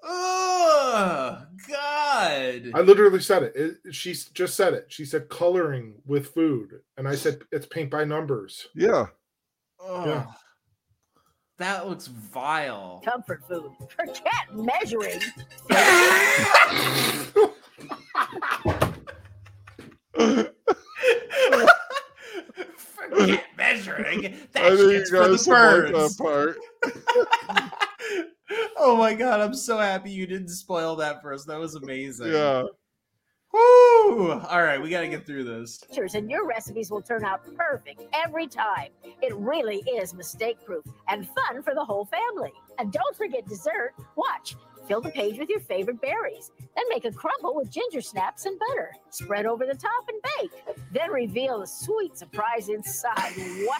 E: Oh God!
B: I literally said it. it. She s- just said it. She said coloring with food, and I said it's paint by numbers.
C: [LAUGHS] Yeah.
E: Ugh. That looks vile.
I: Comfort food. Forget measuring.
E: Forget measuring.
C: I
E: That
C: think you
E: shit's for the
C: guys will like
E: birds.
C: that part.
E: [LAUGHS] Oh my god! I'm so happy you didn't spoil that for us. That was amazing.
C: Yeah.
E: Woo! All right, we got to get through this. [LAUGHS]
I: pictures and your recipes will turn out perfect every time. It really is mistake proof and fun for the whole family. And don't forget dessert. Watch. Fill the page with your favorite berries. Then make a crumble with ginger snaps and butter. Spread over the top and bake. Then reveal the sweet surprise inside. Wow.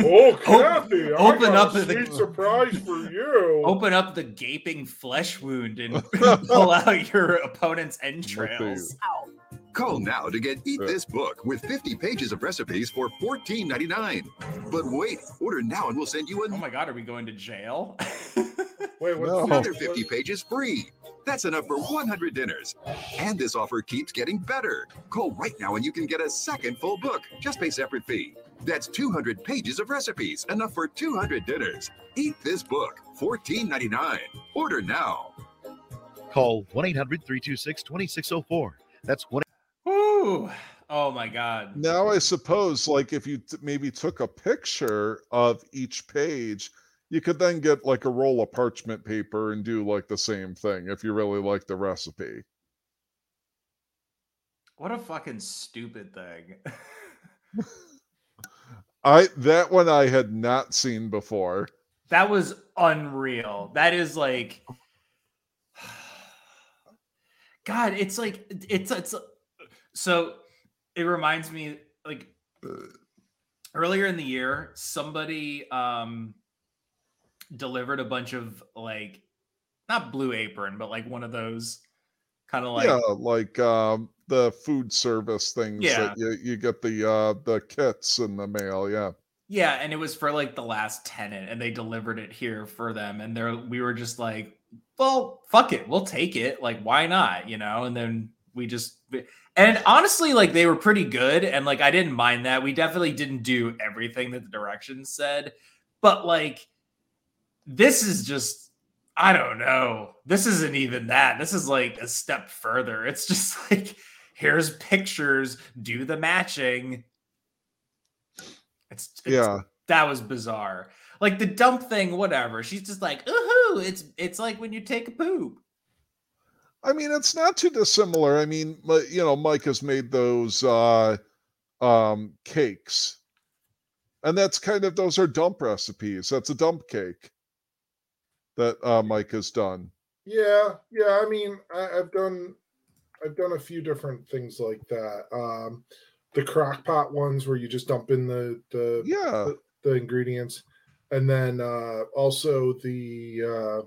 B: Oh,
E: Kathy, I open got a up the-
B: the
E: [LAUGHS] sweet
B: surprise for you.
E: Open up the gaping flesh
C: [LAUGHS]
E: wound and pull out your opponent's entrails.
J: Call now to get Eat This Book with 50 pages of recipes for $14.99. But wait, order now and we'll send you an
E: Oh my god, are we going to jail? [LAUGHS]
B: Wait,
E: what's
J: another
B: Oh.
E: that?
J: 50 pages free. That's enough for 100 dinners. And this offer keeps getting better. Call right now and you can get a second full book. Just pay separate fee.
Q: That's 200 pages of recipes, enough for 200 dinners. Eat this book, $14.99. Order now.
R: Call 1 800 326 2604. That's 1
E: Ooh. Oh my God.
C: Now I suppose, like, if you t- maybe took a picture of each page, you could then get like a roll of parchment paper and do like the same thing if you really like the recipe.
E: What a fucking stupid thing. [LAUGHS]
C: I that one I had not seen before.
E: That was unreal. That is like [SIGHS] God, it's like it's it's so it reminds me like earlier in the year somebody um delivered a bunch of like not blue apron but like one of those kind of like
C: yeah, like um the food service things
E: Yeah.
C: that you, you get the uh the kits in the mail, yeah.
E: Yeah, and it was for like the last tenant, and they delivered it here for them. And there we were just like, well, fuck it, we'll take it. Like, why not? You know? And then we just and honestly, like they were pretty good, and like I didn't mind that. We definitely didn't do everything that the directions said, but like this is just I don't know. This isn't even that. This is like a step further. It's just [LAUGHS] like here's pictures, do the matching. It's, it's
C: Yeah.
E: that was bizarre. Like the dump thing, whatever. She's just like, ooh, it's it's like when you take a poop.
C: I mean, it's not too dissimilar. I mean, li- you know, Mike has made those uh um cakes. And that's kind of those are dump recipes. That's a dump cake that uh Mike has done.
B: Yeah, yeah. I mean, I, I've done, I've done a few different things like that. Um, the crock pot ones where you just dump in the the
C: yeah
B: the, the ingredients, and then uh, also the uh,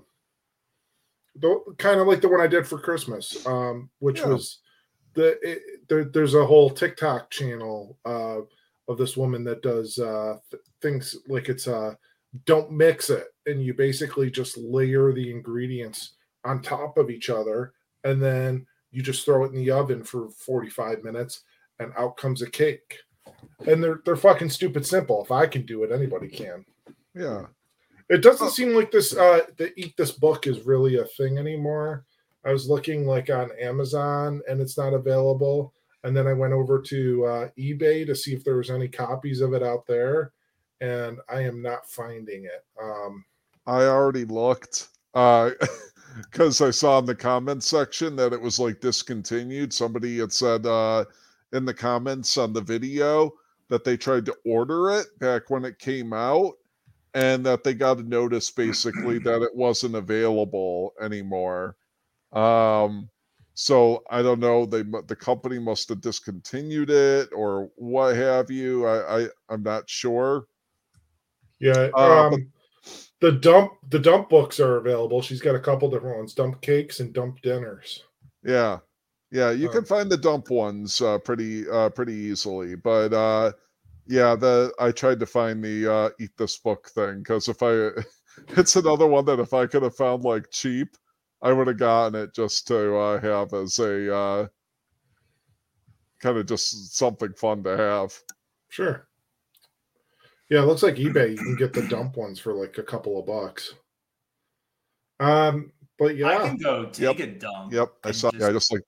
B: the kind of like the one I did for Christmas, um, which
C: Yeah.
B: was the it, there, there's a whole TikTok channel uh, of this woman that does uh, th- things like it's uh, don't mix it, and you basically just layer the ingredients on top of each other, and then you just throw it in the oven for 45 minutes, and out comes a cake. And they're they're fucking stupid simple. If I can do it, anybody can.
C: Yeah.
B: It doesn't seem like this uh the eat this book is really a thing anymore. I was looking like on Amazon and it's not available. And then I went over to uh, eBay to see if there was any copies of it out there, and I am not finding it. Um,
C: I already looked uh [LAUGHS] because I saw in the comments section that it was like discontinued. Somebody had said uh in the comments on the video that they tried to order it back when it came out and that they got a notice basically that it wasn't available anymore. Um so I don't know they mu- the company must have discontinued it or what have you. I, I I'm not sure.
B: yeah,
C: Uh,
B: um, the dump the dump books are available. She's got a couple different ones: dump cakes and dump dinners.
C: Yeah. Yeah, you can find the dump ones uh, pretty uh, pretty easily, but uh, yeah, the I tried to find the uh, eat this book thing because if I, [LAUGHS] it's another one that if I could have found like cheap, I would have gotten it just to uh, have as a uh, kind of just something fun to have.
B: Sure. Yeah, it looks like eBay. You can get the dump ones for like a couple of bucks. Um, but yeah,
E: I can go take a dump.
C: Yep, I saw. yeah, I just like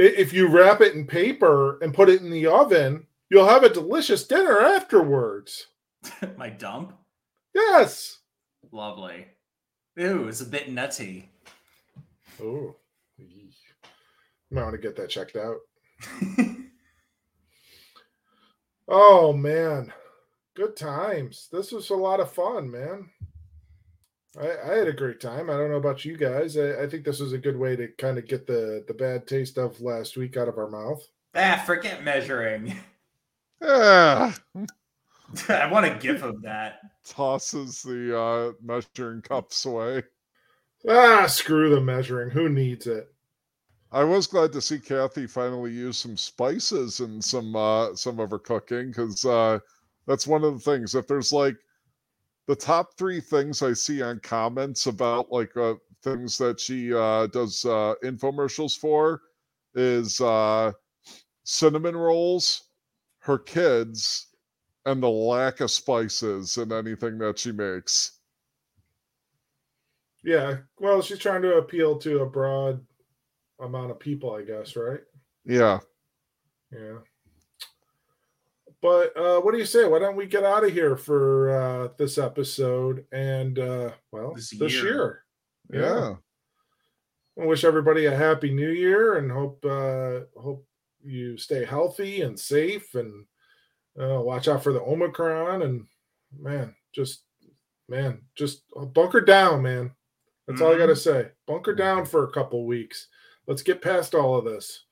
B: I- if you wrap it in paper and put it in the oven, you'll have a delicious dinner afterwards.
E: [LAUGHS] My dump?
B: Yes.
E: Lovely. Ew, it's a bit nutty.
B: Oh. Might want to get that checked out. oh man, good times. This was a lot of fun, man. I, I had a great time. I don't know about you guys. I, I think this was a good way to kind of get the the bad taste of last week out of our mouth.
E: Ah, forget measuring. [LAUGHS]
C: ah,
E: I want to give him that.
C: tosses the uh, measuring cups away.
B: Ah, screw the measuring. Who needs it?
C: I was glad to see Kathy finally use some spices in some uh some of her cooking because uh that's one of the things. If there's like the top three things I see on comments about like uh things that she uh does uh infomercials for is uh cinnamon rolls, her kids and the lack of spices in anything that she makes.
B: Yeah. Well, she's trying to appeal to a broad amount of people, I guess, right?
C: Yeah.
B: Yeah. But uh, what do you say? Why don't we get out of here for uh, this episode and, uh, well, this
E: This
B: year?
E: year.
C: Yeah.
B: I wish everybody a happy new year and hope uh, hope you stay healthy and safe and uh, watch out for the Omicron and man, just man, just uh, bunker down, man. That's all I gotta say. Bunker down for a couple weeks. Let's get past all of this.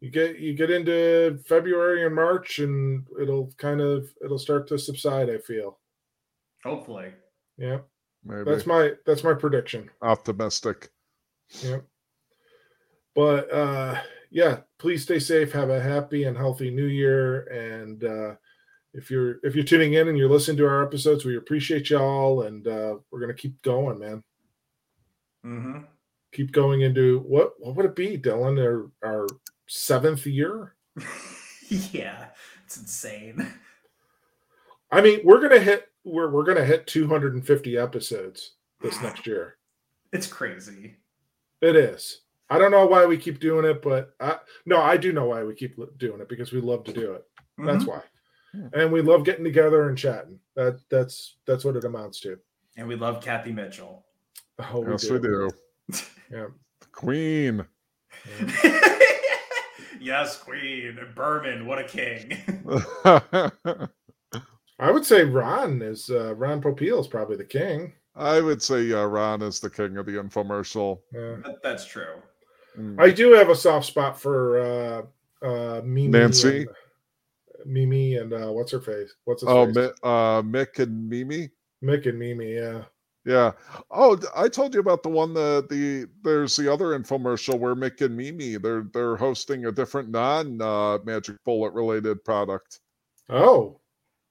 B: You get you get into February and March and it'll kind of it'll start to subside, I feel.
E: Mm-hmm. Hopefully.
B: Yeah.
C: Maybe.
B: That's my that's my prediction.
C: optimistic.
B: Yep. But uh yeah, please stay safe, have a happy and healthy new year. And uh if you're if you're tuning in and you're listening to our episodes, we appreciate y'all and uh we're gonna keep going, man.
E: Mm-hmm. [LAUGHS]
B: Keep going into what what would it be, Dylan? Our our seventh year?
E: Yeah, it's insane. [LAUGHS]
B: I mean, we're gonna hit we're we're gonna hit 250 episodes
C: [SIGHS]
B: this next year.
E: It's crazy.
B: It is. I don't know why we keep doing it, but I, no, I do know why we keep lo- doing it because we love to do it. That's
C: Mm-hmm.
E: Mhm.
B: why, and we love getting together and chatting. That that's that's what it amounts to.
E: And we love Kathy Mitchell. [LAUGHS]
B: Oh,
C: yes, we do.
B: Yeah.
C: The queen.
E: Yes, Queen. And Berman, what
C: [LAUGHS]
E: a king. [LAUGHS]
B: I would say Ron is uh, Ron Popeil is probably the king.
C: I would say uh, Ron is the king of the infomercial.
B: Yeah.
E: That- That's true.
C: Mm.
B: Uh, I do have a soft spot for uh, uh, Mimi,
C: Nancy?
B: and, Mimi, and uh, what's her face? What's his
C: oh,
B: face?
C: Mi- uh, Mick and Mimi.
B: Mick and Mimi. Yeah.
C: Yeah. Oh, d- I told you about the one that the there's the other infomercial where Mick and Mimi they're they're hosting a different non uh, Magic Bullet related product.
B: Oh,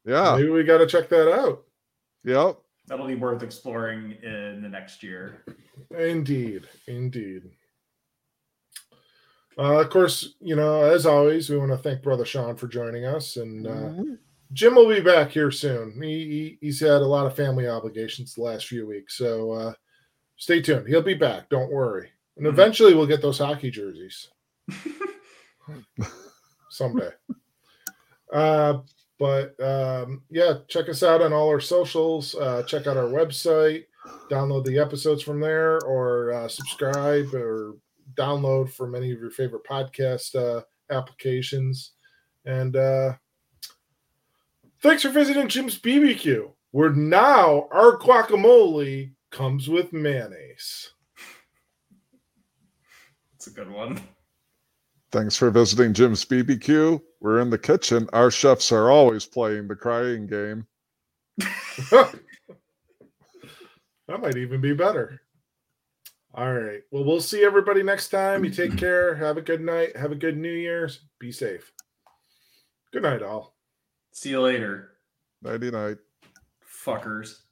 C: Yeah.
B: maybe we got to check that out.
C: Yep.
E: That'll be worth exploring in the next year.
B: Indeed, indeed. Uh, of course, you know, as always, we want to thank Brother Sean for joining us, and uh, Jim will be back here soon. He, he he's had a lot of family obligations the last few weeks, so uh, stay tuned. He'll be back. Don't worry. And eventually, we'll get those hockey jerseys someday. Uh, but um, yeah, check us out on all our socials. Uh, check out our website. Download the episodes from there, or uh, subscribe, or download from any of your favorite podcast uh, applications. And uh, thanks for visiting Jim's BBQ, where now our guacamole comes with mayonnaise.
E: It's a good one.
C: Thanks for visiting Jim's BBQ. We're in the kitchen. Our chefs are always playing the crying game.
B: That might even be better. All right. Well, we'll see everybody next time. You take care. Have a good night. Have a good New Year's. Be safe. Good night, all.
E: See you later,
C: Nighty night.
E: fuckers.